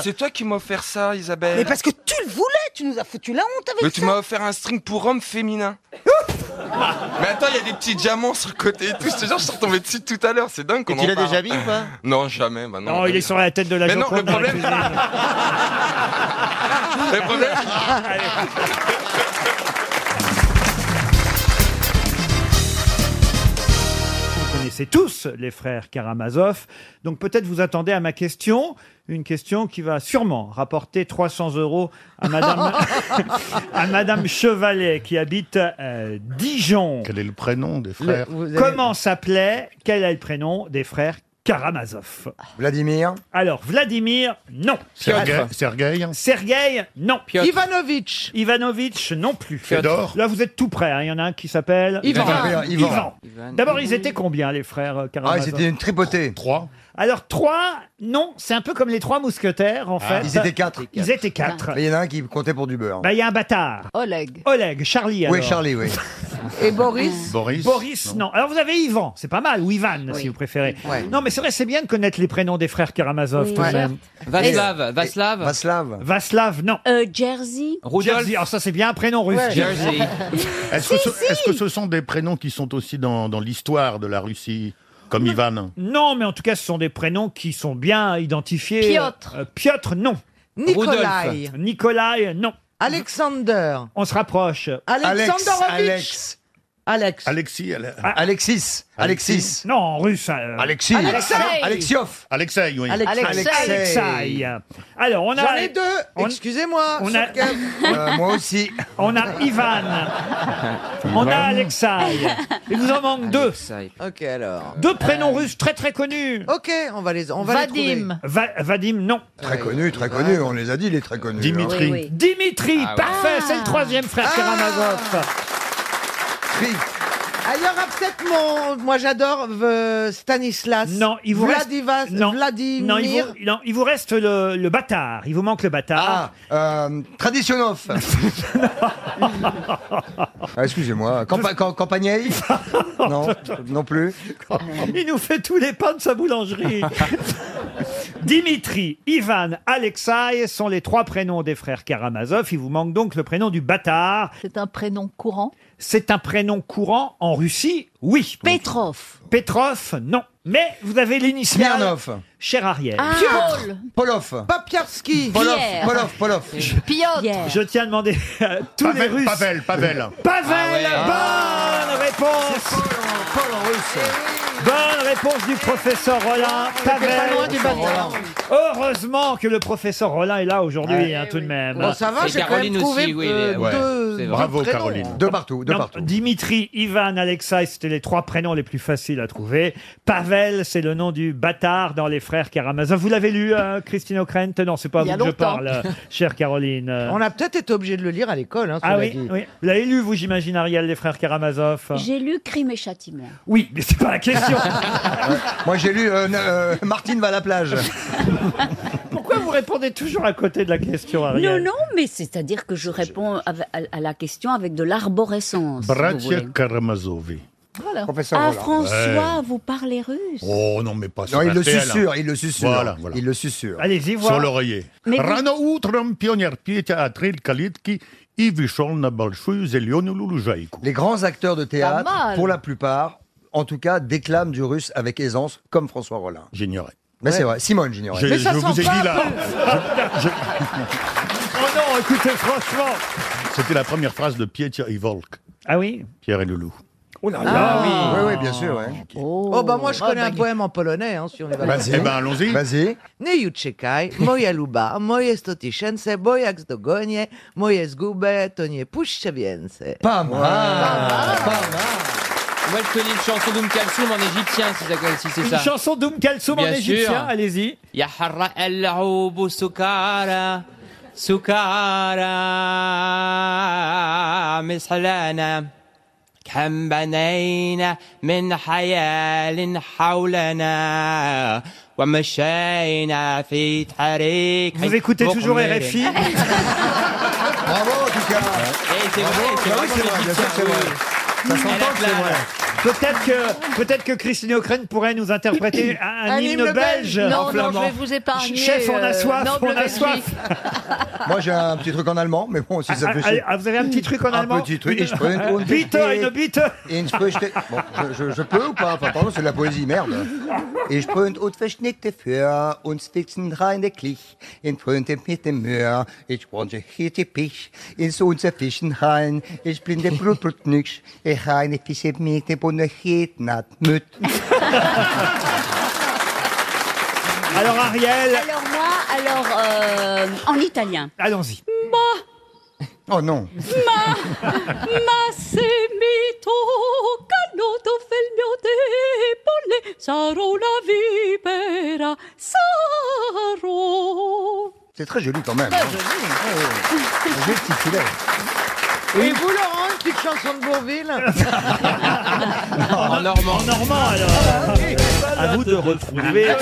Speaker 2: C'est toi qui m'as offert ça, Isabelle.
Speaker 4: Mais parce que tu le voulais, tu nous as foutu la honte avec
Speaker 2: Mais tu
Speaker 4: ça.
Speaker 2: m'as offert un string pour homme féminin. Mais attends, il y a des petits diamants sur le côté et tout. Je te jure, je suis retombé dessus tout à l'heure. C'est dingue qu'on
Speaker 1: Et
Speaker 2: en
Speaker 1: tu l'as
Speaker 2: parle.
Speaker 1: déjà mis ou pas
Speaker 2: Non, jamais. Bah non,
Speaker 1: Non, il est sur la tête de la
Speaker 2: Mais non,
Speaker 1: Joconde
Speaker 2: le
Speaker 1: dans la
Speaker 2: problème-
Speaker 1: cuisine.
Speaker 2: Le problème,
Speaker 1: Vous connaissez tous les frères Karamazov. Donc peut-être vous attendez à ma question, une question qui va sûrement rapporter 300 euros à Madame, à Madame Chevalet qui habite euh, Dijon. Quel est le prénom des
Speaker 18: frères vous avez-
Speaker 1: Comment s'appelait Quel est le prénom des frères Karamazov Vladimir. Alors Vladimir, non.
Speaker 18: Sergueï-
Speaker 1: Sergueï. Sergueï, non. Ivanovitch. Ivanovitch, non plus.
Speaker 18: Féodor.
Speaker 1: Là vous êtes tout près. hein. Il y en a un qui s'appelle
Speaker 18: Ivan. Ivan.
Speaker 1: Ivan.
Speaker 18: Ivan.
Speaker 1: D'abord ils étaient combien les frères euh,
Speaker 18: Ah,
Speaker 1: Karamazov
Speaker 18: ils étaient une
Speaker 1: tripotée. Trois. Alors trois, non, c'est un peu comme les trois mousquetaires
Speaker 18: Ah.
Speaker 1: en fait.
Speaker 15: Ils étaient quatre.
Speaker 1: Ils étaient quatre.
Speaker 15: Mais Il y en a un qui comptait pour du beurre.
Speaker 1: Bah il y a un bâtard.
Speaker 15: Oleg.
Speaker 1: Oleg, Charlie alors.
Speaker 15: Oui, Charlie, oui.
Speaker 4: Et
Speaker 18: Euh,
Speaker 4: Boris
Speaker 1: Boris. non. Alors vous avez Ivan, c'est pas mal, ou Ivan si vous préférez. Non, mais c'est vrai, c'est bien de connaître les prénoms des frères Karamazov
Speaker 5: Oui.
Speaker 1: tout de
Speaker 5: Ouais.
Speaker 1: même.
Speaker 5: Vaslav,
Speaker 1: Et-
Speaker 5: Vaslav.
Speaker 1: Vaslav. Vaslav, non.
Speaker 5: Jersey.
Speaker 1: Jersey, alors ça c'est bien un prénom russe.
Speaker 5: Ouais.
Speaker 1: Jersey.
Speaker 18: Est-ce que, ce, est-ce que ce sont des prénoms qui sont aussi dans, dans l'histoire de la Russie, comme Ivan
Speaker 1: Non, mais en tout cas, ce sont des prénoms qui sont bien identifiés.
Speaker 18: Piotr.
Speaker 1: Euh, Piotr, non.
Speaker 10: Nikolai.
Speaker 1: Rudolf. Nikolai, non.
Speaker 10: Alexander.
Speaker 1: On se rapproche.
Speaker 10: Alex. Alex.
Speaker 18: Alexis.
Speaker 1: Ah,
Speaker 15: Alexis. Alexis.
Speaker 1: Non, en russe. euh,
Speaker 18: Alexis.
Speaker 1: Alexei.
Speaker 18: Alexiov. Alexei, oui.
Speaker 1: Alex- Alexei. Alors, on a.
Speaker 10: J'en ai deux.
Speaker 1: on-
Speaker 10: Excusez-moi.
Speaker 1: on a- Euh,
Speaker 10: chacun.
Speaker 1: moi aussi. On a Ivan. On a Alexei. Il vous en manque deux.
Speaker 10: Ok, alors.
Speaker 1: Deux prénoms russes très très connus.
Speaker 10: Ok, on va les, on va les trouver.
Speaker 1: Va- Vadim, non.
Speaker 15: Très connu, très connu. On les a dit, il est très connu. hein.
Speaker 1: Dimitri. Dimitri,
Speaker 15: Ah ouais.
Speaker 1: parfait, c'est le troisième frère
Speaker 10: Ah.
Speaker 1: Karamazov.
Speaker 10: Ah, Il y aura peut-être mon. Moi, j'adore euh, Stanislas.
Speaker 1: Non, il vous reste-
Speaker 10: Vladivas-
Speaker 1: Non.
Speaker 10: Vladimir.
Speaker 1: Non, il vous, non, il vous reste le, le bâtard. Il vous manque le bâtard.
Speaker 15: Ah, euh, Traditionnov.
Speaker 1: Bah,
Speaker 15: Ah, Excusez-moi. Campa- Cam- Campagnei Non, non plus.
Speaker 1: Il nous fait tous les pains de sa boulangerie. Dimitri, Ivan, Alexei sont les trois prénoms des frères Karamazov. Il vous manque donc le prénom du bâtard.
Speaker 20: C'est un prénom courant.
Speaker 1: C'est un prénom courant en Russie, oui. Petrov. Petrov, non. Mais vous avez l'initiale.
Speaker 15: Smirnov.
Speaker 1: Cher Ariel.
Speaker 20: Piotr.
Speaker 15: Polov.
Speaker 10: Papiarski.
Speaker 15: Polov.
Speaker 20: Ah, Pierre.
Speaker 15: Polov. Polov.
Speaker 20: Piotr.
Speaker 1: Je tiens à demander à tous les Russes.
Speaker 18: Pavel, Pavel.
Speaker 1: Pavel,
Speaker 15: Ah ouais.
Speaker 1: bonne réponse. Eh Bonne réponse du professeur Rollin. Pavel.
Speaker 10: Ah, pas loin du bâtard.
Speaker 1: Heureusement que le professeur Rollin est là aujourd'hui, hein, tout de même.
Speaker 10: Bon, ça va, j'ai quand même trouvé euh, deux. deux prénoms.
Speaker 15: De partout, de
Speaker 1: Non,
Speaker 15: partout.
Speaker 1: Dimitri, Ivan, Alexei, c'était les trois prénoms les plus faciles à trouver. Pavel, c'est le nom du bâtard dans Les Frères Karamazov. Vous l'avez lu, euh, Christine O'Krent Non, c'est pas à
Speaker 10: Il y
Speaker 1: vous
Speaker 10: a
Speaker 1: que je
Speaker 10: longtemps.
Speaker 1: parle, euh, chère Caroline. Euh,
Speaker 10: On a peut-être été obligé de le lire à l'école. Hein,
Speaker 1: Ah
Speaker 10: cela
Speaker 1: oui,
Speaker 10: dit.
Speaker 1: oui. Vous l'avez lu, vous, j'imagine, Ariel, Les Frères Karamazov
Speaker 20: J'ai lu Crime et Châtiment.
Speaker 1: Oui, mais c'est pas la question.
Speaker 15: Moi, j'ai lu euh, euh, Martine va à la plage.
Speaker 1: Pourquoi vous répondez toujours à côté de la question,
Speaker 3: Ah,
Speaker 20: Non,
Speaker 1: Ariel
Speaker 20: non, mais c'est-à-dire que je réponds à, à- à la question avec de l'arborescence. si vous
Speaker 18: Bratia
Speaker 20: voulez.
Speaker 18: Karamazovi.
Speaker 20: Voilà.
Speaker 18: Professeur
Speaker 20: ah,
Speaker 18: Roland.
Speaker 20: François, vous parlez russe
Speaker 18: Oh non, mais pas
Speaker 15: Non,
Speaker 18: sur
Speaker 15: il le
Speaker 18: RTL.
Speaker 15: susurre, il le susurre.
Speaker 18: Voilà, voilà.
Speaker 15: Il le susurre.
Speaker 1: Allez-y, voir.
Speaker 18: Sur l'oreiller.
Speaker 20: Mais vous-
Speaker 18: Rano utrom pionnier Петя открыл калитки и вышел на большую зеленую лужайку.
Speaker 15: Les grands acteurs de théâtre,
Speaker 20: Pas mal.
Speaker 15: pour la plupart, en tout cas, déclament du russe avec aisance, comme François Rollin.
Speaker 18: J'ignorais.
Speaker 15: Mais
Speaker 18: Ouais.
Speaker 15: c'est vrai, Simone, j'ignorais.
Speaker 18: Je- Mais ça je sent vous ai pas dit, un là.
Speaker 1: Oh non, écoutez, franchement.
Speaker 18: C'était la première phrase de Pietia Ivolk.
Speaker 1: Ah oui
Speaker 18: Pierre et le loup.
Speaker 1: Oh là là,
Speaker 10: Ah.
Speaker 1: oui.
Speaker 15: Oui, oui, bien sûr. Ouais.
Speaker 10: Oh, bah moi je connais un poème en polonais, hein, si on y va.
Speaker 15: Vas-y. Eh ben, allons-y. Vas-y.
Speaker 10: Nie już czekaj, moja luba, moje sto tysięcy, bo jak zdogonię, moje zgubę, to nie puszczę więcej.
Speaker 15: Pas mal.
Speaker 27: Ah,
Speaker 23: Moi, je connais une chanson d'Oum Kalsoum en égyptien, si, ça- si c'est
Speaker 1: Une
Speaker 23: ça.
Speaker 1: chanson d'Oum Kalsoum en
Speaker 23: Bien sûr.
Speaker 1: égyptien, allez-y.
Speaker 23: يا حراء العوب سكارى سكارى مسحلنا كم بنينا من حيال حولنا ومشينا في تحريك
Speaker 1: Vous écoutez toujours
Speaker 23: مقمر.
Speaker 15: Eh
Speaker 1: RFI
Speaker 15: Bravo, en tout
Speaker 23: Eh,
Speaker 15: cas.
Speaker 23: c'est vrai, c'est
Speaker 15: Ah
Speaker 23: vraiment
Speaker 15: oui, c'est vrai, bien sûr, c'est vrai. Ça s'entend
Speaker 1: Elle a
Speaker 15: que c'est vrai.
Speaker 1: Peut-être que, peut-être que Christine O'Crane pourrait nous interpréter un, un hymne, belge. en
Speaker 8: Non, non, je
Speaker 1: flamand.
Speaker 8: vais vous épargner.
Speaker 1: Chef, on a
Speaker 8: euh,
Speaker 1: soif,
Speaker 8: noble
Speaker 1: on a
Speaker 8: Belgique.
Speaker 1: soif.
Speaker 15: Moi, j'ai un petit truc en allemand, mais bon, si ça
Speaker 1: Ah,
Speaker 15: fait
Speaker 1: ah,
Speaker 15: chier.
Speaker 1: ah, vous avez un petit truc en allemand
Speaker 15: Un petit truc. Ich bin
Speaker 1: Une bite, une bite.
Speaker 15: Ich bin ste- Bon, je, je, je peux ou pas Enfin, pardon, c'est de la poésie, merde. Ich bin unverschnickt für uns fixen reiniglich. In Frönte mit dem Meer. Ich wohne hier die Pich. Ins unser Fischen rein. Ich bin der Brutbrut nix. Ich reine Fische mit dem Bonne Hednat mit.
Speaker 1: Alors Ariel.
Speaker 20: Alors moi, alors euh, en italien.
Speaker 1: Allons-y.
Speaker 20: Ma,
Speaker 15: Oh non.
Speaker 20: ma, ma se mi toccano dove il mio debole sarò la vipera, sarò.
Speaker 15: C'est très joli quand même. hein. Oh, oh. Joli petit filet.
Speaker 10: Et vous, Laurent, une petite chanson de
Speaker 1: Ah,
Speaker 10: Bourville
Speaker 23: En normand.
Speaker 1: En normand, Ah, alors. À vous de retrouver. Ah,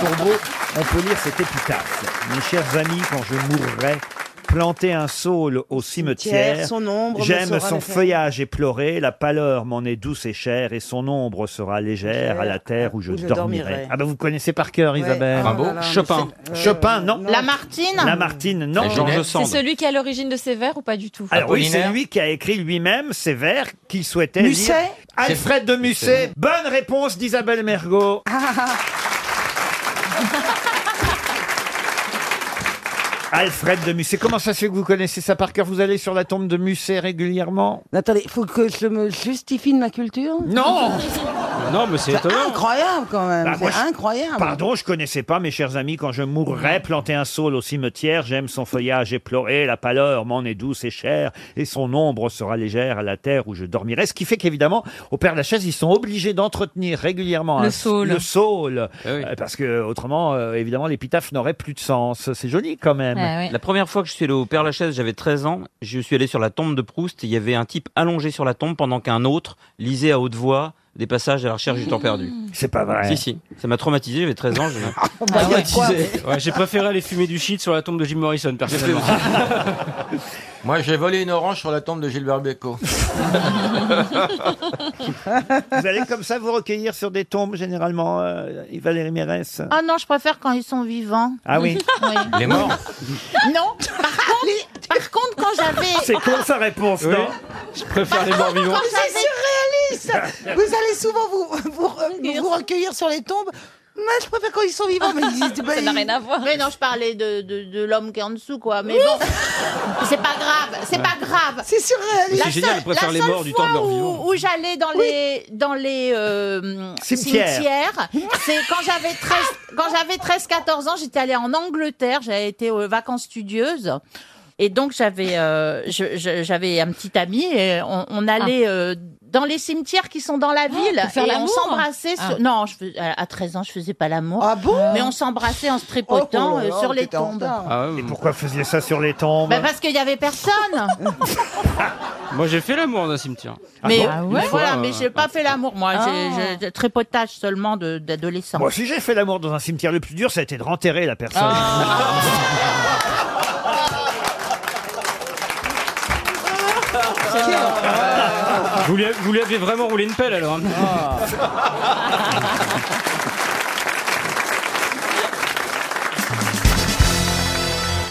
Speaker 1: Corbeau, on peut lire cette épitaphe. Mes chers amis, quand je mourrai, planter un saule au cimetière,
Speaker 4: Cimetière, son ombre me
Speaker 1: j'aime
Speaker 4: sera
Speaker 1: son
Speaker 4: légère.
Speaker 1: feuillage éploré, la pâleur m'en est douce et chère, et son ombre sera légère à la terre où je,
Speaker 4: où je
Speaker 1: dormirai.
Speaker 4: dormirai.
Speaker 1: Ah ben vous connaissez par cœur, Isabelle.
Speaker 4: Ah Bravo. là là, mais
Speaker 1: Chopin.
Speaker 4: c'est- euh,
Speaker 1: Chopin, non.
Speaker 5: Lamartine
Speaker 1: Lamartine, non.
Speaker 5: C'est celui qui est à l'origine de ces vers ou pas du tout
Speaker 1: Alors Ah oui, c'est lui qui a écrit lui-même ces vers qu'il souhaitait
Speaker 5: Musset
Speaker 1: lire. Alfred de Musset. Bonne réponse d'Isabelle Mergot. Alfred de Musset. Comment ça se fait que vous connaissez ça par cœur Vous allez sur la tombe de Musset régulièrement
Speaker 4: Attendez, faut que je me justifie de ma culture
Speaker 1: Non Non, mais
Speaker 4: C'est incroyable quand même,
Speaker 1: Bah, moi,
Speaker 4: c'est
Speaker 1: je-
Speaker 4: incroyable.
Speaker 1: Pardon, je connaissais pas, mes chers amis, quand je mourrai, planter un saule au cimetière, j'aime son feuillage éploré, la pâleur m'en est douce et chère, et son ombre sera légère à la terre où je dormirai. Ce qui fait qu'évidemment, au Père Lachaise, ils sont obligés d'entretenir régulièrement
Speaker 5: Le
Speaker 1: un-
Speaker 5: saule.
Speaker 1: le saule. Euh, parce que autrement, euh, évidemment, l'épitaphe n'aurait plus de sens. C'est joli quand même.
Speaker 4: Eh
Speaker 18: Ah
Speaker 21: La première fois que je suis allé au Père Lachaise, j'avais 13 ans, je suis allé sur la tombe de Proust, et il y avait un type allongé sur la tombe pendant qu'un autre lisait à haute voix des passages à la recherche du temps perdu.
Speaker 1: C'est pas vrai.
Speaker 21: Si, si. Ça m'a traumatisé, j'avais 13 ans. je-
Speaker 5: J'ai préféré aller fumer du shit sur la tombe de Jim Morrison, personnellement.
Speaker 24: Moi, j'ai volé une orange sur la tombe de Gilbert Bécaud.
Speaker 1: vous allez comme ça vous recueillir sur des tombes, généralement, euh, Valérie Mérès
Speaker 5: Ah non, je préfère quand ils sont vivants.
Speaker 1: Ah oui. Les morts.
Speaker 5: Non, par contre, par contre quand j'avais...
Speaker 1: C'est con sa réponse, non Je préfère les morts
Speaker 5: vivants.
Speaker 4: C'est surréaliste Vous allez souvent vous, vous, re- vous recueillir sur les tombes. Moi, je préfère quand ils sont vivants. Mais ils,
Speaker 5: Ça n'a rien à voir. Mais non, je parlais de, de, de l'homme qui est en dessous, quoi. Mais bon, c'est pas grave, c'est pas grave.
Speaker 4: C'est surréaliste.
Speaker 5: La
Speaker 4: C'est génial,
Speaker 5: seule-
Speaker 4: elle préfère
Speaker 5: la
Speaker 4: les
Speaker 5: seule
Speaker 4: morts du temps de leur
Speaker 5: fois
Speaker 4: vivant.
Speaker 5: Où, où j'allais dans les, dans les euh,
Speaker 4: Cimetières.
Speaker 5: cimetières, c'est quand j'avais 13, quand j'avais 13, 14 ans, j'étais allée en Angleterre, j'avais été aux vacances studieuses. Et donc j'avais euh, je- je- j'avais un petit ami et on, on allait euh, dans les cimetières qui sont dans la ville
Speaker 20: pour faire
Speaker 5: et on
Speaker 20: l'amour
Speaker 5: s'embrassait sur-
Speaker 20: Ah.
Speaker 5: non je fais- à 13 ans je faisais pas l'amour mais on s'embrassait en se tripotant
Speaker 20: Oh, oh là
Speaker 5: euh,
Speaker 20: là,
Speaker 5: sur les
Speaker 20: t'étais en
Speaker 5: tombes
Speaker 20: retard.
Speaker 1: Et pourquoi faisiez ça sur les tombes
Speaker 5: bah parce qu'il y avait personne.
Speaker 20: Ah
Speaker 23: Moi, j'ai fait l'amour dans un cimetière.
Speaker 5: mais
Speaker 15: Ah
Speaker 23: Une fois,
Speaker 5: Ah voilà,
Speaker 23: euh,
Speaker 5: mais j'ai pas fait l'amour moi,
Speaker 20: Ah.
Speaker 5: j'ai j'ai- tripotage seulement de- d'adolescent.
Speaker 1: Moi aussi, j'ai fait l'amour dans un cimetière. Le plus dur, ça a été de renterrer la personne.
Speaker 15: Ah,
Speaker 5: Vous
Speaker 23: lui, vous lui avez vraiment roulé une pelle
Speaker 1: hein.
Speaker 23: alors.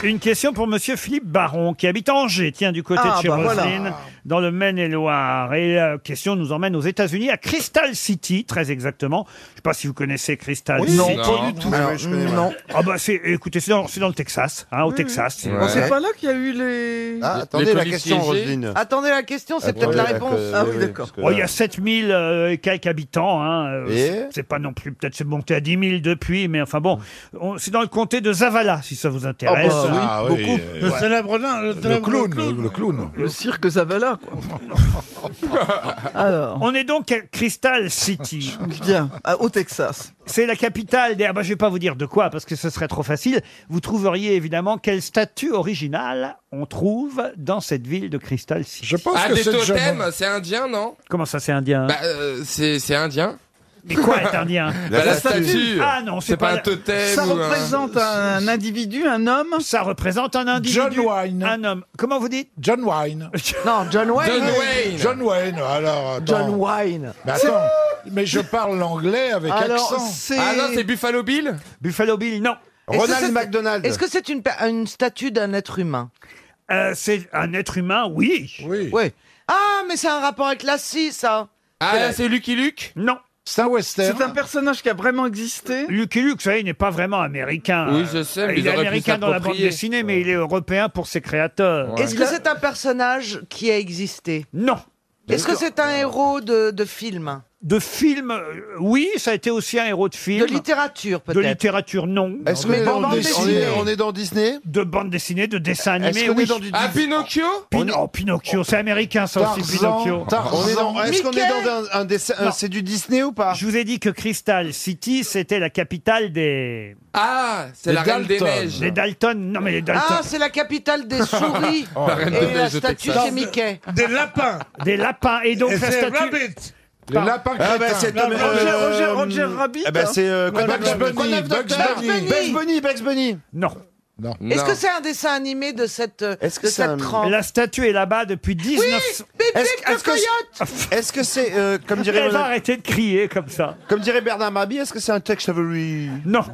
Speaker 1: Une question pour Monsieur Philippe Baron, qui habite Angers, tiens, du côté
Speaker 15: Ah,
Speaker 1: de chez
Speaker 15: bah voilà.
Speaker 1: Roselyne. dans le Maine-et-Loire. Et la question nous emmène aux États-Unis, à Crystal City, très exactement. Je ne sais pas si vous connaissez Crystal
Speaker 7: Oui,
Speaker 1: City.
Speaker 7: non, pas du tout. Alors, je connais pas.
Speaker 1: non. Ah bah c'est, écoutez, c'est dans, c'est dans le Texas, hein, au
Speaker 7: Oui,
Speaker 1: Texas.
Speaker 7: oui. Oh, c'est Ouais. pas
Speaker 1: là
Speaker 32: qu'il y a eu les.
Speaker 1: Ah, attendez, Les la policiers question, âgés. Roselyne.
Speaker 10: Attendez la question, c'est
Speaker 1: Attendez
Speaker 10: peut-être la
Speaker 1: la
Speaker 10: réponse.
Speaker 1: que-
Speaker 10: Ah
Speaker 1: oui,
Speaker 10: oui,
Speaker 1: oui,
Speaker 10: d'accord.
Speaker 1: Oh, il y a 7000 euh, et quelques habitants. hein, euh, c'est- c'est pas non plus. Peut-être c'est monté à 10 000 depuis, mais enfin bon. on- c'est dans le comté de Zavala, si
Speaker 7: Ah,
Speaker 1: ça vous intéresse.
Speaker 7: bah Le
Speaker 1: Ouais.
Speaker 7: célèbre nain, le, célèbre
Speaker 1: clown,
Speaker 7: clown. Le clown.
Speaker 1: Le cirque Zavala, quoi. On est donc à Crystal City.
Speaker 32: Bien, à- au Texas.
Speaker 1: C'est la capitale des... Ah bah, je vais pas vous dire de quoi, parce que ce serait trop facile. Vous trouveriez évidemment quelle statue originale on trouve dans cette ville de Crystal City. Je
Speaker 2: Ah, des totems, c'est indien, non
Speaker 1: Comment ça, c'est indien
Speaker 2: Bah, euh, c'est c'est indien.
Speaker 1: Mais quoi être indien
Speaker 2: Bah, la statue.
Speaker 1: Ah non, c'est pas,
Speaker 2: un totem.
Speaker 32: Ça
Speaker 2: ou un-
Speaker 32: représente un, individu, un homme
Speaker 1: Ça représente un individu.
Speaker 7: John Wayne.
Speaker 1: Un homme. Comment vous dites
Speaker 7: John Wayne.
Speaker 32: non, John
Speaker 1: Wayne.
Speaker 7: John
Speaker 1: John
Speaker 7: Wayne.
Speaker 1: Wayne.
Speaker 7: alors. attends.
Speaker 32: John Wayne.
Speaker 7: Mais attends, mais je parle l'anglais avec
Speaker 10: Alors,
Speaker 7: accent.
Speaker 10: c'est- Ah non, c'est
Speaker 2: Buffalo Bill
Speaker 1: Buffalo Bill, non.
Speaker 10: Est-ce que c'est- Est-ce que c'est une, pa- une statue d'un être humain
Speaker 1: Euh, c'est un être humain, oui.
Speaker 7: Oui.
Speaker 10: Ah, mais c'est un rapport avec la scie, ça.
Speaker 2: Ah, c'est Lucky Luke
Speaker 1: Non.
Speaker 7: C'est un western.
Speaker 1: C'est un personnage qui a vraiment existé. Lucky Luke, vous savez, il n'est pas vraiment américain.
Speaker 2: Oui, je sais, mais
Speaker 1: Ah, il
Speaker 2: ils
Speaker 1: est
Speaker 2: auraient pu
Speaker 1: américain dans la bande
Speaker 2: s'approprier.
Speaker 1: dessinée, mais il est européen pour ses créateurs.
Speaker 10: Est-ce que c'est un personnage qui a existé
Speaker 1: Non.
Speaker 10: Est-ce que c'est un héros de, de film
Speaker 1: De film, euh, oui, ça a été aussi un héros de film.
Speaker 10: De littérature, peut-être
Speaker 1: De littérature, non.
Speaker 10: Est-ce qu'on est dans Bande Dis- on dessinée. est- on
Speaker 1: dans Disney De bande dessinée, de dessin
Speaker 7: Est-ce
Speaker 1: animé,
Speaker 7: qu'on est
Speaker 1: oui.
Speaker 7: dans du Ah, Disney
Speaker 2: Pinocchio
Speaker 1: Oh, Pinocchio, c'est américain ça aussi,
Speaker 7: Tarzan,
Speaker 1: Pinocchio.
Speaker 7: Tarzan. On est dans- est-ce qu'on est dans
Speaker 1: un, dessin C'est du Disney ou pas Je vous ai dit que Crystal City, c'était la capitale des...
Speaker 2: Ah, c'est
Speaker 1: Les
Speaker 2: la Reine des
Speaker 1: Dalton.
Speaker 2: Neiges.
Speaker 1: Les Dalton, non mais les Dalton...
Speaker 10: Ah, c'est la capitale des souris
Speaker 1: Oh, la reine
Speaker 10: et
Speaker 1: des
Speaker 10: la
Speaker 1: neiges au
Speaker 10: statue
Speaker 1: Texas.
Speaker 10: chez Mickey.
Speaker 7: Des lapins.
Speaker 1: Des lapins et donc
Speaker 7: Et
Speaker 1: la
Speaker 7: c'est
Speaker 1: statue.
Speaker 7: Rabbit. Ah, bah,
Speaker 1: Le
Speaker 7: Le
Speaker 1: lapin
Speaker 7: lapin
Speaker 1: crétin. Non, mais Roger- euh, Roger- Roger Rabbit,
Speaker 7: Eh ben
Speaker 1: hein.
Speaker 7: c'est euh,
Speaker 1: Madame
Speaker 7: Bugs
Speaker 1: Rabbit.
Speaker 7: Bunny.
Speaker 1: Madame
Speaker 7: Bugs
Speaker 1: Docteur.
Speaker 7: Bunny.
Speaker 1: Bugs
Speaker 7: Bunny. Bugs Bunny.
Speaker 1: Non.
Speaker 7: Non.
Speaker 10: Est-ce que c'est un dessin animé de cette, de cette trempe
Speaker 1: La statue est là-bas depuis 19...
Speaker 10: Est-ce que
Speaker 7: Est-ce que c'est, euh, comme dirait...
Speaker 1: Elle va arrêter de crier comme ça.
Speaker 7: Comme dirait Bernard Mabie, est-ce que c'est un Tex Avery
Speaker 1: Non.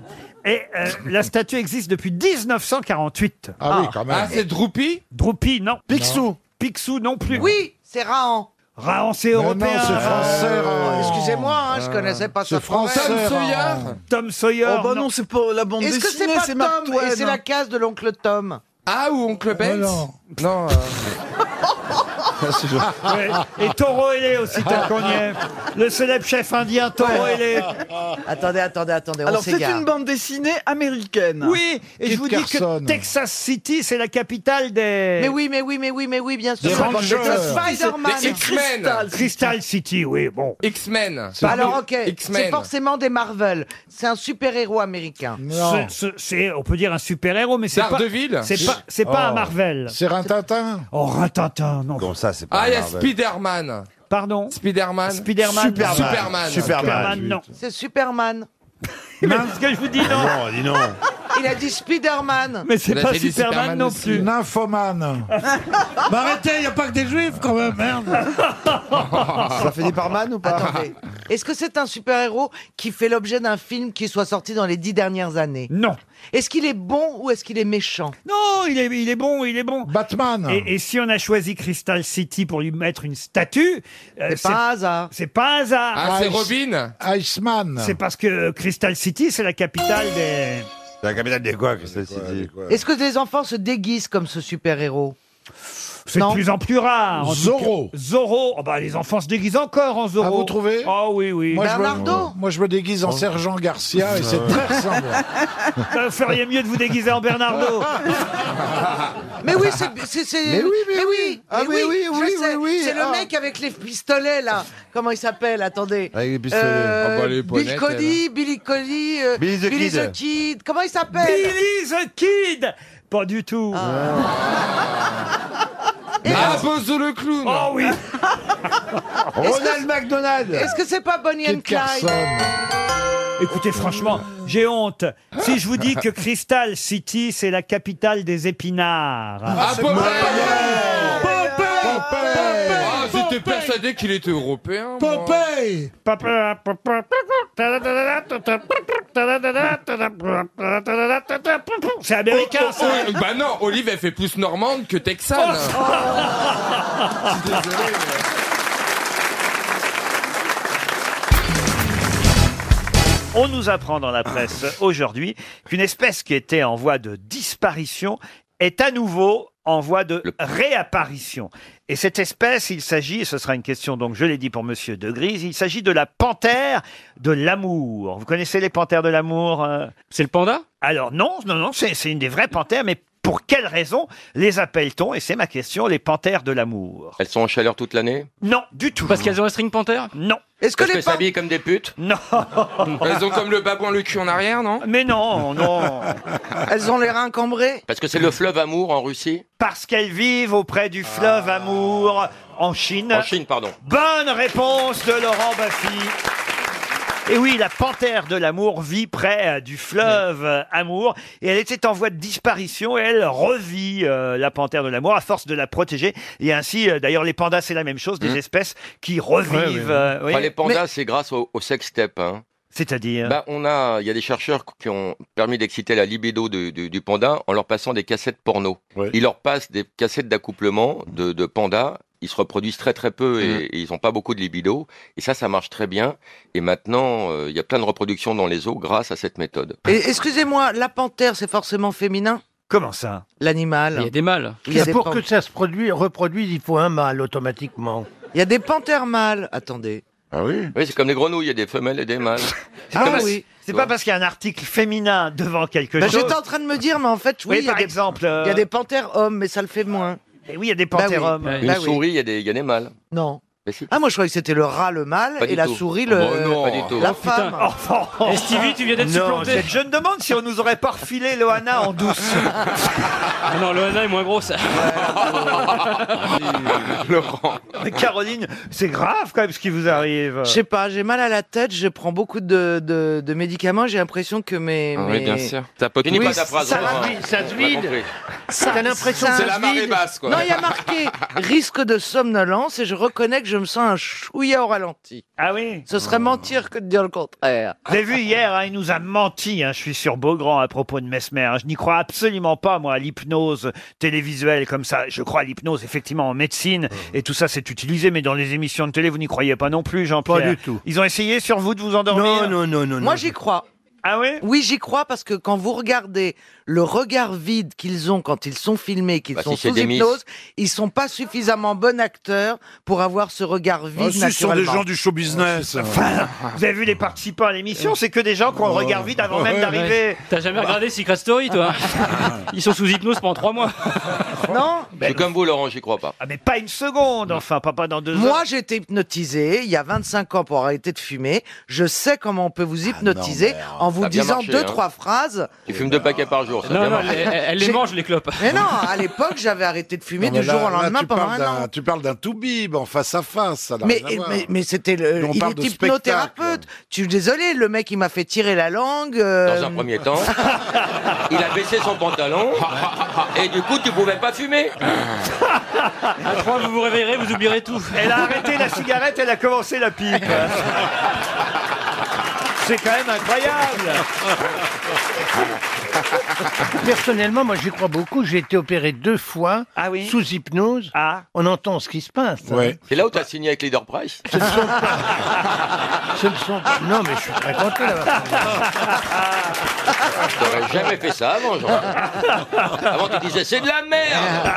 Speaker 1: Et euh, la statue existe depuis 1948.
Speaker 7: Ah oui, quand même. Ah, c'est
Speaker 1: Droopy Droopy, non.
Speaker 7: Picsou
Speaker 1: Picsou non plus.
Speaker 10: Oui, c'est Raon.
Speaker 1: Raon, c'est européen.
Speaker 10: Euh, Excusez-moi, hein, je connaissais pas ça. hein.
Speaker 1: Tom Sawyer.
Speaker 32: Oh bah non, c'est pas la bande
Speaker 10: Est-ce que c'est hein.
Speaker 32: dessinée,
Speaker 10: pas
Speaker 32: c'est
Speaker 10: Tom
Speaker 32: Mark Twain.
Speaker 1: hein.
Speaker 10: Et c'est la case de l'oncle Tom.
Speaker 2: Ah, ou oncle
Speaker 1: Oh,
Speaker 2: Ben
Speaker 7: Non.
Speaker 2: Non.
Speaker 1: Ouais. Ah, Et Toro Ailé aussi, tant qu'on y est. Le célèbre chef indien Toro Ailé.
Speaker 10: Attendez, attendez, attendez, on
Speaker 32: Alors c'est
Speaker 10: s'égare.
Speaker 32: une bande dessinée américaine.
Speaker 1: Oui, et je vous dis que Texas City, c'est la capitale des.
Speaker 10: Mais oui, mais oui, mais oui, mais oui, bien sûr.
Speaker 1: Eh. Des
Speaker 10: C'est
Speaker 1: Rangers.
Speaker 10: Spider-Man.
Speaker 2: Les X-Men. Crystal City.
Speaker 1: Crystal City, oui, bon.
Speaker 2: X-Men.
Speaker 10: Bah alors ok, c'est
Speaker 2: X-Men.
Speaker 10: forcément des Marvel. C'est un super-héros américain.
Speaker 1: Ce- ce- c'est, on peut dire un super héros, mais c'est pas.
Speaker 2: Daredevil
Speaker 1: C'est pas, c'est pas
Speaker 7: Oh.
Speaker 1: un Marvel.
Speaker 7: C'est Rintintin
Speaker 1: Oh, Rintintin, non.
Speaker 7: Comme ça, c'est
Speaker 2: Ah, il y a Spider-Man.
Speaker 1: Pardon
Speaker 2: Spider-Man.
Speaker 1: Spider-Man.
Speaker 2: Superman. Superman.
Speaker 1: Superman. Superman, non.
Speaker 10: C'est Superman.
Speaker 1: Mais ce que je vous dis, non.
Speaker 7: Non, dis non.
Speaker 10: Il a dit Spider-Man.
Speaker 1: Mais c'est Bah, pas Superman, non plus.
Speaker 7: Nymphomane. Mais Bah, arrêtez, il n'y a pas que des juifs quand même, merde.
Speaker 10: Ça
Speaker 7: finit par man ou pas
Speaker 10: Attendez. Est-ce que c'est un super-héros qui fait l'objet d'un film qui soit sorti dans les dix dernières années
Speaker 1: Non.
Speaker 10: Est-ce qu'il est bon ou est-ce qu'il est méchant
Speaker 1: Non, il est, il est bon, il est bon.
Speaker 7: Batman.
Speaker 1: Et, et si on a choisi Crystal City pour lui mettre une statue, euh,
Speaker 10: C'est pas un hasard.
Speaker 1: C'est pas un hasard.
Speaker 2: Ah, c'est Robin
Speaker 7: Iceman.
Speaker 1: C'est parce que euh, Crystal City, c'est la capitale des.
Speaker 7: La capitale des quoi, Crystal City
Speaker 10: Est-ce que des enfants se déguisent comme ce super-héros
Speaker 1: C'est de
Speaker 10: Non.
Speaker 1: plus en plus rare. en tout
Speaker 7: Zorro.
Speaker 1: cas. Zorro. Oh, bah, les enfants se déguisent encore en Zorro.
Speaker 7: Ah, vous trouvez
Speaker 1: Ah oui, oui.
Speaker 7: je me- Moi, je me déguise en Sergent Garcia et c'est
Speaker 1: Ouais.
Speaker 7: très ressemblant.
Speaker 1: Vous Euh, feriez mieux de vous déguiser en Bernardo.
Speaker 10: Mais oui, c'est- c'est. c'est-
Speaker 1: Mais oui, mais
Speaker 10: oui,
Speaker 7: Ah,
Speaker 10: mais
Speaker 7: mais oui,
Speaker 10: je
Speaker 7: oui,
Speaker 10: sais.
Speaker 7: oui, oui,
Speaker 10: C'est
Speaker 7: ah.
Speaker 10: le mec avec les pistolets, là. Comment il s'appelle Attendez.
Speaker 7: Avec les pistolets. Ah bah, les
Speaker 10: Bill
Speaker 7: poignettes,
Speaker 1: hein.
Speaker 10: Cody, Billy Cody, euh,
Speaker 7: Billy the
Speaker 10: Billy
Speaker 7: Kid.
Speaker 10: the Kid. Comment il s'appelle
Speaker 1: Billy the Kid Pas du tout.
Speaker 2: Ah, Bozo le clown.
Speaker 1: Oh oui.
Speaker 7: Ronald McDonald.
Speaker 10: Est-ce que c'est pas Bonnie and Clyde
Speaker 1: Écoutez, franchement, j'ai honte. Si je vous dis que Crystal City, c'est la capitale des épinards.
Speaker 2: Ah, Popeye. Popeye. Ah, c'était J'étais persuadé qu'il était européen.
Speaker 7: Popeye
Speaker 1: C'est américain, ça. Oh,
Speaker 2: Oh, oh, Bah non, Olive, elle fait plus normande que texane.
Speaker 15: Oh.
Speaker 1: On nous apprend dans la presse aujourd'hui qu'une espèce qui était en voie de disparition est à nouveau en voie de réapparition. Et cette espèce, il s'agit, et ce sera une question, donc je l'ai dit pour Monsieur De Grise, il s'agit de la panthère de l'amour. Vous connaissez les panthères de l'amour C'est le panda Alors non, non, non, c'est c'est une des vraies panthères, mais pour quelle raison les appelle-t-on, et c'est ma question, les panthères de l'amour
Speaker 24: Elles sont en chaleur toute l'année
Speaker 1: Non, du tout. Parce qu'elles ont un string panthère Non.
Speaker 24: Est-ce que Parce les qu'elles pan- s'habillent comme des putes
Speaker 1: Non.
Speaker 2: Elles ont comme le babouin le cul en arrière, non
Speaker 1: Mais non, non.
Speaker 24: Elles
Speaker 1: ont les reins cambrés
Speaker 24: Parce que c'est le fleuve Amour en Russie
Speaker 1: Parce qu'elles vivent auprès du fleuve
Speaker 7: Ah.
Speaker 1: Amour en Chine.
Speaker 24: En Chine, pardon.
Speaker 1: Bonne réponse de Laurent Baffy. Et oui, la panthère de l'amour vit près euh, du fleuve euh, Amour et elle était en voie de disparition et elle revit euh, la panthère de l'amour à force de la protéger et ainsi euh, d'ailleurs les pandas c'est la même chose
Speaker 24: Mmh.
Speaker 1: des espèces qui revivent.
Speaker 24: Ouais, ouais, ouais.
Speaker 1: euh, oui.
Speaker 24: Enfin, les pandas,
Speaker 1: Mais-
Speaker 24: c'est grâce au, au sex-step. hein.
Speaker 1: C'est-à-dire
Speaker 24: Bah, on a, il y a des chercheurs qui ont permis d'exciter la libido du, du- du panda en leur passant des cassettes porno. Ils leur passent des cassettes d'accouplement de, de pandas. Ils se reproduisent très très peu et, et ils n'ont pas beaucoup de libido. Et ça, ça marche très bien. Et maintenant, euh, il y a plein de reproductions dans les eaux grâce à cette méthode.
Speaker 10: Et excusez-moi, la panthère, c'est forcément féminin
Speaker 1: Comment ça
Speaker 10: L'animal.
Speaker 24: Il y a des mâles.
Speaker 10: Il y a des
Speaker 16: pour
Speaker 10: pan-
Speaker 16: que ça se produise, reproduise, il faut un mâle automatiquement.
Speaker 10: Il y a des panthères mâles. Attendez.
Speaker 24: Ah oui Oui, c'est comme les grenouilles, il y a des femelles et des mâles.
Speaker 1: C'est pas parce- C'est pas parce qu'il y a un article féminin devant quelque
Speaker 10: Bah,
Speaker 1: chose.
Speaker 10: J'étais en train de me dire, mais en fait, oui,
Speaker 1: Oui,
Speaker 10: il y a
Speaker 1: par
Speaker 10: des-
Speaker 1: exemple, euh,
Speaker 10: Il y a des panthères hommes, mais ça le fait moins. Bah
Speaker 1: Et Bah oui, il y a des
Speaker 10: panthères
Speaker 1: hommes.
Speaker 24: Une souris, il y, a des- il y a des mâles.
Speaker 10: Non.
Speaker 24: Mais si.
Speaker 10: Ah, moi, je croyais que c'était le rat le mâle
Speaker 24: Pas
Speaker 10: et
Speaker 24: du
Speaker 10: la
Speaker 24: tout.
Speaker 10: souris le.
Speaker 24: Oh, non. Pas du tout.
Speaker 10: La
Speaker 24: Oh,
Speaker 10: femme.
Speaker 24: putain.
Speaker 1: Et Stevie, tu viens d'être Non, supplanté. c'est- je me demande si on nous aurait pas refilé Loana en douce.
Speaker 23: Ah non, Loana est moins grosse.
Speaker 24: Laurent.
Speaker 1: Mais Caroline, c'est grave quand même ce qui vous arrive.
Speaker 10: Je sais pas, j'ai mal à la tête, je prends beaucoup de, de, de médicaments, j'ai l'impression que mes. mes-
Speaker 24: Finis
Speaker 10: Oui,
Speaker 24: pas ta phrase.
Speaker 10: ça
Speaker 24: Laurent.
Speaker 10: va-
Speaker 16: ça se
Speaker 24: On a
Speaker 16: vide.
Speaker 24: compris.
Speaker 10: ça-
Speaker 16: T'as l'impression
Speaker 10: ça
Speaker 16: que c'est
Speaker 10: se
Speaker 16: la marée
Speaker 10: vide.
Speaker 24: basse, quoi.
Speaker 10: Non, il y a marqué risque de somnolence et je reconnais que je me sens un chouïa au ralenti.
Speaker 1: Ah oui
Speaker 10: Ce serait mentir que de dire le contraire.
Speaker 1: Vous avez vu hier, hein, il nous a menti, hein, je suis sur Beaugrand à propos de Mesmer. hein. je n'y crois absolument pas, moi, à l'hypnose télévisuelle comme ça. Je crois à l'hypnose, effectivement, en médecine.
Speaker 16: Mmh.
Speaker 1: Et tout ça, c'est utilisé, mais dans les émissions de télé, vous n'y croyez pas non plus, Jean-Pierre.
Speaker 16: Pas du tout.
Speaker 1: Ils ont essayé sur vous de vous endormir
Speaker 16: Non, non, non, non.
Speaker 10: Moi,
Speaker 16: non.
Speaker 10: j'y crois.
Speaker 1: Ah oui
Speaker 10: Oui, j'y crois parce que quand vous regardez le regard vide qu'ils ont quand ils sont filmés, qu'ils
Speaker 24: Bah,
Speaker 10: sont
Speaker 24: si c'est
Speaker 10: sous
Speaker 24: des miss.
Speaker 10: hypnose, ils sont pas suffisamment bons acteurs pour avoir ce regard vide
Speaker 7: Ah, si, ce sont des
Speaker 10: naturellement.
Speaker 7: gens du show business.
Speaker 1: Vous avez vu les participants à l'émission, c'est que des gens qu'on
Speaker 16: Oh.
Speaker 1: regarde vite avant même d'arriver.
Speaker 23: T'as jamais regardé Secret Story, toi Ils sont sous hypnose pendant trois mois.
Speaker 10: Non
Speaker 24: Je suis comme vous, Laurent, j'y crois pas.
Speaker 1: Bah Ah, mais pas une seconde, enfin, pas, pas dans deux
Speaker 10: Moi,
Speaker 1: heures.
Speaker 10: j'ai été hypnotisé il y a 25 ans pour arrêter de fumer. Je sais comment on peut vous hypnotiser
Speaker 24: non, merde.
Speaker 10: en vous
Speaker 24: Ah, Ça a bien
Speaker 10: disant
Speaker 24: marché,
Speaker 10: deux,
Speaker 24: hein.
Speaker 10: trois phrases.
Speaker 24: Tu fumes deux paquets par jour, ça
Speaker 23: Non,
Speaker 24: vient
Speaker 23: non,
Speaker 24: marcher.
Speaker 23: elle, elle- elle les
Speaker 10: J'ai-
Speaker 23: mange, les clopes.
Speaker 10: Mais non, à l'époque, j'avais arrêté de fumer
Speaker 7: Non, mais
Speaker 10: du jour
Speaker 7: là-
Speaker 10: au
Speaker 7: là,
Speaker 10: lendemain
Speaker 7: tu
Speaker 10: pendant
Speaker 7: parles
Speaker 10: un
Speaker 7: d'un-
Speaker 10: an.
Speaker 7: Tu parles d'un toubib en face à face, ça n'a
Speaker 10: Mais,
Speaker 7: rien à voir.
Speaker 10: mais, mais c'était le,
Speaker 7: Nous, on
Speaker 10: il
Speaker 7: parle
Speaker 10: est
Speaker 7: de
Speaker 10: hypnothérapeute. Tu es désolé, le mec il m'a fait tirer la langue. euh,
Speaker 24: Dans un premier temps, il a baissé son pantalon et du coup tu pouvais pas fumer.
Speaker 23: À trois, vous vous réveillerez, vous oublierez tout.
Speaker 1: Elle a arrêté la cigarette, elle a commencé la pipe. c'est quand même incroyable.
Speaker 16: Personnellement, moi, j'y crois beaucoup. J'ai été opéré deux fois sous hypnose. On entend ce qui se passe. hein.
Speaker 24: C'est là où tu as signé avec Leader Price.
Speaker 16: Ce ne sont pas- Non, mais je suis très content d'avoir.
Speaker 24: T'aurais jamais fait ça avant, Jean. Avant tu disais c'est de la merde.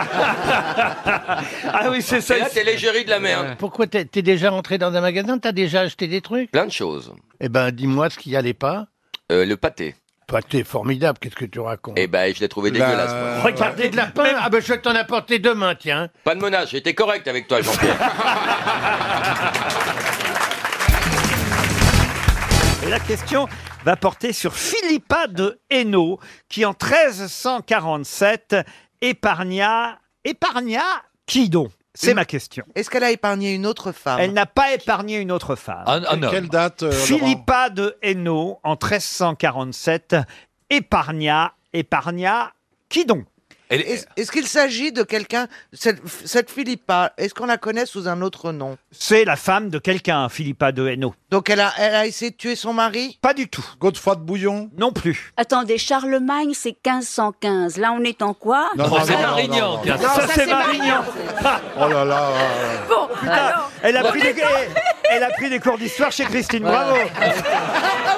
Speaker 1: Ah oui, c'est ça.
Speaker 24: Et là t'es l'égérie de la merde.
Speaker 16: Pourquoi t'es t'es déjà rentré dans un magasin T'as déjà acheté des trucs
Speaker 24: Plein de choses.
Speaker 16: Eh ben, dis-moi ce qui allait pas.
Speaker 24: Euh, le pâté.
Speaker 16: Toi, t'es formidable. Qu'est-ce que tu racontes
Speaker 24: Eh ben je l'ai trouvé dégueulasse. moi.
Speaker 16: Regardez de
Speaker 3: Euh,
Speaker 16: la pain. Ah ben, je vais t'en apporter demain, tiens.
Speaker 24: Pas de menace, j'étais correct avec toi, Jean-Pierre.
Speaker 1: Et la question va porter sur Philippa de Hainaut, qui en 1347 épargna. Épargna qui donc C'est ma question.
Speaker 10: Est-ce qu'elle a épargné une autre femme
Speaker 1: Elle n'a pas épargné une autre femme.
Speaker 16: Un- un homme. Quelle date, euh,
Speaker 1: Philippa de Hainaut, en 1347, épargna, épargna qui donc
Speaker 10: Est-ce est-ce qu'il s'agit de quelqu'un, cette, cette Philippa, est-ce qu'on la connaît sous un autre nom
Speaker 1: C'est la femme de quelqu'un, Philippa de Hainaut.
Speaker 10: Donc elle a, elle a essayé de tuer son mari
Speaker 1: Pas du tout.
Speaker 22: Godefroy de Bouillon
Speaker 1: Non plus.
Speaker 20: Attendez, Charlemagne, c'est 1515. Là, on est en quoi
Speaker 1: Oh,
Speaker 22: Non, non, non, non, non, non.
Speaker 1: Ça, c'est Marignan. Ah,
Speaker 22: Oh là là.
Speaker 20: Bon,
Speaker 1: Putain, elle, a pris des, elle a pris des cours d'histoire chez Christine, bravo
Speaker 20: Ah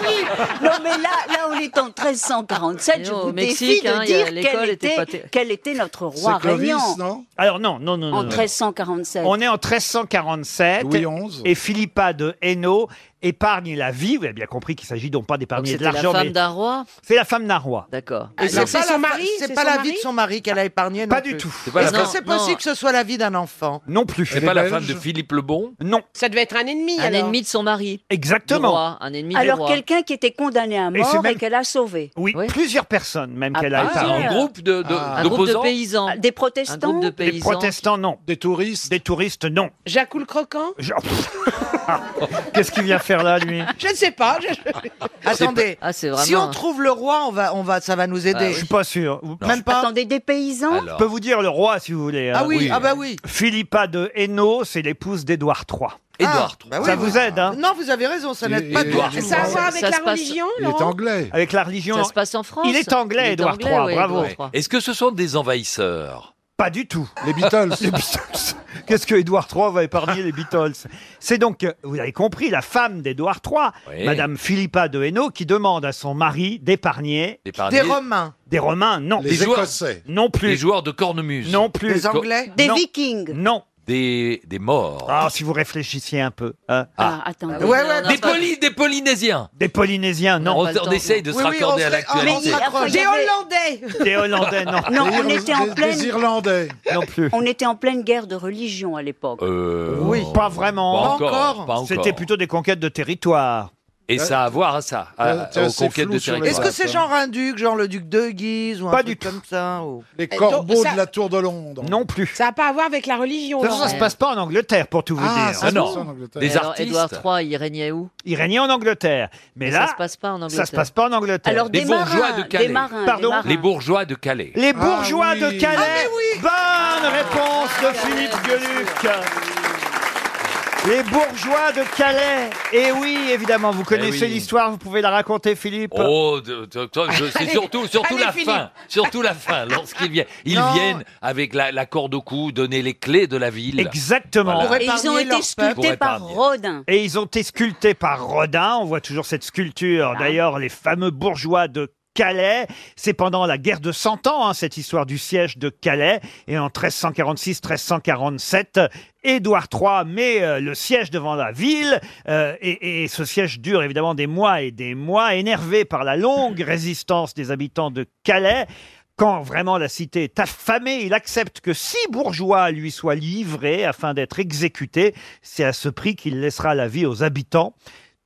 Speaker 20: oui Non, mais là, là, on est en 1347. Je
Speaker 1: au
Speaker 20: vous défie
Speaker 1: Mexique, hein,
Speaker 20: de
Speaker 1: il y a-
Speaker 20: dire
Speaker 1: l'école
Speaker 20: quel
Speaker 1: était
Speaker 20: était,
Speaker 1: pas ter-
Speaker 20: quel était notre roi régnant
Speaker 1: Alors non, non, non, non.
Speaker 20: en
Speaker 1: non.
Speaker 20: 1347.
Speaker 1: On est en 1347.
Speaker 22: Louis XI.
Speaker 1: Et Philippa de Hainaut épargne la vie. Vous avez bien compris qu'il s'agit donc pas d'épargner de
Speaker 8: C'était la
Speaker 1: l'argent.
Speaker 8: femme
Speaker 1: mais-
Speaker 8: d'un roi
Speaker 1: C'est la femme d'un roi.
Speaker 8: D'accord.
Speaker 10: Et c'est pas la- C'est
Speaker 8: c'est
Speaker 10: pas
Speaker 8: son
Speaker 10: la
Speaker 8: mari Ah.
Speaker 10: vie de son mari qu'elle a épargnée non
Speaker 1: Pas du
Speaker 10: plus.
Speaker 1: tout.
Speaker 10: Est-ce
Speaker 1: pas la
Speaker 10: que
Speaker 1: femme-
Speaker 10: c'est
Speaker 1: Non.
Speaker 10: possible que ce soit la vie d'un enfant
Speaker 1: Non plus.
Speaker 22: C'est pas la femme
Speaker 1: de
Speaker 22: Philippe le Bon
Speaker 1: Non.
Speaker 8: Ça devait être un ennemi. Un
Speaker 20: alors.
Speaker 8: ennemi de son mari.
Speaker 1: Exactement.
Speaker 8: Du roi, un ennemi du
Speaker 20: Alors,
Speaker 8: roi.
Speaker 20: quelqu'un qui était condamné à
Speaker 1: Et c'est
Speaker 20: mort et,
Speaker 1: même-
Speaker 20: qu'elle a sauvé.
Speaker 1: Oui, plusieurs personnes même
Speaker 20: Ah,
Speaker 1: qu'elle a
Speaker 20: ah,
Speaker 1: épargné.
Speaker 20: c'est un groupe de- de-
Speaker 1: Ah.
Speaker 20: Un groupe de d'opposants paysans. Des protestants Un groupe de
Speaker 1: Des
Speaker 20: paysans.
Speaker 1: protestants, non. Des touristes Des touristes, non.
Speaker 4: Jacques le croquant
Speaker 1: Je- Qu'est-ce qu'il vient faire là, lui
Speaker 10: Je ne sais pas. Attendez,
Speaker 8: Ah, c'est
Speaker 10: si
Speaker 8: vraiment-
Speaker 10: on trouve le roi, on va, on va, ça va nous aider.
Speaker 1: Je suis pas sûr.
Speaker 10: Même pas.
Speaker 20: Attendez, des paysans
Speaker 1: Je peux vous dire le roi si vous voulez. hein.
Speaker 10: Ah oui, Oui. ah bah oui.
Speaker 1: Philippa de Hainaut, c'est l'épouse d'Édouard III.
Speaker 10: Édouard Ah,
Speaker 1: III.
Speaker 10: bah oui,
Speaker 1: ça
Speaker 10: oui.
Speaker 1: vous aide, hein
Speaker 10: Non, vous avez raison, ça n'aide pas du tout.
Speaker 22: Ça se passe- Il est anglais.
Speaker 1: Avec la religion.
Speaker 8: Ça se passe en France.
Speaker 1: Il est anglais,
Speaker 8: Il est
Speaker 1: Édouard
Speaker 8: anglais,
Speaker 1: III,
Speaker 8: ouais,
Speaker 1: bravo.
Speaker 8: Édouard III.
Speaker 22: Est-ce que ce sont des envahisseurs
Speaker 1: Pas du tout.
Speaker 22: Les Beatles.
Speaker 1: les Beatles. Qu'est-ce que Édouard III va épargner les Beatles C'est donc, euh, vous avez compris, la femme d'Édouard III,
Speaker 22: Oui.
Speaker 1: Madame Philippa de Hainaut, qui demande à son mari d'épargner.
Speaker 22: D'épargner- Des
Speaker 10: Romains.
Speaker 1: Des Romains, non.
Speaker 22: Les Des joueurs- Écossais.
Speaker 1: Non plus.
Speaker 22: Les joueurs de cornemuse.
Speaker 1: Non plus.
Speaker 10: Des Anglais.
Speaker 20: Des
Speaker 1: Non.
Speaker 20: vikings
Speaker 1: Non.
Speaker 22: Des, des morts.
Speaker 1: Ah, si vous réfléchissiez un peu. hein.
Speaker 20: Ah, attendez.
Speaker 22: des, Poly- des Polynésiens.
Speaker 1: Des Polynésiens, non.
Speaker 22: On, on essaye de se raccorder à
Speaker 1: Ah,
Speaker 22: l'actualité.
Speaker 20: Des
Speaker 10: Hollandais
Speaker 1: Des Hollandais, non.
Speaker 20: Non, on était en pleine...
Speaker 22: Irlandais.
Speaker 1: Non plus.
Speaker 20: On était en pleine guerre de religion à l'époque.
Speaker 1: Oui, pas vraiment.
Speaker 22: Euh, Pas encore, pas encore.
Speaker 1: C'était plutôt des conquêtes de territoire.
Speaker 22: Et ça a à voir à ça, à-
Speaker 1: Euh, tiens,
Speaker 22: aux
Speaker 1: c'est
Speaker 22: conquêtes
Speaker 1: flou
Speaker 22: de
Speaker 1: sur les
Speaker 22: territoire.
Speaker 10: Est-ce que c'est genre un duc, genre le duc de Guise ou un
Speaker 1: Pas
Speaker 10: truc
Speaker 1: du tout.
Speaker 10: comme ça ou-
Speaker 22: Les
Speaker 10: Et Eh, donc,
Speaker 22: corbeaux
Speaker 10: ça-
Speaker 22: de la Tour de Londres.
Speaker 1: Non plus.
Speaker 4: Ça n'a pas à voir avec la religion.
Speaker 1: De toute façon, ça se passe pas en Angleterre, pour tout vous
Speaker 22: Ah,
Speaker 1: dire.
Speaker 22: ça Ah se non. passe en Angleterre. Des
Speaker 8: Alors,
Speaker 22: artistes.
Speaker 8: Édouard III, il régnait où
Speaker 1: Il régnait en Angleterre. Mais,
Speaker 8: Mais
Speaker 1: là,
Speaker 8: ça se passe pas en
Speaker 1: ça se
Speaker 8: Angleterre.
Speaker 1: passe pas en Angleterre.
Speaker 8: Alors,
Speaker 22: Les bourgeois de Calais.
Speaker 1: Pardon
Speaker 22: Les bourgeois de Calais.
Speaker 1: Les bourgeois
Speaker 22: oui.
Speaker 1: de Calais.
Speaker 22: Ah,
Speaker 1: Bonne réponse de Philippe Gueluc. Les bourgeois de Calais. Et oui, évidemment, vous connaissez
Speaker 22: Eh oui.
Speaker 1: l'histoire, vous pouvez la raconter, Philippe.
Speaker 22: Oh, de- de- de- je- c'est
Speaker 1: Allez,
Speaker 22: surtout, surtout
Speaker 1: allez,
Speaker 22: la
Speaker 1: Philippe.
Speaker 22: fin. Surtout la fin. Lorsqu'ils viennent, ils
Speaker 1: Non.
Speaker 22: viennent avec la, la corde au cou, donner les clés de la ville.
Speaker 1: Exactement.
Speaker 22: Voilà.
Speaker 20: Et ils ont été sculptés
Speaker 1: peuple.
Speaker 20: par Rodin.
Speaker 1: Et ils ont été sculptés par Rodin. On voit toujours cette sculpture. D'ailleurs, les fameux bourgeois de Calais. C'est pendant la guerre de Cent Ans, hein, cette histoire du siège de Calais. Et en 1346-1347, Édouard III met euh, le siège devant la ville. Euh, et, et ce siège dure évidemment des mois et des mois, énervé par la longue résistance des habitants de Calais. Quand vraiment la cité est affamée, il accepte que six bourgeois lui soient livrés afin d'être exécutés. C'est à ce prix qu'il laissera la vie aux habitants.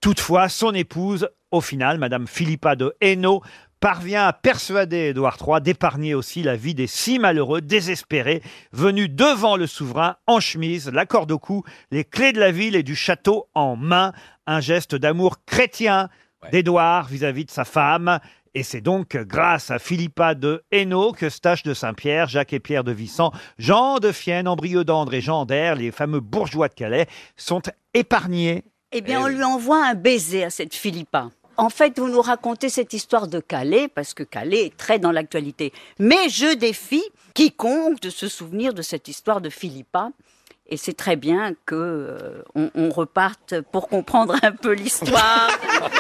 Speaker 1: Toutefois, son épouse, au final, Madame Philippa de Hainaut, parvient à persuader Édouard III d'épargner aussi la vie des six malheureux désespérés venus devant le souverain en chemise, la corde au cou, les clés de la ville et du château en main. Un geste d'amour chrétien d'Édouard vis-à-vis de sa femme. Et c'est donc grâce à Philippa de Hainaut que Stache de Saint-Pierre, Jacques et Pierre de Vissant, Jean de Fienne, Ambrieux d'Andre et Jean d'Air, les fameux bourgeois de Calais, sont épargnés.
Speaker 20: Eh bien, on lui envoie un baiser à cette Philippa. En fait, vous nous racontez cette histoire de Calais, parce que Calais est très dans l'actualité. Mais je défie quiconque de se souvenir de cette histoire de Philippa. Et c'est très bien que euh, on, on reparte pour comprendre un peu l'histoire.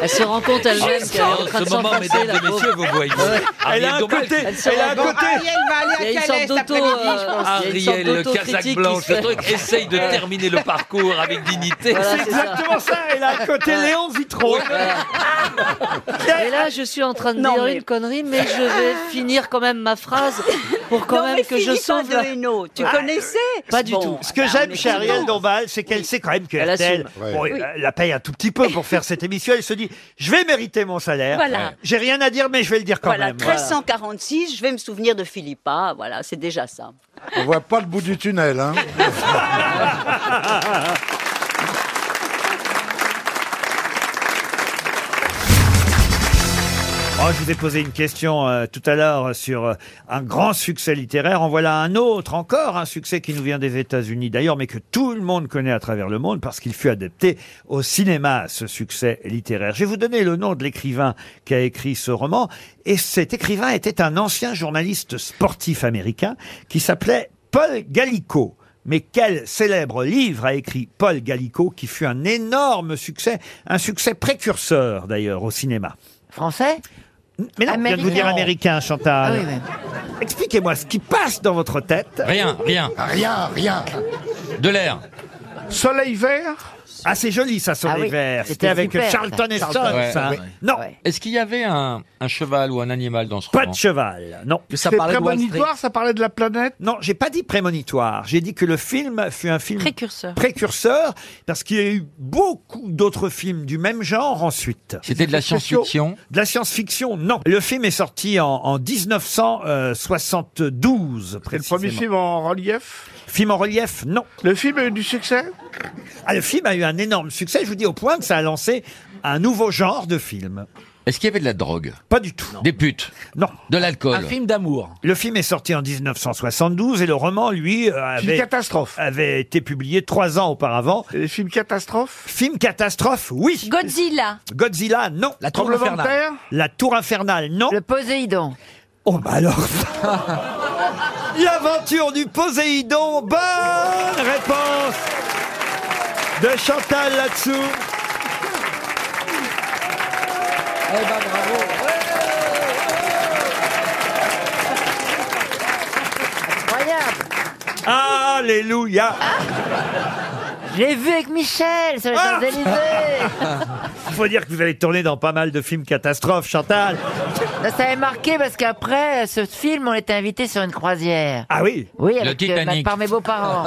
Speaker 8: Elle se rend compte elle-même qu'elle est
Speaker 1: Hein,
Speaker 8: en train de
Speaker 22: ce moment,
Speaker 8: s'embrasser,
Speaker 22: mesdames
Speaker 8: la
Speaker 22: et
Speaker 8: pauvre.
Speaker 22: messieurs, vous voyez. Ah, Ariel Dombal-
Speaker 8: se rend compte- Il y a une sorte d'auto, euh,
Speaker 25: ah.
Speaker 8: il y a une sorte
Speaker 22: Ariel,
Speaker 8: d'auto-critique
Speaker 22: Casac
Speaker 8: qui
Speaker 22: Blanche,
Speaker 8: se
Speaker 22: le
Speaker 8: fait.
Speaker 22: truc, essaye de terminer le parcours avec dignité.
Speaker 8: Voilà,
Speaker 1: c'est exactement ça. Elle a à côté
Speaker 8: Ouais.
Speaker 1: Léon Vitro.
Speaker 8: Et là, je suis en train de
Speaker 20: Non,
Speaker 8: dire
Speaker 20: mais-
Speaker 8: une connerie, mais je vais finir quand même ma phrase pour quand
Speaker 20: Non, mais
Speaker 8: même que je
Speaker 20: Philippa
Speaker 8: sauve
Speaker 20: de
Speaker 8: la... Ah,
Speaker 20: Hainaut, tu connaissais
Speaker 8: Pas du
Speaker 20: Bon, bah,
Speaker 8: tout.
Speaker 1: Ce que j'aime chez Ariel Dombal, c'est qu'elle sait quand même que RTL,
Speaker 8: assume. Ouais.
Speaker 1: bon,
Speaker 8: Oui.
Speaker 1: elle la paye un tout petit peu pour faire cette émission. Elle se dit, je vais mériter mon salaire.
Speaker 20: Voilà.
Speaker 1: J'ai rien à dire, mais je vais le dire quand
Speaker 20: Voilà,
Speaker 1: même.
Speaker 20: 1346, je vais me souvenir de Philippa. Voilà, c'est déjà ça.
Speaker 22: On voit pas le bout du tunnel. Hein.
Speaker 1: Oh, je vous ai posé une question euh, tout à l'heure sur euh, un grand succès littéraire. En voilà un autre encore, un succès qui nous vient des États-Unis d'ailleurs, mais que tout le monde connaît à travers le monde parce qu'il fut adapté au cinéma, ce succès littéraire. Je vais vous donner le nom de l'écrivain qui a écrit ce roman. Et cet écrivain était un ancien journaliste sportif américain qui s'appelait Paul Gallico. Mais quel célèbre livre a écrit Paul Gallico qui fut un énorme succès, un succès précurseur d'ailleurs au cinéma.
Speaker 29: Français
Speaker 1: Mais non, je viens de vous dire américain,
Speaker 29: Ah
Speaker 1: Chantal. Expliquez-moi ce qui passe dans votre tête.
Speaker 22: Rien, rien.
Speaker 1: Rien, rien.
Speaker 22: De l'air.
Speaker 1: Soleil vert Ah, c'est joli ça, Soleil
Speaker 22: Ah oui,
Speaker 1: vert.
Speaker 22: c'était
Speaker 1: C'était avec
Speaker 22: super, ça.
Speaker 1: Charlton Heston,
Speaker 22: Charlton. Ouais,
Speaker 1: ça.
Speaker 22: ouais.
Speaker 1: Non,
Speaker 22: Est-ce qu'il y avait un, un cheval ou un animal dans ce
Speaker 1: Pas
Speaker 22: roman
Speaker 1: de cheval, non.
Speaker 22: Mais ça C'était parlait de Wall prémonitoire,
Speaker 1: ça parlait de la planète Non, j'ai pas dit prémonitoire. J'ai dit que le film fut un film précurseur. Précurseur, parce qu'il y a eu beaucoup d'autres films du même genre ensuite.
Speaker 22: C'était de la science-fiction
Speaker 1: De la science-fiction, non. Le film est sorti en, en 1972, précisément.
Speaker 7: Premier film en relief
Speaker 1: Film en relief, non. Le film a eu du succès ah, Le film a eu un énorme succès, je vous dis, au point que ça a lancé un nouveau genre de film.
Speaker 22: Est-ce qu'il y avait de la drogue
Speaker 1: Pas du tout.
Speaker 22: Des putes
Speaker 1: Non.
Speaker 22: De l'alcool
Speaker 1: d'amour. Le film est sorti en 1972 et le roman, lui, euh, avait, catastrophe. avait été publié trois ans auparavant. Les films catastrophe Film catastrophe, oui.
Speaker 29: Godzilla.
Speaker 1: Godzilla, non. La
Speaker 29: Tour Tremblement de infernale. terre
Speaker 1: La tour infernale, non. Le
Speaker 29: Poséidon.
Speaker 1: Oh bah alors L'aventure du Poséidon, bonne réponse de Chantal là-dessous. Alléluia Ah.
Speaker 29: J'ai vu avec Michel sur les Champs-Élysées.
Speaker 1: Il faut dire que vous avez tourné dans pas mal de films catastrophes, Chantal.
Speaker 29: Ça, Ça avait marqué parce qu'après ce film, on était invité sur une croisière.
Speaker 1: Ah oui
Speaker 29: Oui, avec, euh, ma- par mes beaux-parents.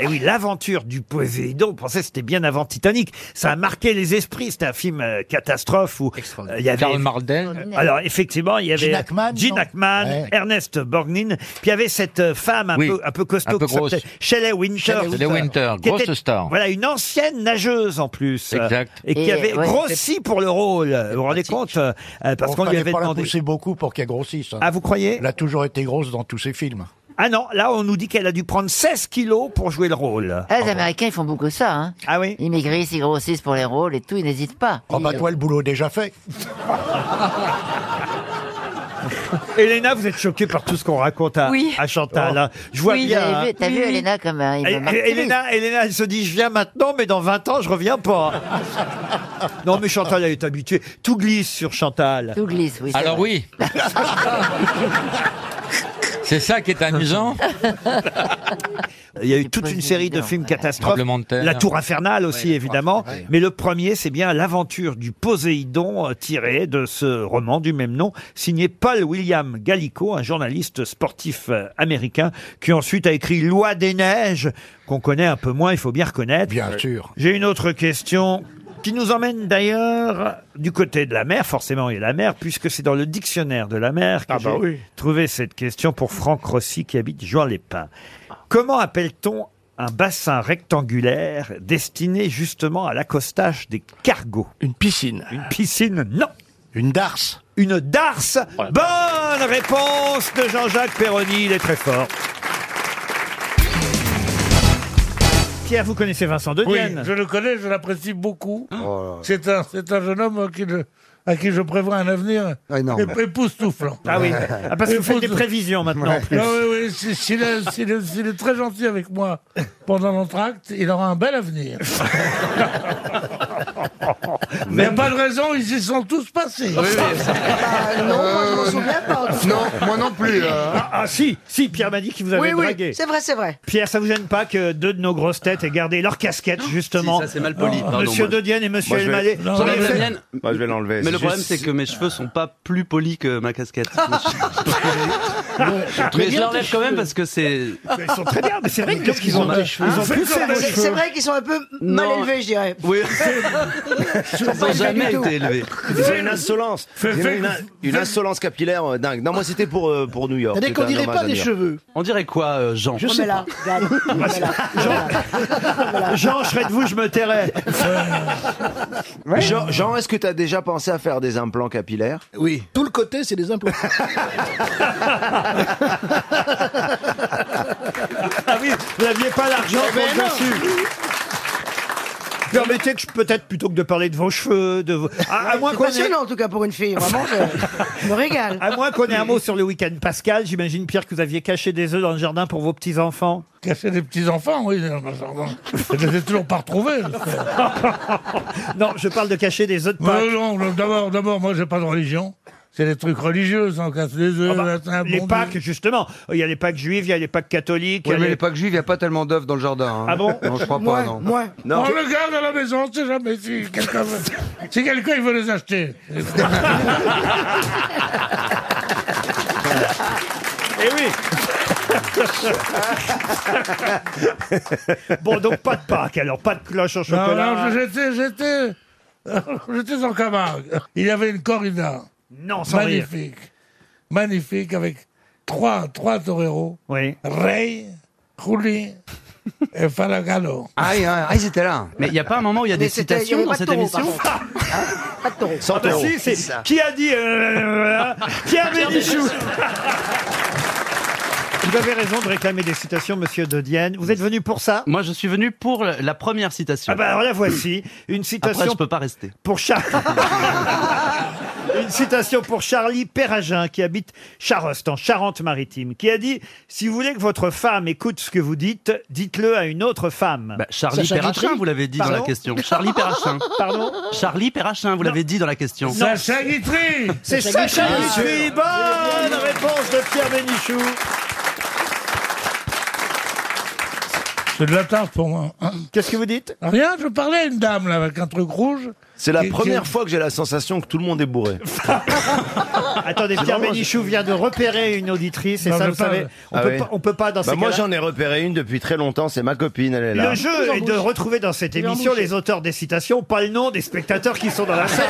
Speaker 1: Et Eh oui, l'aventure du Poséidon, on pensait que c'était bien avant Titanic. Ça a marqué les esprits. C'était un film euh, catastrophe où euh, il y avait... Euh,
Speaker 22: Karl Mardel.
Speaker 1: Alors effectivement, il y avait
Speaker 22: Gene Hackman,
Speaker 1: Gene
Speaker 22: non
Speaker 1: Hackman,
Speaker 22: Ouais.
Speaker 1: Ernest Borgnine, puis il y avait cette euh, femme un,
Speaker 22: Oui,
Speaker 1: peu, un peu costaud,
Speaker 22: un peu
Speaker 1: qui s'appelait
Speaker 22: grosse.
Speaker 1: Shelley Winter.
Speaker 22: Shelley Shelley Winter,
Speaker 1: Qui
Speaker 22: grosse
Speaker 1: était,
Speaker 22: star.
Speaker 1: Voilà, une ancienne nageuse en plus. euh,
Speaker 22: Exact.
Speaker 1: Et qui
Speaker 22: Et,
Speaker 1: avait
Speaker 22: ouais,
Speaker 1: grossi pour le rôle. Vous vous rendez compte euh, euh, Parce qu'on lui avait
Speaker 18: pas
Speaker 1: demandé...
Speaker 18: la pousser beaucoup pour qu'elle grossisse. hein.
Speaker 1: Ah, vous croyez
Speaker 18: Elle a toujours été grosse dans tous ses films.
Speaker 1: Ah non, là on nous dit qu'elle a dû prendre 16 kilos pour jouer le rôle.
Speaker 29: Ah, les Américains, ils font beaucoup ça. Hein.
Speaker 1: Ah oui
Speaker 29: Ils maigrissent, ils grossissent pour les rôles et tout, ils n'hésitent pas.
Speaker 18: Oh bah toi, le boulot déjà fait.
Speaker 1: Elena, vous êtes choquée par tout ce qu'on raconte à,
Speaker 29: Oui.
Speaker 1: à Chantal. hein. Je vois
Speaker 29: Oui,
Speaker 1: bien.
Speaker 29: j'avais
Speaker 1: hein.
Speaker 29: vu- T'as vu, Elena, comme euh, il
Speaker 1: Eh,
Speaker 29: veut marquer.
Speaker 1: Elena, Elena, elle se dit, je viens maintenant, mais dans 20 ans, je reviens pas. non, mais Chantal, elle est habituée. Tout glisse sur Chantal.
Speaker 29: Tout glisse, oui. c'est
Speaker 22: Alors
Speaker 29: vrai.
Speaker 22: oui, c'est ça qui est amusant.
Speaker 1: Il y a eu toute une série de films catastrophes.
Speaker 22: Tremblement de terre.
Speaker 1: La Tour Infernale aussi, évidemment. Mais le premier, c'est bien l'aventure du Poséidon euh, tiré de ce roman du même nom, signé Paul William Gallico, un journaliste sportif euh, américain, qui ensuite a écrit Loi des neiges, qu'on connaît un peu moins, il faut bien reconnaître. Bien sûr. J'ai une autre question qui nous emmène d'ailleurs du côté de la mer, forcément il y a la mer, puisque c'est dans le dictionnaire de la mer que
Speaker 7: Ah bah
Speaker 1: j'ai
Speaker 7: oui.
Speaker 1: trouvé cette question pour Franck Rossi qui habite Jean-les-Pins. Comment appelle-t-on un bassin rectangulaire destiné justement à l'accostage des cargos Une piscine. Une piscine, non. Une darse. Une darse. Bonne réponse de Jean-Jacques Perroni, il est très fort. Pierre, vous connaissez Vincent Hein?
Speaker 7: Oui,
Speaker 1: Denienne
Speaker 7: je le connais, je l'apprécie beaucoup. C'est un, c'est un jeune homme qui le- à qui je prévois un avenir
Speaker 1: Énorme.
Speaker 7: ép- époustouflant.
Speaker 1: Ah oui. Ah, parce que vous faites des
Speaker 7: Époustou-
Speaker 1: prévisions maintenant, en plus.
Speaker 7: Non, oui, oui, si- s'il est, s'il est- s'il est très gentil avec moi pendant l'entracte, il aura un bel avenir. Il n'y a pas de raison, ils y sont tous passés. Ah,
Speaker 1: non,
Speaker 7: moi, je m'en
Speaker 1: souviens
Speaker 7: pas, en tout cas. non, moi non plus, euh.
Speaker 1: Ah, ah, si, si, Pierre m'a dit qu'il vous avait
Speaker 25: Oui, oui,
Speaker 1: dragué.
Speaker 25: c'est vrai, c'est vrai.
Speaker 1: Pierre, ça vous gêne pas que deux de nos grosses têtes aient gardé leur casquette, justement Euh,
Speaker 21: Si, ça, c'est mal poli, pardon,
Speaker 1: Monsieur
Speaker 21: moi.
Speaker 1: Dodienne et Monsieur
Speaker 21: Moi, je vais-
Speaker 1: Elmaleh.
Speaker 21: Non,
Speaker 1: Vous
Speaker 21: non,
Speaker 1: avez
Speaker 21: la
Speaker 1: fait-
Speaker 21: mienne-
Speaker 28: Moi, je vais l'enlever.
Speaker 21: Mais le problème,
Speaker 28: Juste-
Speaker 21: c'est que mes cheveux sont pas plus polis que ma casquette.
Speaker 28: très
Speaker 21: mais je
Speaker 28: bien,
Speaker 21: l'enlève
Speaker 28: tes
Speaker 21: quand même parce que c'est.
Speaker 1: Ils sont très bien, mais c'est vrai que
Speaker 21: Ah,
Speaker 1: qu'est-ce qu'ils ont des cheveux
Speaker 28: Ils ont
Speaker 25: C'est
Speaker 28: plus
Speaker 25: c'est vrai qu'ils sont un peu mal
Speaker 21: Non.
Speaker 25: élevés, je dirais.
Speaker 21: Oui.
Speaker 3: Ils n'ont jamais été élevés. Ils ont une insolence.
Speaker 25: Fais-
Speaker 3: Ils ont
Speaker 25: fais-
Speaker 3: une, une
Speaker 25: fais-
Speaker 3: insolence capillaire euh, dingue. Non, moi c'était pour, euh, pour New York.
Speaker 25: Attendez, qu'on
Speaker 3: C'était un
Speaker 25: dirait
Speaker 3: hommage
Speaker 25: pas
Speaker 3: à
Speaker 25: des
Speaker 3: New York.
Speaker 25: cheveux.
Speaker 3: On dirait quoi, euh, Jean
Speaker 25: Je sais
Speaker 17: Remets-la,
Speaker 25: pas.
Speaker 1: Jean, je serais de vous, je me tairais.
Speaker 3: Jean, Jean, est-ce que tu as déjà pensé à faire des implants capillaires
Speaker 25: Oui. Tout le côté, c'est des implants.
Speaker 1: Ah oui, vous n'aviez pas l'argent
Speaker 25: Eh
Speaker 1: pour
Speaker 25: ben
Speaker 1: le
Speaker 25: non.
Speaker 1: dessus. Permettez que je peut-être plutôt que de parler de vos cheveux, de vos... À, à moins
Speaker 4: C'est
Speaker 1: qu'on ait-
Speaker 4: passionnant en tout cas pour une fille, vraiment, je, je me régale.
Speaker 1: à moins qu'on ait un mot sur le week-end Pascal, j'imagine Pierre que vous aviez caché des œufs dans le jardin pour vos petits enfants.
Speaker 7: Cacher des petits enfants, oui. dans le jardin. Je les ai toujours pas retrouvés.
Speaker 1: non, je parle de cacher des œufs de
Speaker 7: Pâques. Non, non, d'abord, d'abord, moi, j'ai pas de religion. C'est des trucs religieux, ça, on casse les œufs.
Speaker 1: Ah bah,
Speaker 7: matin,
Speaker 1: les
Speaker 7: bon
Speaker 1: Pâques,
Speaker 7: Dieu.
Speaker 1: justement. Il y a les Pâques juives, il y a les Pâques catholiques.
Speaker 28: Ouais,
Speaker 1: il y a
Speaker 28: mais
Speaker 1: les-
Speaker 28: les Pâques juives, il n'y a pas tellement d'œufs dans le jardin. hein.
Speaker 1: Ah bon
Speaker 28: Non, je crois
Speaker 7: Moi,
Speaker 28: pas, non.
Speaker 7: moi.
Speaker 28: Non.
Speaker 7: On le garde à la maison, on sait jamais si quelqu'un veut, si quelqu'un, il veut les acheter.
Speaker 1: Eh oui Bon, donc pas de Pâques, alors pas de cloche au
Speaker 7: Non,
Speaker 1: chocolat.
Speaker 7: non, j'étais, j'étais, j'étais en Camargue. Il y avait une corrida.
Speaker 1: Non, sans rire.
Speaker 7: Magnifique. Magnifique, avec trois, trois toreros.
Speaker 1: Oui.
Speaker 7: Rey, Juli et Falagalo.
Speaker 28: Ah, ils ah, ils étaient là.
Speaker 23: Mais il n'y a pas un moment où il y a des
Speaker 4: c'était- il y
Speaker 23: citations
Speaker 4: avait
Speaker 23: dans
Speaker 4: pas de
Speaker 23: cette
Speaker 4: taureau,
Speaker 23: émission
Speaker 4: par Pas de taureau.
Speaker 1: Ah bah si, c'est- Qui a dit... euh, Qui a Bénichou Vous avez raison de réclamer des citations, monsieur Dodienne. Vous êtes venu pour ça
Speaker 23: Moi, je suis venu pour la la première citation.
Speaker 1: Ah bah alors la voici, une citation...
Speaker 23: Après, je peux pas rester.
Speaker 1: Pour Char- Une citation pour Charlie Perragin, qui habite Charost, en Charente-Maritime, qui a dit « Si vous voulez que votre femme écoute ce que vous dites, dites-le à une autre femme.
Speaker 23: Bah, Charlie Perrachin, vous l'avez dit dans la question. Charlie Perrachin.
Speaker 1: Pardon
Speaker 23: Charlie Perrachin, vous l'avez dit dans la question.
Speaker 7: Sacha Guitry
Speaker 1: C'est Sacha Guitry Bonne réponse de Pierre Bénichou
Speaker 7: C'est de la tarte pour moi.
Speaker 1: Qu'est-ce que vous dites
Speaker 7: Rien, je parlais à une dame là avec un truc rouge.
Speaker 3: C'est la
Speaker 7: Qui- qui-
Speaker 3: première fois que j'ai la sensation que tout le monde est bourré.
Speaker 1: Attendez,
Speaker 3: C'est
Speaker 1: Pierre
Speaker 3: vraiment-
Speaker 1: Bénichou vient de repérer une auditrice, et
Speaker 3: Non,
Speaker 1: ça,
Speaker 3: je
Speaker 1: vous
Speaker 3: parle.
Speaker 1: savez, on
Speaker 3: Ah
Speaker 1: peut
Speaker 3: oui.
Speaker 1: pas- on peut pas dans
Speaker 3: Bah
Speaker 1: ces
Speaker 3: moi
Speaker 1: cas-là-
Speaker 3: j'en ai repéré une depuis très longtemps, c'est ma copine, elle est là.
Speaker 1: Le jeu est de retrouver dans cette
Speaker 3: Il est
Speaker 1: émission
Speaker 3: embauché.
Speaker 1: les auteurs des citations, pas le nom des spectateurs qui sont dans la salle.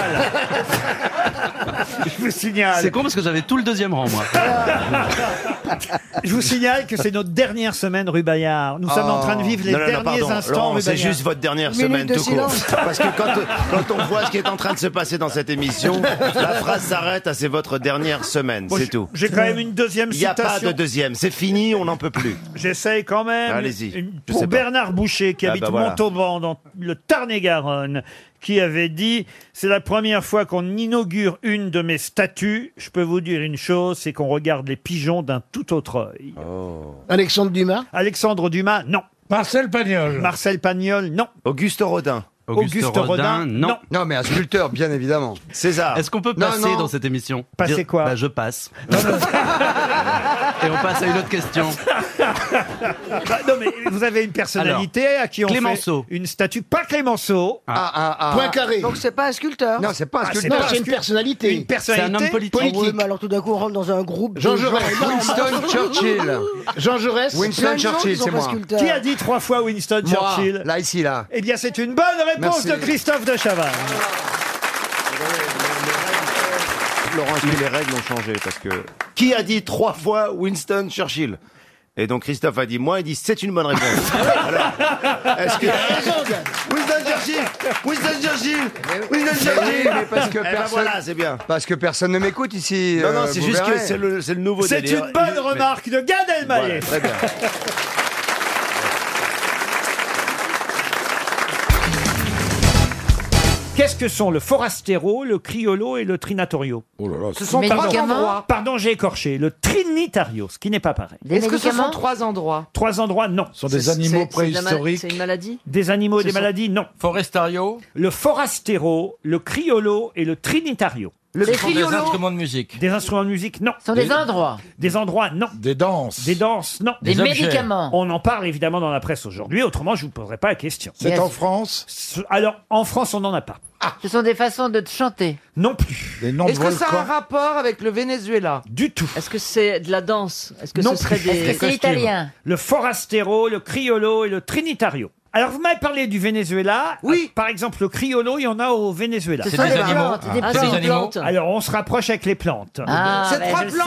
Speaker 1: Je vous signale.
Speaker 23: C'est con parce que j'avais tout le deuxième rang, moi.
Speaker 1: Je vous signale que c'est notre dernière semaine rue Bayard. Nous sommes en train de vivre les
Speaker 3: Oh. Non, non, non,
Speaker 1: derniers
Speaker 3: pardon,
Speaker 1: instants ben,
Speaker 3: Laurent,
Speaker 1: rue
Speaker 3: C'est
Speaker 1: Bayard.
Speaker 3: juste votre dernière
Speaker 1: Minute
Speaker 3: semaine
Speaker 1: de
Speaker 3: tout court.
Speaker 1: silence.
Speaker 3: Parce que quand, quand on voit ce qui est en train de se passer dans cette émission, la phrase s'arrête à c'est votre dernière semaine,
Speaker 1: Bon,
Speaker 3: c'est
Speaker 1: j'ai-
Speaker 3: tout.
Speaker 1: j'ai quand même une deuxième
Speaker 3: Il n'y a pas
Speaker 1: citation.
Speaker 3: de deuxième, c'est fini, on n'en peut plus.
Speaker 1: J'essaye quand même.
Speaker 3: Allez-y,
Speaker 1: Une-
Speaker 3: je
Speaker 1: Pour
Speaker 3: sais pas.
Speaker 1: Bernard Boucher, qui
Speaker 3: Ah,
Speaker 1: habite
Speaker 3: bah voilà.
Speaker 1: Montauban, dans le Tarn-et-Garonne, qui avait dit C'est la première fois qu'on inaugure une de mes statues. Je peux vous dire une chose c'est qu'on regarde les pigeons d'un tout autre œil.
Speaker 3: Oh.
Speaker 25: Alexandre Dumas
Speaker 1: Alexandre Dumas, non.
Speaker 7: Marcel Pagnol.
Speaker 1: Marcel Pagnol, non.
Speaker 3: Auguste Rodin.
Speaker 1: Auguste Auguste Rodin, Rodin, non. non.
Speaker 28: Non, mais un sculpteur, bien évidemment.
Speaker 3: César.
Speaker 23: Est-ce qu'on peut passer dans cette émission
Speaker 1: Passer
Speaker 23: Dire-
Speaker 1: quoi
Speaker 23: bah, Je passe. Et on passe à une autre question.
Speaker 1: Bah, non, mais vous avez une personnalité à qui on
Speaker 23: Clémenceau.
Speaker 1: fait une statue. Pas Clémenceau.
Speaker 28: Ah, ah, ah.
Speaker 4: Donc c'est pas un sculpteur.
Speaker 28: Non, c'est pas un
Speaker 1: Ah,
Speaker 28: sculpteur.
Speaker 1: pas un sculpteur. Une personnalité
Speaker 4: Ah ouais, mais alors tout d'un coup on rentre dans un groupe. de
Speaker 28: Jean
Speaker 4: gens
Speaker 28: Jaurès.
Speaker 4: énormes.
Speaker 28: Winston Churchill.
Speaker 1: Jean Jaurès.
Speaker 28: Winston Plein de gens Churchill, qui sont c'est pas moi. sculpteurs.
Speaker 1: Qui a dit trois fois Winston
Speaker 28: Moi,
Speaker 1: Churchill
Speaker 28: Là, ici, là.
Speaker 1: Eh bien, c'est une bonne réponse
Speaker 28: Merci.
Speaker 1: de Christophe de Chavannes.
Speaker 3: Laurent, est-ce que les règles ont changé Parce que qui a dit trois fois Winston Churchill Et donc Christophe a dit moi, il dit c'est une bonne réponse. Alors, est-ce que Winston Churchill Winston Churchill Winston
Speaker 28: Oui,
Speaker 3: Churchill
Speaker 28: mais parce que
Speaker 3: Eh ben
Speaker 28: personne-
Speaker 3: voilà, c'est bien.
Speaker 28: Parce que personne ne m'écoute ici.
Speaker 3: Non, non,
Speaker 28: euh,
Speaker 3: c'est
Speaker 28: vous
Speaker 3: juste que
Speaker 28: verrez.
Speaker 3: c'est le, c'est le nouveau
Speaker 1: C'est
Speaker 3: délire.
Speaker 1: une bonne
Speaker 3: Mais-
Speaker 1: remarque de Gad Elmaleh.
Speaker 3: Voilà, très bien.
Speaker 1: Qu'est-ce que sont le forastero, le criollo et le trinatorio
Speaker 3: Oh
Speaker 1: Ce sont
Speaker 10: Des
Speaker 1: pardon,
Speaker 10: médicaments
Speaker 1: endroits- Pardon, j'ai écorché. Le trinitario, ce qui n'est pas pareil.
Speaker 10: Est-ce que ce sont trois endroits
Speaker 1: Trois endroits, non. Ce sont
Speaker 10: C'est une maladie
Speaker 1: Des animaux et
Speaker 10: Ce
Speaker 1: des
Speaker 10: sont-
Speaker 1: maladies, non. Forestario Le forastero, le criollo et le trinitario.
Speaker 10: Le Ce sont des criollo instruments
Speaker 1: de musique Des instruments de musique, non.
Speaker 10: sont des Des- endroits
Speaker 1: Des endroits, non. Des danses Des danses, non.
Speaker 10: Des Des objets. médicaments.
Speaker 1: On en parle évidemment dans la presse aujourd'hui, autrement je vous poserai pas la question.
Speaker 10: C'est Yes. en
Speaker 1: France Alors, en France, on n'en a pas.
Speaker 8: Ce sont des façons de te chanter.
Speaker 1: Non plus.
Speaker 10: Est-ce que ça a un rapport avec le Venezuela
Speaker 1: Du tout.
Speaker 10: Est-ce que c'est de la danse Est-ce
Speaker 1: Non plus. Le forastero, le criollo et le trinitario. Alors, vous m'avez parlé du Venezuela. Oui. Par exemple, le criollo, il y en a au Venezuela.
Speaker 6: Ce C'est sont des des animaux. plantes, des Ah, c'est des plantes. animaux.
Speaker 1: Alors, on se rapproche avec les plantes.
Speaker 6: Ah,
Speaker 1: C'est
Speaker 6: ben, je le savais.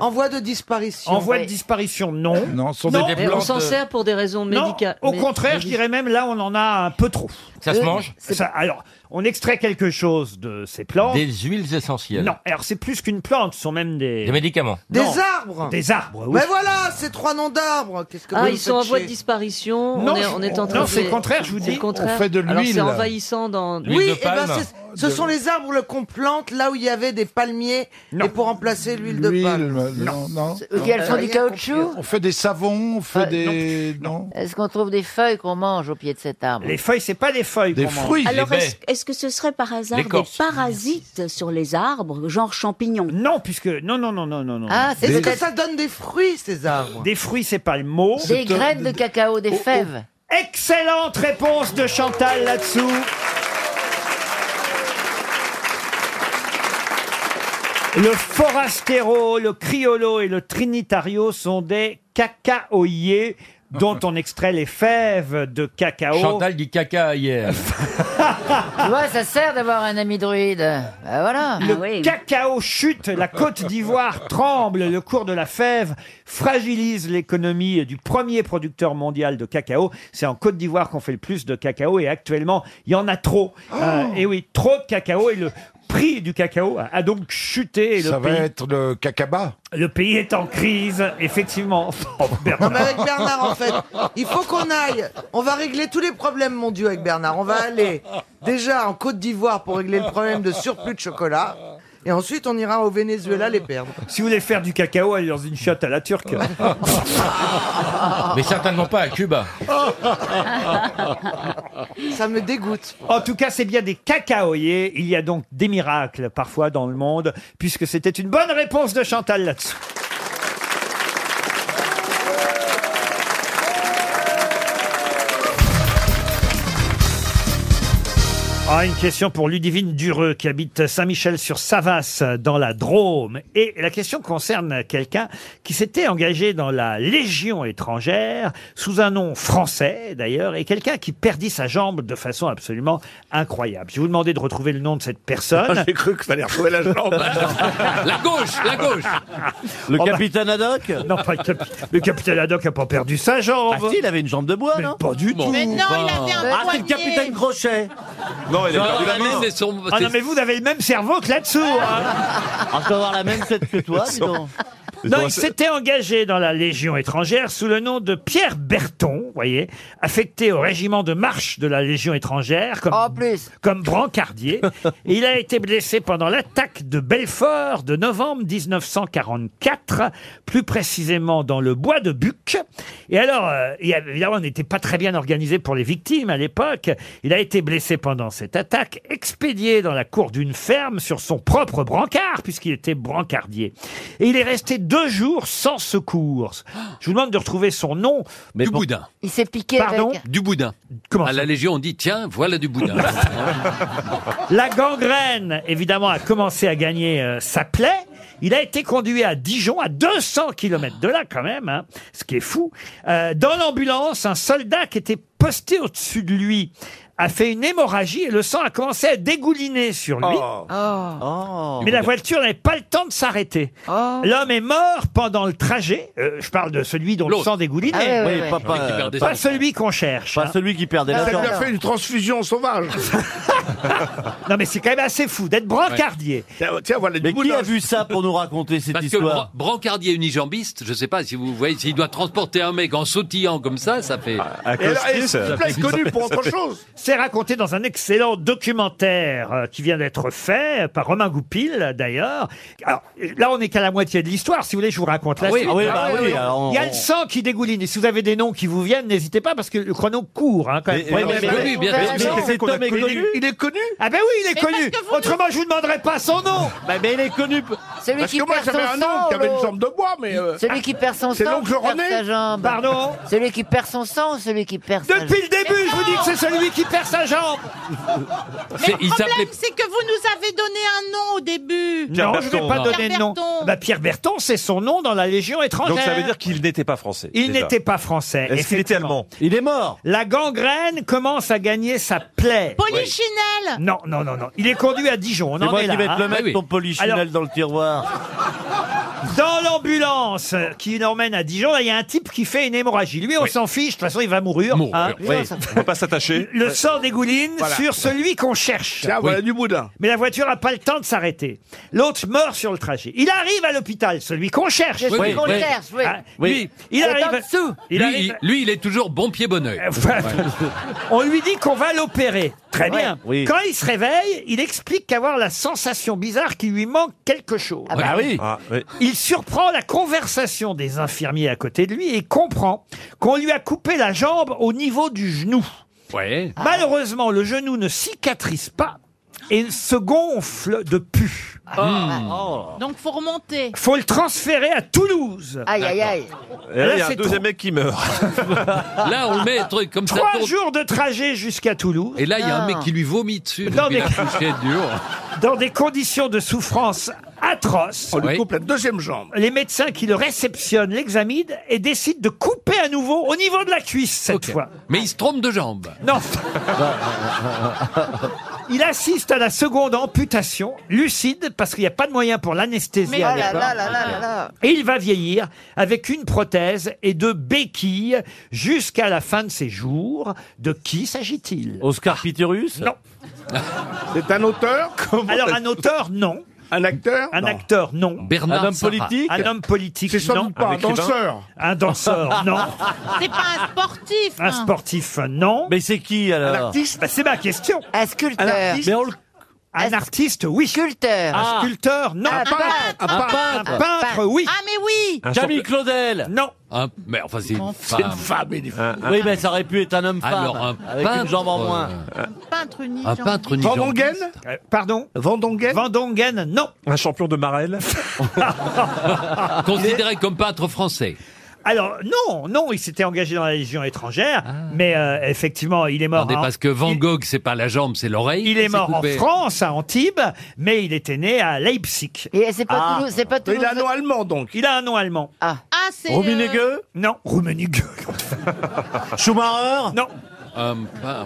Speaker 1: en voie de disparition. En voie de disparition, non. Non,
Speaker 19: sont des- des Et on plantes, s'en euh, sert pour des raisons
Speaker 1: Non,
Speaker 19: médicales-
Speaker 1: Au
Speaker 19: mais-
Speaker 1: contraire, je
Speaker 19: médicales.
Speaker 1: dirais même là, on en a un peu trop.
Speaker 19: Ça se Euh, mange c'est-
Speaker 1: Ça- Alors, on extrait quelque chose de ces plantes.
Speaker 6: Des huiles essentielles.
Speaker 1: Non, alors c'est plus qu'une plante, ce sont même des. Des
Speaker 6: médicaments.
Speaker 1: Des
Speaker 6: Non.
Speaker 1: arbres. Des arbres, oui.
Speaker 6: Mais voilà, ces trois noms d'arbres. Qu'est-ce que
Speaker 19: Ah,
Speaker 6: vous me
Speaker 19: ils sont en
Speaker 6: faites
Speaker 19: voie de
Speaker 6: chier
Speaker 19: disparition.
Speaker 6: Non,
Speaker 19: on est,
Speaker 6: je-
Speaker 19: on est en
Speaker 6: non,
Speaker 19: train de-
Speaker 6: c'est le contraire, je vous
Speaker 19: c'est le
Speaker 6: dis.
Speaker 19: contraire.
Speaker 6: On fait de l'huile.
Speaker 19: Alors, C'est envahissant dans.
Speaker 6: Oui, eh ben, c'est- ce sont les arbres qu'on plante là où il y avait des palmiers et pour remplacer l'huile de palme.
Speaker 5: non, non. Euh,
Speaker 6: Et elles font du Euh,
Speaker 8: caoutchouc
Speaker 5: On fait des savons, on fait
Speaker 8: Ah,
Speaker 5: des. Non.
Speaker 8: Est-ce qu'on trouve des feuilles qu'on mange au pied de cet arbre
Speaker 1: Les feuilles, c'est pas des feuilles.
Speaker 5: Des
Speaker 1: qu'on mange.
Speaker 20: Alors, est-ce est-ce que ce serait par hasard des
Speaker 1: L'écorce.
Speaker 20: parasites sur les arbres, genre champignons
Speaker 1: Non, puisque. Non, non, non, non, non. non.
Speaker 20: Ah, c'est
Speaker 1: Des-
Speaker 20: Est-ce que ça
Speaker 1: donne des fruits, ces arbres Des fruits, c'est Oh, pas le mot.
Speaker 8: Des graines de cacao, des fèves.
Speaker 1: Excellente réponse de Chantal là-dessous. Le forastero, le criollo et le trinitario sont des cacaoyers dont on extrait les fèves de cacao.
Speaker 6: Chantal
Speaker 1: dit caca hier.
Speaker 8: tu vois, ça sert d'avoir un ami druide. Ben voilà.
Speaker 20: Ah
Speaker 1: Le cacao chute, la Côte d'Ivoire tremble, le cours de la fève fragilise l'économie du premier producteur mondial de cacao. C'est en Côte d'Ivoire qu'on fait le plus de cacao et actuellement, il y en a trop.
Speaker 5: Oh
Speaker 1: Euh, et oui, trop de cacao et le prix du cacao a- a donc chuté. et le
Speaker 5: Ça va
Speaker 1: pays-
Speaker 5: être le cacaba.
Speaker 1: Le pays est en crise, effectivement. Oh, Bernard.
Speaker 6: Non, mais avec Bernard, en fait, il faut qu'on aille. On va régler tous les problèmes mondiaux avec Bernard. On va aller déjà en Côte d'Ivoire pour régler le problème de surplus de chocolat. Et ensuite, on ira au Venezuela les perdre.
Speaker 1: Si vous voulez faire du cacao, allez dans une chiotte à la turque.
Speaker 6: Mais
Speaker 1: certainement pas à Cuba.
Speaker 6: Ça me dégoûte.
Speaker 1: En tout cas, c'est bien des cacaoyers. Il y a donc des miracles parfois dans le monde, puisque c'était une bonne réponse de Chantal là-dessus. Ah, une question pour Ludivine Dureux qui habite Saint-Michel-sur-Savas dans la Drôme. Et la question concerne quelqu'un qui s'était engagé dans la Légion étrangère sous un nom français d'ailleurs et quelqu'un qui perdit sa jambe de façon absolument incroyable. Je vais vous demander de retrouver le nom de cette personne.
Speaker 6: Ah, J'ai cru qu'il fallait retrouver la jambe.
Speaker 1: la gauche, la gauche.
Speaker 6: Le
Speaker 3: Oh, bah.
Speaker 1: capitaine Haddock Oh, bah. Non, pas le capitaine. Le capitaine Haddock n'a pas perdu sa jambe. Ah si, il avait une jambe de bois, non Pas du tout.
Speaker 6: Mais non, il avait un Ah, c'est le poignet. capitaine
Speaker 1: Crochet.
Speaker 6: Non, il a
Speaker 1: Non,
Speaker 6: perdu la
Speaker 1: mais
Speaker 6: main.
Speaker 1: c'est
Speaker 6: son-
Speaker 1: Ah
Speaker 6: c'est-
Speaker 1: non, mais vous avez le même cerveau que là-dessous. hein.
Speaker 6: On peut Ah, avoir la même tête que toi, dis donc.
Speaker 1: Non, il s'était engagé dans la Légion étrangère sous le nom de Pierre Berton, voyez, affecté au régiment de marche de la Légion étrangère comme,
Speaker 6: Oh,
Speaker 1: comme brancardier. Et il a été blessé pendant l'attaque de Belfort de novembre 1944, plus précisément dans le bois de Buc. Et alors, euh, il y avait- évidemment, on n'était pas très bien organisé pour les victimes à l'époque. Il a été blessé pendant cette attaque, expédié dans la cour d'une ferme sur son propre brancard, puisqu'il était brancardier. Et il est resté deux jours sans secours. Je vous demande de retrouver son nom.
Speaker 19: Du
Speaker 1: boudin.
Speaker 19: Il s'est piqué
Speaker 1: Pardon
Speaker 19: avec- Du
Speaker 1: boudin. Comment
Speaker 19: À la
Speaker 1: Légion, on dit tiens, voilà du boudin. la gangrène, évidemment, a commencé à gagner euh, sa plaie. Il a été conduit à Dijon, à 200 km de là quand même, hein, ce qui est fou. Euh, dans l'ambulance, un soldat qui était posté au-dessus de lui a fait une hémorragie et le sang a commencé à dégouliner sur lui.
Speaker 6: Oh.
Speaker 3: Oh.
Speaker 8: Oh.
Speaker 1: Mais la voiture n'avait pas le temps de s'arrêter.
Speaker 6: Ah.
Speaker 1: L'homme est mort pendant le trajet. Euh, je parle de celui dont le
Speaker 6: L'autre.
Speaker 1: sang dégoulinait.
Speaker 6: Ah ouais, ouais, Oui, ouais. pas-
Speaker 1: Celui
Speaker 6: pas-
Speaker 1: qui perdait
Speaker 6: pas-
Speaker 1: pas celui qu'on cherche. hein.
Speaker 6: Pas
Speaker 1: celui qui perdait
Speaker 3: Ah,
Speaker 6: Ça lui a fait une
Speaker 1: transfusion sauvage. non, mais c'est quand même assez fou d'être brancardier.
Speaker 27: Mais qui a vu ça pour nous raconter cette
Speaker 1: Parce que
Speaker 27: histoire Brancardier unijambiste, je sais pas si vous voyez, s'il doit transporter un mec en sautillant comme ça, ça fait.
Speaker 2: euh,
Speaker 1: C'est raconté dans un excellent documentaire euh, qui vient d'être fait euh, par Romain Goupil, euh, d'ailleurs. Alors, euh, là, on n'est qu'à la moitié de l'histoire. Si vous voulez, je vous raconte la
Speaker 27: Ah oui,
Speaker 1: suite.
Speaker 27: ah oui, bah oui, alors on-
Speaker 1: Il y a le sang qui dégouline. Et si vous avez des noms qui vous viennent, n'hésitez pas parce que le chrono court. hein, quand même.
Speaker 27: Mais- mais- mais- oui, bien sûr. Mais cet homme est connu
Speaker 1: Il est connu Ah ben oui, il est
Speaker 27: Mais
Speaker 1: connu.
Speaker 27: parce que vous-
Speaker 1: Autrement, je vous demanderais pas son nom.
Speaker 27: Bah, mais il est connu.
Speaker 8: Celui
Speaker 32: Parce
Speaker 8: qui
Speaker 32: que moi,
Speaker 8: perd
Speaker 32: j'avais
Speaker 8: son
Speaker 32: un
Speaker 8: sang,
Speaker 32: oncle qui avait une
Speaker 8: l'autre.
Speaker 32: jambe de bois, mais. euh,
Speaker 8: Celui qui perd son
Speaker 32: C'est
Speaker 8: sang,
Speaker 32: l'oncle
Speaker 8: qui perd
Speaker 32: René
Speaker 8: sa jambe.
Speaker 32: Pardon
Speaker 8: Celui qui perd son sang ou celui qui perd sa
Speaker 1: Depuis le début, je vous dis que c'est celui qui perd sa jambe.
Speaker 15: Mais le problème, c'est que vous nous avez donné un nom au début.
Speaker 1: Non, je ne vais pas donner de
Speaker 15: Pierre
Speaker 1: nom.
Speaker 15: Berton.
Speaker 1: Bah, Pierre Berton, c'est son nom dans la Légion étrangère.
Speaker 2: Donc ça veut dire qu'il n'était pas français.
Speaker 1: Il
Speaker 2: déjà.
Speaker 1: n'était pas français.
Speaker 2: Est-ce qu'il était
Speaker 1: effectivement.
Speaker 2: allemand Il est mort.
Speaker 1: La gangrène commence à gagner sa plaie.
Speaker 15: Polichinelle
Speaker 1: Non, non, non, non. Il est conduit à Dijon. On
Speaker 24: C'est
Speaker 1: en
Speaker 24: moi
Speaker 1: est
Speaker 24: qui
Speaker 1: là,
Speaker 24: vais te
Speaker 1: hein.
Speaker 24: le mettre, ton polichinelle
Speaker 1: Alors,
Speaker 24: dans le tiroir.
Speaker 1: dans l'ambulance euh, qui l'emmène à Dijon, là, il y a un type qui fait une hémorragie. Lui, on s'en fiche. De toute façon, il va mourir. hein.
Speaker 2: Oui. On va pas s'attacher.
Speaker 1: Le sang dégouline
Speaker 2: Voilà.
Speaker 1: sur celui qu'on cherche.
Speaker 2: Tiens, voilà
Speaker 1: du boudin. Mais la voiture n'a pas le temps de s'arrêter. L'autre meurt sur le trajet. Il arrive à l'hôpital, celui qu'on cherche.
Speaker 27: Celui Oui, qu'on oui. cherche, oui.
Speaker 1: Ah,
Speaker 27: Oui.
Speaker 1: lui, Il
Speaker 27: Elle est en
Speaker 1: arrive. Il
Speaker 27: lui,
Speaker 1: arrive-
Speaker 27: il, lui, il est toujours bon pied, bon oeil.
Speaker 1: On lui dit qu'on va l'opérer. Très
Speaker 27: Ouais.
Speaker 1: bien.
Speaker 27: Oui.
Speaker 1: Quand il se réveille, il explique qu'avoir la sensation bizarre qu'il lui manque quelque chose.
Speaker 2: Ah bah oui. Ah, oui.
Speaker 1: Il surprend la conversation des infirmiers à côté de lui et comprend qu'on lui a coupé la jambe au niveau du genou. Ah.
Speaker 27: Ouais.
Speaker 1: Malheureusement, le genou ne cicatrise pas et se gonfle de pu.
Speaker 5: Ah.
Speaker 15: Donc faut remonter.
Speaker 1: Faut le transférer à Toulouse.
Speaker 15: Aïe, aïe, aïe.
Speaker 2: Et là, il y a un
Speaker 1: c'est
Speaker 2: deuxième
Speaker 1: trop.
Speaker 2: mec qui meurt.
Speaker 27: Là, on met un truc comme ça.
Speaker 1: Trois
Speaker 27: tourne.
Speaker 1: jours de trajet jusqu'à Toulouse.
Speaker 27: Et là, il y a un mec
Speaker 1: Ah.
Speaker 27: qui lui vomit dessus.
Speaker 1: Non,
Speaker 27: donc il
Speaker 1: mais-
Speaker 27: a touché dur.
Speaker 1: dans des conditions de souffrance atroces.
Speaker 27: On lui Oui.
Speaker 1: coupe la deuxième jambe. Les médecins qui le réceptionnent l'examinent et décident de couper à nouveau au niveau de la cuisse cette fois.
Speaker 27: Mais il se trompe de jambe.
Speaker 1: Non. Il assiste à la seconde amputation, lucide, parce qu'il n'y a pas de moyen pour l'anesthésie.
Speaker 10: Mais
Speaker 1: à
Speaker 10: oh là
Speaker 1: l'époque.
Speaker 10: là là là là là.
Speaker 1: Et il va vieillir avec une prothèse et deux béquilles jusqu'à la fin de ses jours. De qui s'agit-il
Speaker 24: Oscar Piturus
Speaker 1: Non. C'est un auteur Alors un auteur, non. Un acteur Un acteur, non.
Speaker 27: Bernard
Speaker 24: Un homme Sabat. politique
Speaker 1: Un homme politique,
Speaker 24: C'est sans
Speaker 1: non.
Speaker 24: doute pas un Un écrivain danseur
Speaker 1: Un danseur, non.
Speaker 15: C'est pas un sportif.
Speaker 5: Ah.
Speaker 1: Un
Speaker 15: hein.
Speaker 1: sportif, non. Mais c'est qui alors Un artiste Bah, C'est ma question. Un sculpteur.
Speaker 15: Un artiste Mais on
Speaker 1: Un artiste, oui. Sculpteur.
Speaker 24: Ah.
Speaker 1: Un sculpteur, non.
Speaker 24: Un Un peintre. peintre. Un peintre.
Speaker 1: Un peintre, oui.
Speaker 15: Ah mais oui.
Speaker 24: Un Camille Claudel
Speaker 1: Non.
Speaker 27: Un- mais enfin, c'est une
Speaker 24: C'est une
Speaker 27: femme.
Speaker 24: femme, il est Oui, mais ça aurait pu être un homme-femme.
Speaker 27: Alors, un
Speaker 24: avec
Speaker 27: peintre,
Speaker 24: une jambe en moins.
Speaker 15: Peintre ni
Speaker 27: Un
Speaker 1: Ah,
Speaker 15: genre.
Speaker 27: peintre ni
Speaker 1: Euh, Pardon Vandongen Vandongen, non.
Speaker 2: Un champion de Marelle.
Speaker 27: Considéré comme peintre français.
Speaker 1: Ah, Alors, non, non, il s'était engagé dans la Légion étrangère, mais euh, effectivement, il est
Speaker 27: Ah.
Speaker 1: mort.
Speaker 27: Attendez,
Speaker 1: en-
Speaker 27: parce que Van Gogh, c'est pas la jambe, c'est l'oreille.
Speaker 1: Il est
Speaker 27: qui s'est
Speaker 1: mort
Speaker 27: coupée.
Speaker 1: en France, à Antibes, mais il était né à Leipzig.
Speaker 15: Et c'est pas Ah. Toulouse- c'est pas Mais il a un Toulouse- nom
Speaker 1: allemand, donc. Il a un nom allemand. Ah.
Speaker 15: Ah c'est.
Speaker 8: euh,
Speaker 1: Non, Rummenigge. Schumacher Non.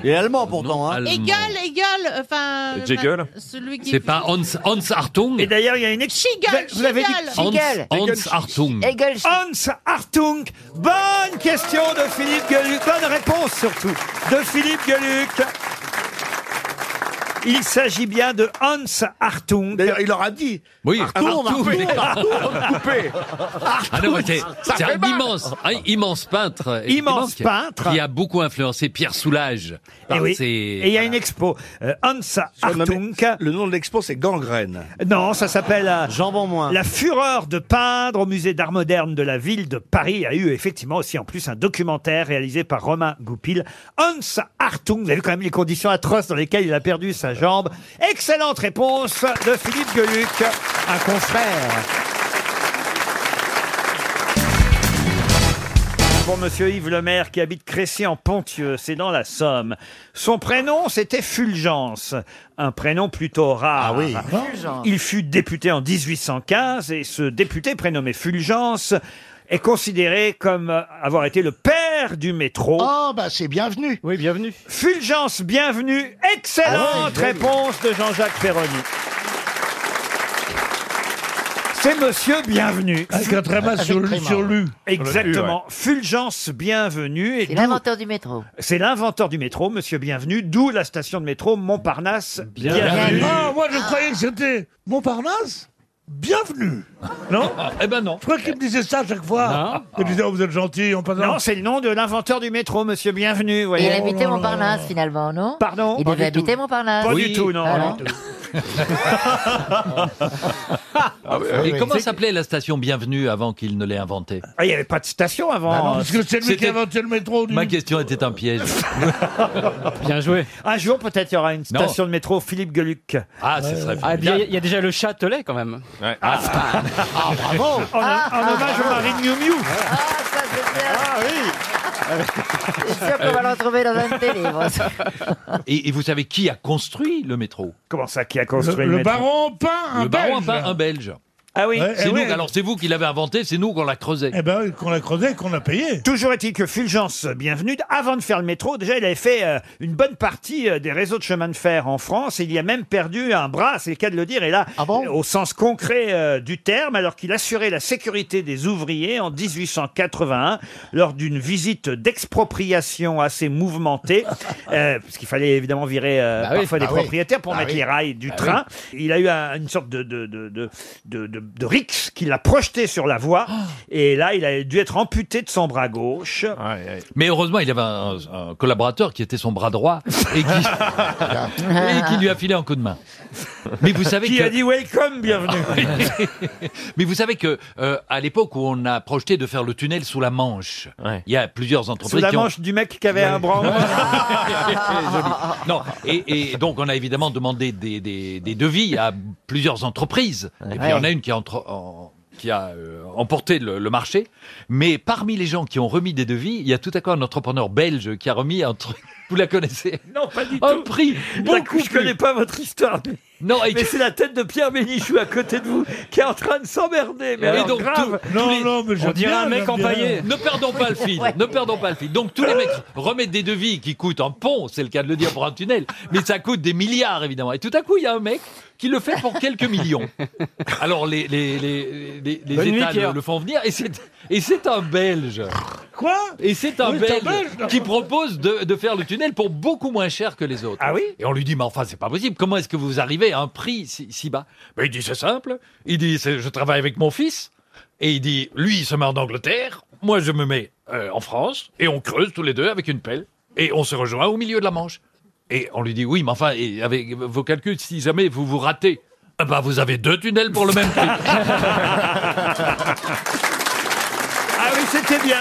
Speaker 27: Il
Speaker 24: est allemand
Speaker 5: hein.
Speaker 24: pourtant.
Speaker 15: euh, Hegel, Hegel, enfin. le-
Speaker 27: Hegel
Speaker 15: Celui qui.
Speaker 27: C'est pas Hans, Hans Hartung.
Speaker 1: Et d'ailleurs, il y a une ex...
Speaker 15: Schigel.
Speaker 1: Vous l'avez dit
Speaker 15: Schigel.
Speaker 27: Hans, Hans Hartung.
Speaker 1: Hans Hartung. Bonne question de Philippe Gueluc. Bonne réponse surtout de Philippe Gueluc. Il s'agit bien de Hans Hartung. D'ailleurs, il aura dit.
Speaker 27: Oui,
Speaker 3: Ah,
Speaker 1: coupé.
Speaker 27: Ah non, mais c'est
Speaker 1: Ça
Speaker 27: c'est
Speaker 1: fait
Speaker 27: un
Speaker 1: mal.
Speaker 27: immense, un immense peintre. évidemment,
Speaker 1: Immense
Speaker 27: qui-
Speaker 1: peintre.
Speaker 27: Qui a beaucoup influencé Pierre Soulages.
Speaker 1: Et
Speaker 27: par
Speaker 1: Eh oui.
Speaker 27: ses-
Speaker 1: Et il y a une expo. Euh, Hans Hartung. Le nom de l'expo, c'est Gangrène. Non, ça s'appelle. Jambon moins. La fureur de peindre au musée d'art moderne de la ville de Paris. Il y a eu effectivement aussi en plus un documentaire réalisé par Romain Goupil. Hans Hartung. Vous avez vu quand même les conditions atroces dans lesquelles il a perdu sa jambe. Excellente réponse de Philippe Gueluc, un confrère. Pour Monsieur Yves Lemaire qui habite Crécy en Pontieux, c'est dans la Somme. Son prénom, c'était Fulgence, un prénom plutôt rare. Ah oui.
Speaker 24: Fulgence.
Speaker 1: Il fut député en 1815 et ce député prénommé Fulgence est considéré comme euh, avoir été le père du métro. Oh bah c'est bienvenu. Oui, bienvenue. Fulgence, bienvenue. Excellente
Speaker 24: Ah oui, bienvenue.
Speaker 1: réponse de Jean-Jacques Ferroni. C'est monsieur bienvenu.
Speaker 7: Avec un tréma Avec sur- tréma. sur lui.
Speaker 1: Exactement. Fulgence bienvenue. Et
Speaker 8: C'est
Speaker 1: d'où-
Speaker 8: l'inventeur du métro.
Speaker 1: c'est l'inventeur du métro, monsieur bienvenu, d'où la station de métro Montparnasse. Bienvenue.
Speaker 7: Ah, moi je croyais que c'était Montparnasse Bienvenue Non
Speaker 27: Eh ben non.
Speaker 7: Je crois qu'il me disait ça à chaque fois. Il me disait, oh, vous êtes gentil, on passe
Speaker 1: Non, c'est le nom de l'inventeur du métro, monsieur bienvenu.
Speaker 8: Et
Speaker 1: voyez.
Speaker 8: Oh
Speaker 1: Oh
Speaker 8: il habitait Montparnasse finalement, non
Speaker 1: Pardon
Speaker 8: Il
Speaker 1: Pas
Speaker 8: devait
Speaker 1: du tout.
Speaker 8: habiter Montparnasse.
Speaker 1: Pas du tout, non.
Speaker 8: Ah
Speaker 1: non.
Speaker 27: Et comment s'appelait la station Bienvenue avant qu'il ne l'ait inventée
Speaker 1: Ah, il n'y avait pas de station avant.
Speaker 27: Bah non,
Speaker 1: Euh,
Speaker 27: parce que c'est lui qui a
Speaker 1: c'était-
Speaker 27: inventé
Speaker 7: le métro.
Speaker 27: Ma question était un piège.
Speaker 1: Bien joué. Un jour, peut-être, il y aura une
Speaker 27: Non.
Speaker 1: station de métro Philippe Geluc.
Speaker 27: Ah, ce serait
Speaker 23: Ah, bien, il y a déjà le châtelet quand même.
Speaker 27: Ah,
Speaker 1: bravo En, en hommage
Speaker 3: ah.
Speaker 1: au mari de Miu Miu.
Speaker 8: Ah oui C'est sûr qu'on va le retrouver dans un de tes livres.
Speaker 27: Et, et vous savez qui a construit le métro
Speaker 1: Comment ça, qui a construit
Speaker 27: le,
Speaker 1: le métro
Speaker 7: baron Pain, un
Speaker 27: Le baron
Speaker 7: Belge.
Speaker 27: Pain, un Belge.
Speaker 1: Ah oui.
Speaker 27: C'est
Speaker 7: eh
Speaker 27: nous,
Speaker 7: oui.
Speaker 27: alors c'est vous qui l'avez inventé, c'est nous qu'on l'a creusé.
Speaker 7: Eh ben, oui, qu'on l'a creusé, qu'on l'a payé.
Speaker 1: Toujours est-il que Fulgence, bienvenue, avant de faire le métro, déjà il avait fait euh, une bonne partie euh, des réseaux de chemin de fer en France. Il y a même perdu un bras, c'est le cas de le dire. Et là,
Speaker 32: Ah
Speaker 1: euh, au sens concret euh, du terme, alors qu'il assurait la sécurité des ouvriers en 1881 lors d'une visite d'expropriation assez mouvementée, euh, parce qu'il fallait évidemment virer euh,
Speaker 32: Bah oui,
Speaker 1: parfois des
Speaker 32: bah oui.
Speaker 1: propriétaires pour
Speaker 32: Bah
Speaker 1: mettre
Speaker 32: oui.
Speaker 1: les rails du
Speaker 32: Bah
Speaker 1: train. Il a eu un- une sorte de, de, de, de, de, de- de rix qui l'a projeté sur la voie. Et là, il a dû être amputé de son bras gauche.
Speaker 27: Mais heureusement, il avait un, un collaborateur qui était son bras droit et qui, et qui lui a filé un coup de main. Mais vous savez
Speaker 1: qui
Speaker 27: que...
Speaker 1: a dit welcome, bienvenue.
Speaker 27: Mais vous savez que euh, à l'époque où on a projeté de faire le tunnel sous la Manche, il y a plusieurs
Speaker 1: Sous
Speaker 27: entreprises
Speaker 1: la
Speaker 27: qui ont-
Speaker 1: manche du mec qui avait un bras en moins.
Speaker 27: Joli. Non, et, et donc on a évidemment demandé des, des- des devis à plusieurs entreprises. Et puis il y en a une qui a, entre- en- qui a euh, emporté le, le marché. Mais parmi les gens qui ont remis des devis, il y a tout à coup un entrepreneur belge qui a remis un truc. Vous la connaissez
Speaker 1: Non, pas du
Speaker 27: Un prix beaucoup
Speaker 1: Je connais pas votre histoire. mais-
Speaker 27: Non, et-
Speaker 1: mais c'est la tête de Pierre Bénichou à côté de vous qui est en train de s'emmerder. Mais
Speaker 27: Et
Speaker 1: alors
Speaker 27: donc,
Speaker 1: grave.
Speaker 27: tous- tous les-
Speaker 1: j'aime bien, j'aime bien.
Speaker 27: Ne perdons pas le fil. Ne perdons pas le fil. Donc tous les mecs remettent des devis qui coûtent un pont, c'est le cas de le dire pour un tunnel, mais ça coûte des milliards évidemment. Et tout à coup, il y a un mec qui le fait pour quelques millions. Alors les les les les, les
Speaker 23: Bonne nuit,
Speaker 27: États le,
Speaker 23: Pierre.
Speaker 27: le font venir et c'est et c'est un Belge.
Speaker 7: Quoi
Speaker 27: Et c'est un
Speaker 7: Oui, c'est un
Speaker 27: Belge,
Speaker 7: Belge, là.
Speaker 27: qui propose de, de faire le tunnel pour beaucoup moins cher que les autres. Ah oui Et on lui dit, mais enfin, c'est pas possible. Comment est-ce que vous arrivez à un prix si, si bas Ben, Il dit, c'est simple. Il dit, c'est- je travaille avec mon fils. Et il dit, lui, il se met en Angleterre. Moi, je me mets euh, en France. Et on creuse tous les deux avec une pelle. Et on se rejoint au milieu de la Manche. Et on lui dit, oui, mais enfin, et avec vos calculs, si jamais vous vous ratez, ah ben, vous avez deux tunnels pour le même prix.
Speaker 1: Ah oui, c'était bien.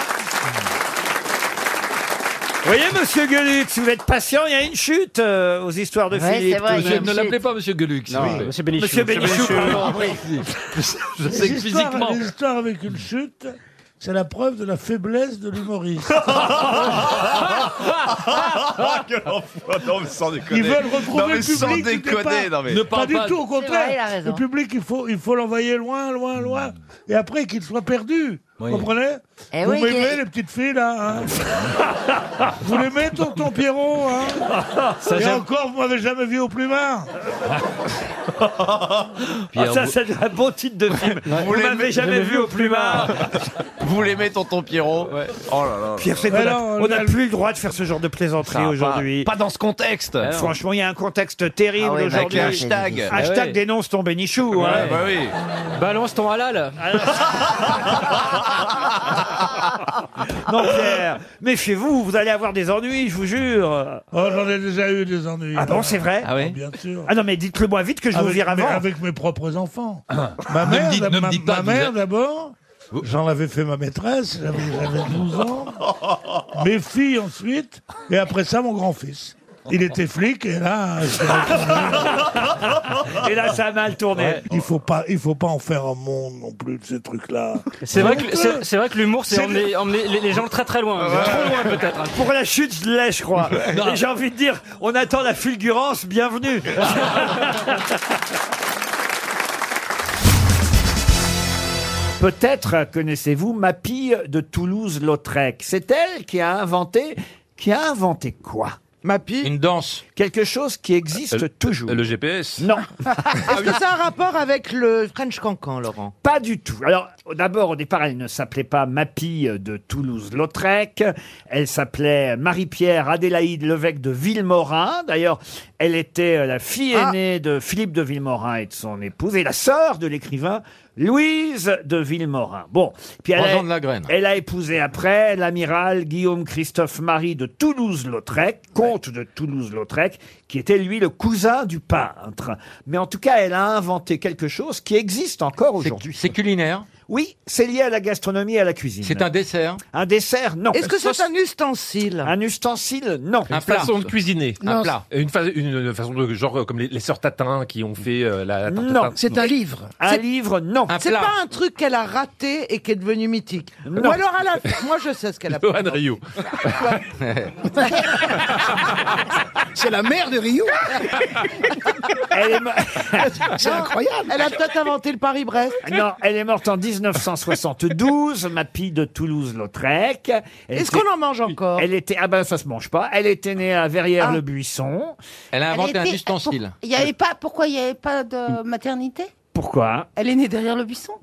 Speaker 1: Vous voyez, monsieur Gueluc, si vous êtes patient, il y a une chute euh, aux histoires de
Speaker 27: Ouais,
Speaker 1: Philippe.
Speaker 27: c'est vrai, il
Speaker 1: tout
Speaker 27: y
Speaker 1: de
Speaker 27: a
Speaker 1: même.
Speaker 27: une Ne chute. l'appelez pas monsieur Gueluc, s'il Non, vous plaît. monsieur Bénichou.
Speaker 1: Monsieur Bénichou,
Speaker 27: Monsieur Bénichou.
Speaker 1: pardon.
Speaker 27: Oui.
Speaker 5: Ah.
Speaker 27: Je sais que
Speaker 7: Les histoires-
Speaker 27: physiquement.
Speaker 7: Les histoires avec une chute, c'est la preuve de la faiblesse de l'humoriste.
Speaker 1: Ah.
Speaker 5: Quel enfoiré. Oh, Non, mais sans déconner.
Speaker 7: Ils veulent retrouver
Speaker 5: non, mais
Speaker 7: le public.
Speaker 5: Sans
Speaker 7: du
Speaker 5: déconner, non,
Speaker 7: départ.
Speaker 5: mais.
Speaker 7: pas, du tout, au contraire. le public, il faut il faut l'envoyer loin, loin, loin. Et après, qu'il soit perdu.
Speaker 5: Oui.
Speaker 7: Vous comprenez
Speaker 5: Eh
Speaker 7: Vous
Speaker 5: oui,
Speaker 7: m'aimez,
Speaker 5: il-
Speaker 7: les petites filles, là hein Vous l'aimez, tonton Pierrot hein
Speaker 1: Ça,
Speaker 7: Et
Speaker 1: j'aime-
Speaker 7: encore, vous m'avez jamais vu au plumard
Speaker 1: Ah, ça, c'est un bon titre de film. Vous
Speaker 5: Vous
Speaker 1: m'avez
Speaker 5: l'aimez-
Speaker 1: jamais vu au plumard.
Speaker 5: Vous l'aimez, tonton Pierrot Oh là là là.
Speaker 1: Pierre, c'est qu'on a- on n'a plus le droit de faire ce genre de plaisanterie
Speaker 5: Ça va pas.
Speaker 1: aujourd'hui. Euh,
Speaker 5: Pas dans ce contexte. Ah non.
Speaker 1: Franchement, il y a un contexte terrible
Speaker 5: Ah ouais, avec
Speaker 1: aujourd'hui.
Speaker 5: les hashtags.
Speaker 1: Hashtag
Speaker 5: Ah ouais.
Speaker 1: dénonce ton bénichou.
Speaker 5: Ouais,
Speaker 1: hein.
Speaker 5: bah oui.
Speaker 23: Balance ton halal.
Speaker 1: Non, Pierre, méfiez-vous, vous allez avoir des ennuis, je vous jure.
Speaker 7: Oh, j'en ai déjà eu des ennuis.
Speaker 1: euh, Ah bon, c'est vrai
Speaker 7: Ah oui Bien sûr.
Speaker 1: Ah non, mais dites-le moi vite que je vous
Speaker 7: Avec
Speaker 1: vire
Speaker 7: mes-
Speaker 1: avant.
Speaker 7: Avec mes propres enfants.
Speaker 1: Ne
Speaker 7: ma
Speaker 1: me
Speaker 7: mère,
Speaker 1: dites-
Speaker 7: d'ab-
Speaker 1: ne me
Speaker 7: ma,
Speaker 1: dites pas
Speaker 7: ma
Speaker 1: que vous
Speaker 7: mère
Speaker 1: êtes-
Speaker 7: d'abord. J'en avais fait ma maîtresse, j'avais j'avais 12 ans. Mes filles ensuite, et après ça, mon grand-fils. Il était flic, et là... je suis retourné.
Speaker 1: Et là, ça a mal tourné.
Speaker 7: Ouais. Il faut pas, il faut pas en faire un monde non plus de ces trucs-là.
Speaker 23: C'est vrai que
Speaker 7: Donc,
Speaker 23: c'est- c'est vrai que l'humour c'est
Speaker 7: C'est
Speaker 23: emmener,
Speaker 7: le-
Speaker 23: emmener les, les gens très très loin, hein. trop loin peut-être.
Speaker 1: Pour la chute, je l'ai, je crois.
Speaker 23: Non.
Speaker 1: Et J'ai envie de dire, on attend la fulgurance, bienvenue. Peut-être connaissez-vous Mapille de Toulouse-Lautrec. C'est elle qui a inventé, qui a inventé quoi Mapille Une danse. Quelque chose qui existe toujours. Le
Speaker 18: GPS
Speaker 1: Non.
Speaker 2: Ah
Speaker 6: Est-ce que ça a un rapport avec le French Cancan, Laurent
Speaker 1: Pas du tout. Alors, d'abord, au départ, elle ne s'appelait pas Mapille de Toulouse-Lautrec. Elle s'appelait Marie-Pierre Adélaïde Levesque de Villemorin. D'ailleurs, elle était euh, la fille aînée de Philippe de Villemorin et de son épouse, et la sœur de l'écrivain Louise de Villemorin. Bon, puis elle a,
Speaker 5: Rejoindre la graine.
Speaker 1: elle a épousé après l'amiral Guillaume Christophe Marie de Toulouse-Lautrec, comte de Toulouse-Lautrec, qui était lui le cousin du peintre. Mais en tout cas, elle a inventé quelque chose qui existe encore aujourd'hui. C'est culinaire. Oui, c'est lié à la gastronomie et à la cuisine. C'est un dessert. Un dessert, non.
Speaker 6: Est-ce que c'est un ustensile
Speaker 1: Un ustensile, non.
Speaker 6: Une
Speaker 32: façon de cuisiner.
Speaker 6: Non.
Speaker 32: Une, fa- une façon de genre euh, comme les, les sœurs Tatin qui ont fait euh, la. tarte-
Speaker 1: Non.
Speaker 32: tarte-
Speaker 1: C'est un livre. Un
Speaker 32: C'est-
Speaker 1: livre, non.
Speaker 32: Un
Speaker 6: C'est
Speaker 32: plat.
Speaker 6: pas un truc qu'elle a raté et qui est devenu mythique. Ou alors elle a fait- Moi je sais ce qu'elle a fait.
Speaker 32: Johan Rioux.
Speaker 6: C'est la mère de Rio.
Speaker 1: C'est incroyable.
Speaker 6: Elle a peut-être inventé le Paris-Brest.
Speaker 1: Non, elle est morte en 1972, ma pie de Toulouse-Lautrec.
Speaker 6: Est-ce qu'on en mange encore
Speaker 1: Elle était, ah ben ça se mange pas. Elle était née à Verrières-le-Buisson. Elle a
Speaker 4: Il y avait pas, pourquoi il n'y avait pas de maternité
Speaker 1: Pourquoi
Speaker 4: Elle est née derrière le buisson.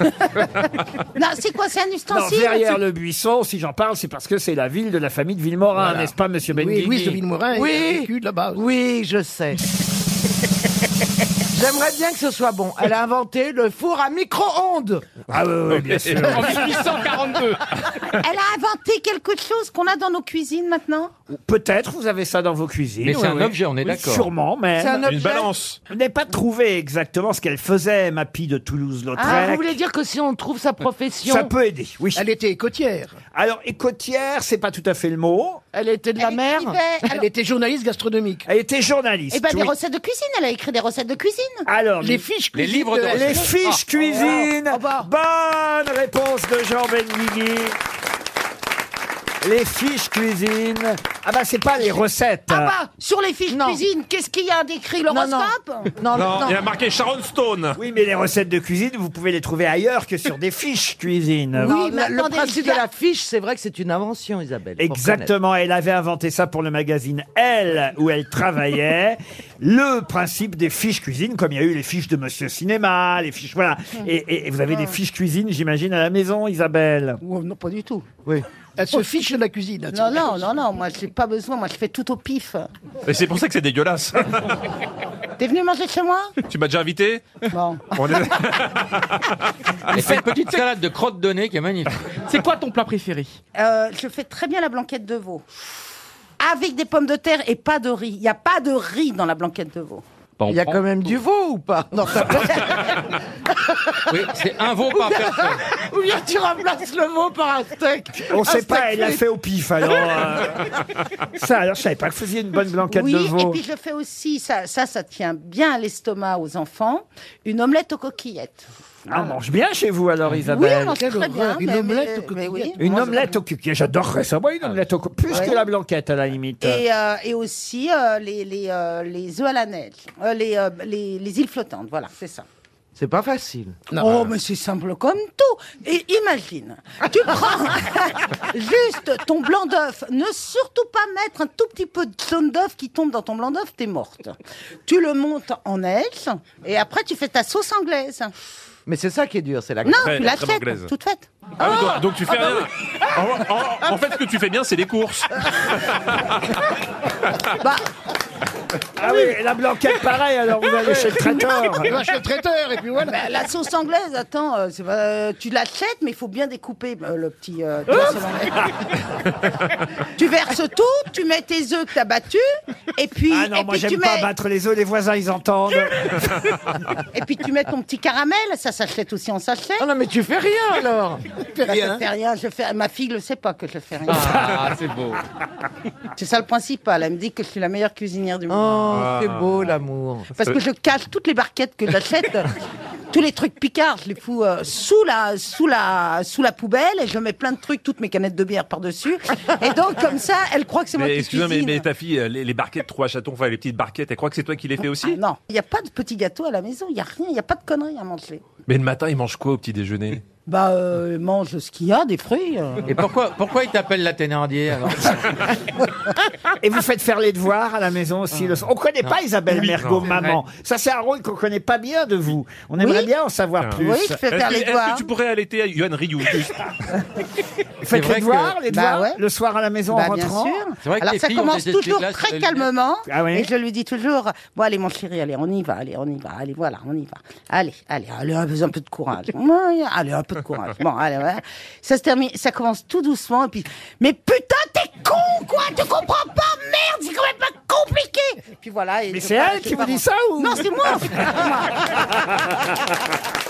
Speaker 4: non, c'est quoi C'est un
Speaker 1: Non,
Speaker 4: ustensile
Speaker 1: Verrières-le-Buisson, si j'en parle, c'est parce que c'est la ville de la famille de Villemorin,
Speaker 25: Voilà.
Speaker 1: n'est-ce pas, monsieur Benguigui
Speaker 25: Oui, Louise de Villemorin oui. a vécu là-bas.
Speaker 6: Oui, je sais. J'aimerais bien que ce soit bon. Elle a inventé le four à micro-ondes.
Speaker 1: Ah oui, oui, bien sûr.
Speaker 4: En 1842. Elle a inventé quelque chose qu'on a dans nos cuisines maintenant
Speaker 1: Peut-être vous avez ça dans vos cuisines.
Speaker 5: Mais c'est
Speaker 1: oui,
Speaker 5: un
Speaker 1: oui.
Speaker 5: objet, on est
Speaker 1: Oui,
Speaker 5: d'accord.
Speaker 1: Sûrement, mais
Speaker 5: C'est un Une objet balance.
Speaker 1: Je n'ai pas trouvé exactement ce qu'elle faisait, ma pie de Toulouse-Lautrec.
Speaker 6: Ah, vous voulez dire que si on trouve sa profession.
Speaker 1: Ça peut aider, oui.
Speaker 6: Elle était écotière.
Speaker 1: Alors, écotière, c'est pas tout à fait le mot.
Speaker 6: Elle était de la mer.
Speaker 25: Elle était journaliste gastronomique.
Speaker 1: Elle était journaliste.
Speaker 4: Eh ben, des
Speaker 1: oui.
Speaker 4: recettes de cuisine, elle a écrit des recettes de cuisine.
Speaker 1: Alors,
Speaker 4: Les fiches
Speaker 1: les
Speaker 4: cuisine
Speaker 1: livres de,
Speaker 4: de-
Speaker 1: les
Speaker 4: Ah.
Speaker 1: fiches
Speaker 4: Ah.
Speaker 1: cuisine. Bonne réponse de Jean Benguigui. Les fiches cuisine. Ah bah c'est pas les recettes.
Speaker 4: Ah bah, sur les fiches cuisine, qu'est-ce qu'il y a d'écrit l'horoscope
Speaker 1: Non,
Speaker 2: Non, il y a marqué Sharon Stone.
Speaker 1: Oui, mais les recettes de cuisine, vous pouvez les trouver ailleurs que sur des fiches cuisine.
Speaker 6: Non,
Speaker 1: Vous-
Speaker 6: la- le principe de la fiche, c'est vrai que c'est une invention, Isabelle. faut
Speaker 1: Exactement, elle avait inventé ça pour le magazine Elle, où elle travaillait. le principe des fiches cuisine, comme il y a eu les fiches de Monsieur Cinéma, les fiches, voilà. Et, et- et vous avez
Speaker 4: Ah.
Speaker 1: des fiches cuisine, j'imagine, à la maison, Isabelle
Speaker 4: Oh, Non, pas du tout.
Speaker 1: Oui.
Speaker 25: Elle se fiche de la cuisine.
Speaker 4: Non, non, non, non, moi, je n'ai pas besoin, moi, je fais tout au pif.
Speaker 2: Et c'est pour ça que c'est dégueulasse.
Speaker 4: T'es venu manger chez moi
Speaker 2: tu m'as déjà invité
Speaker 4: Non.
Speaker 2: On est-
Speaker 22: Elle fait une petite salade de crotte de nez qui est magnifique.
Speaker 18: C'est quoi ton plat préféré
Speaker 4: Euh, je fais très bien la blanquette de veau. Avec des pommes de terre et pas de riz. Il n'y a pas de riz dans la blanquette de veau.
Speaker 6: Il y a quand même du veau ou pas Non, ça peut-
Speaker 22: Oui, c'est un veau par personne.
Speaker 6: Ou bien tu remplaces le veau par un steak.
Speaker 1: On
Speaker 6: Un
Speaker 4: Ah,
Speaker 1: sait
Speaker 6: steak
Speaker 1: pas, elle l'a
Speaker 6: frit.
Speaker 1: fait au pif, alors. euh, ça, alors, je savais pas que vous faisiez une bonne blanquette
Speaker 4: oui,
Speaker 1: de veau.
Speaker 4: et puis je fais aussi, ça, ça, ça tient bien à l'estomac aux enfants, une omelette aux coquillettes.
Speaker 1: Ah, on mange bien chez vous, alors, Isabelle.
Speaker 4: Oui, on mange très bien. mais- mais- mais oui.
Speaker 1: Une omelette au cuquet, j'adorerais ça. Moi, une omelette au cuquet, plus
Speaker 4: Ah Ouais.
Speaker 1: que la blanquette, à la limite.
Speaker 4: Et, euh, et aussi euh, les, les, euh, les œufs à la neige, Euh, les, euh, les, les îles flottantes, voilà, c'est ça.
Speaker 6: C'est pas facile.
Speaker 4: Oh, mais c'est simple comme tout. Et imagine, tu prends juste ton blanc d'œuf. Ne surtout pas mettre un tout petit peu de jaune d'œuf qui tombe dans ton blanc d'œuf, t'es morte. Tu le montes en neige et après tu fais ta sauce anglaise.
Speaker 6: Mais c'est ça qui est dur, c'est la
Speaker 4: Non, tu l'achètes, toute faite.
Speaker 2: Ah oui, donc, donc tu fais
Speaker 4: Ah bah
Speaker 2: rien. En, en- en fait, ce que tu fais bien, c'est les courses.
Speaker 1: Ah oui, et la blanquette, pareil, alors vous allez chez le traiteur.
Speaker 25: Tu vas chez le traiteur et puis voilà.
Speaker 4: Bah, la sauce anglaise, attends, euh, c'est pas- euh, tu l'achètes, mais il faut bien découper euh, le petit. euh, tu, vois, Tu verses tout, tu mets tes œufs que t'as battus, et puis
Speaker 1: Ah non,
Speaker 4: et
Speaker 1: moi,
Speaker 4: puis tu
Speaker 1: j'aime pas
Speaker 4: mets-
Speaker 1: battre les œufs, les voisins, ils entendent.
Speaker 4: et puis tu mets ton petit caramel, ça s'achète aussi en sachet.
Speaker 6: non, mais tu fais rien alors.
Speaker 4: Bah, Je fais rien, je fais... ma fille ne sait pas que je fais rien.
Speaker 22: Ah, c'est beau.
Speaker 4: C'est ça le principal, elle me dit que je suis la meilleure cuisinière du
Speaker 6: Oh,
Speaker 4: monde.
Speaker 6: c'est
Speaker 2: Ah.
Speaker 6: beau l'amour.
Speaker 4: Parce que je cache toutes les barquettes que j'achète, tous les trucs picards, je les fous euh, sous, la, sous, la, sous la poubelle et je mets plein de trucs, toutes mes canettes de bière par-dessus. Et donc, comme ça, elle croit que c'est moi
Speaker 2: Mais
Speaker 4: qui
Speaker 2: excuse-moi,
Speaker 4: cuisine.
Speaker 2: mais, mais ta fille, euh, les, les barquettes trois chatons, enfin les petites barquettes, elle croit que c'est toi qui les fais
Speaker 4: Ah
Speaker 2: aussi
Speaker 4: non, il n'y a pas de petits gâteaux à la maison, il n'y a rien, il n'y a pas de conneries à manger.
Speaker 2: Mais le matin, ils mangent quoi au petit déjeuner
Speaker 4: Bah, euh, mange ce qu'il y a, des fruits. euh.
Speaker 18: Et pourquoi, pourquoi il t'appelle la Thénardier alors
Speaker 1: Et vous faites faire les devoirs à la maison aussi. le soir. On ne connaît
Speaker 32: Ah.
Speaker 1: pas
Speaker 18: Non.
Speaker 1: Isabelle
Speaker 18: Oui,
Speaker 1: Mergo,
Speaker 18: non, c'est
Speaker 1: maman.
Speaker 18: vrai.
Speaker 1: Ça, c'est un rôle qu'on ne connaît pas bien de vous. On aimerait bien en savoir plus.
Speaker 32: Ah. Est-ce que- est-ce que tu pourrais allaiter à Yohan Ryu juste
Speaker 1: Faites les devoirs,
Speaker 18: Bah
Speaker 1: les devoirs, le soir à la maison en
Speaker 4: Bah, bien
Speaker 1: rentrant.
Speaker 4: sûr.
Speaker 32: C'est vrai que
Speaker 4: Alors
Speaker 32: les
Speaker 4: ça
Speaker 32: filles ont
Speaker 4: commence
Speaker 32: des
Speaker 4: toujours
Speaker 32: éclats sur
Speaker 4: très
Speaker 32: les lunettes.
Speaker 4: calmement.
Speaker 1: Ah ouais.
Speaker 4: Et je lui dis toujours Bon, allez, mon chéri, allez, on y va, allez, on y va, allez, voilà, on y va. Allez, allez, allez, allez, un peu de courage. Ouais, Allez, un peu de courage. Bon, allez, ouais. Ça se termine, ça commence tout doucement, et puis Mais putain, t'es con, quoi Tu comprends pas Merde, c'est quand même pas compliqué Puis voilà. et
Speaker 1: Mais
Speaker 4: je
Speaker 1: c'est
Speaker 4: parle
Speaker 1: elle
Speaker 4: avec les
Speaker 1: qui vous dit
Speaker 4: parents.
Speaker 1: ça ou
Speaker 4: Non, c'est moi, c'est moi.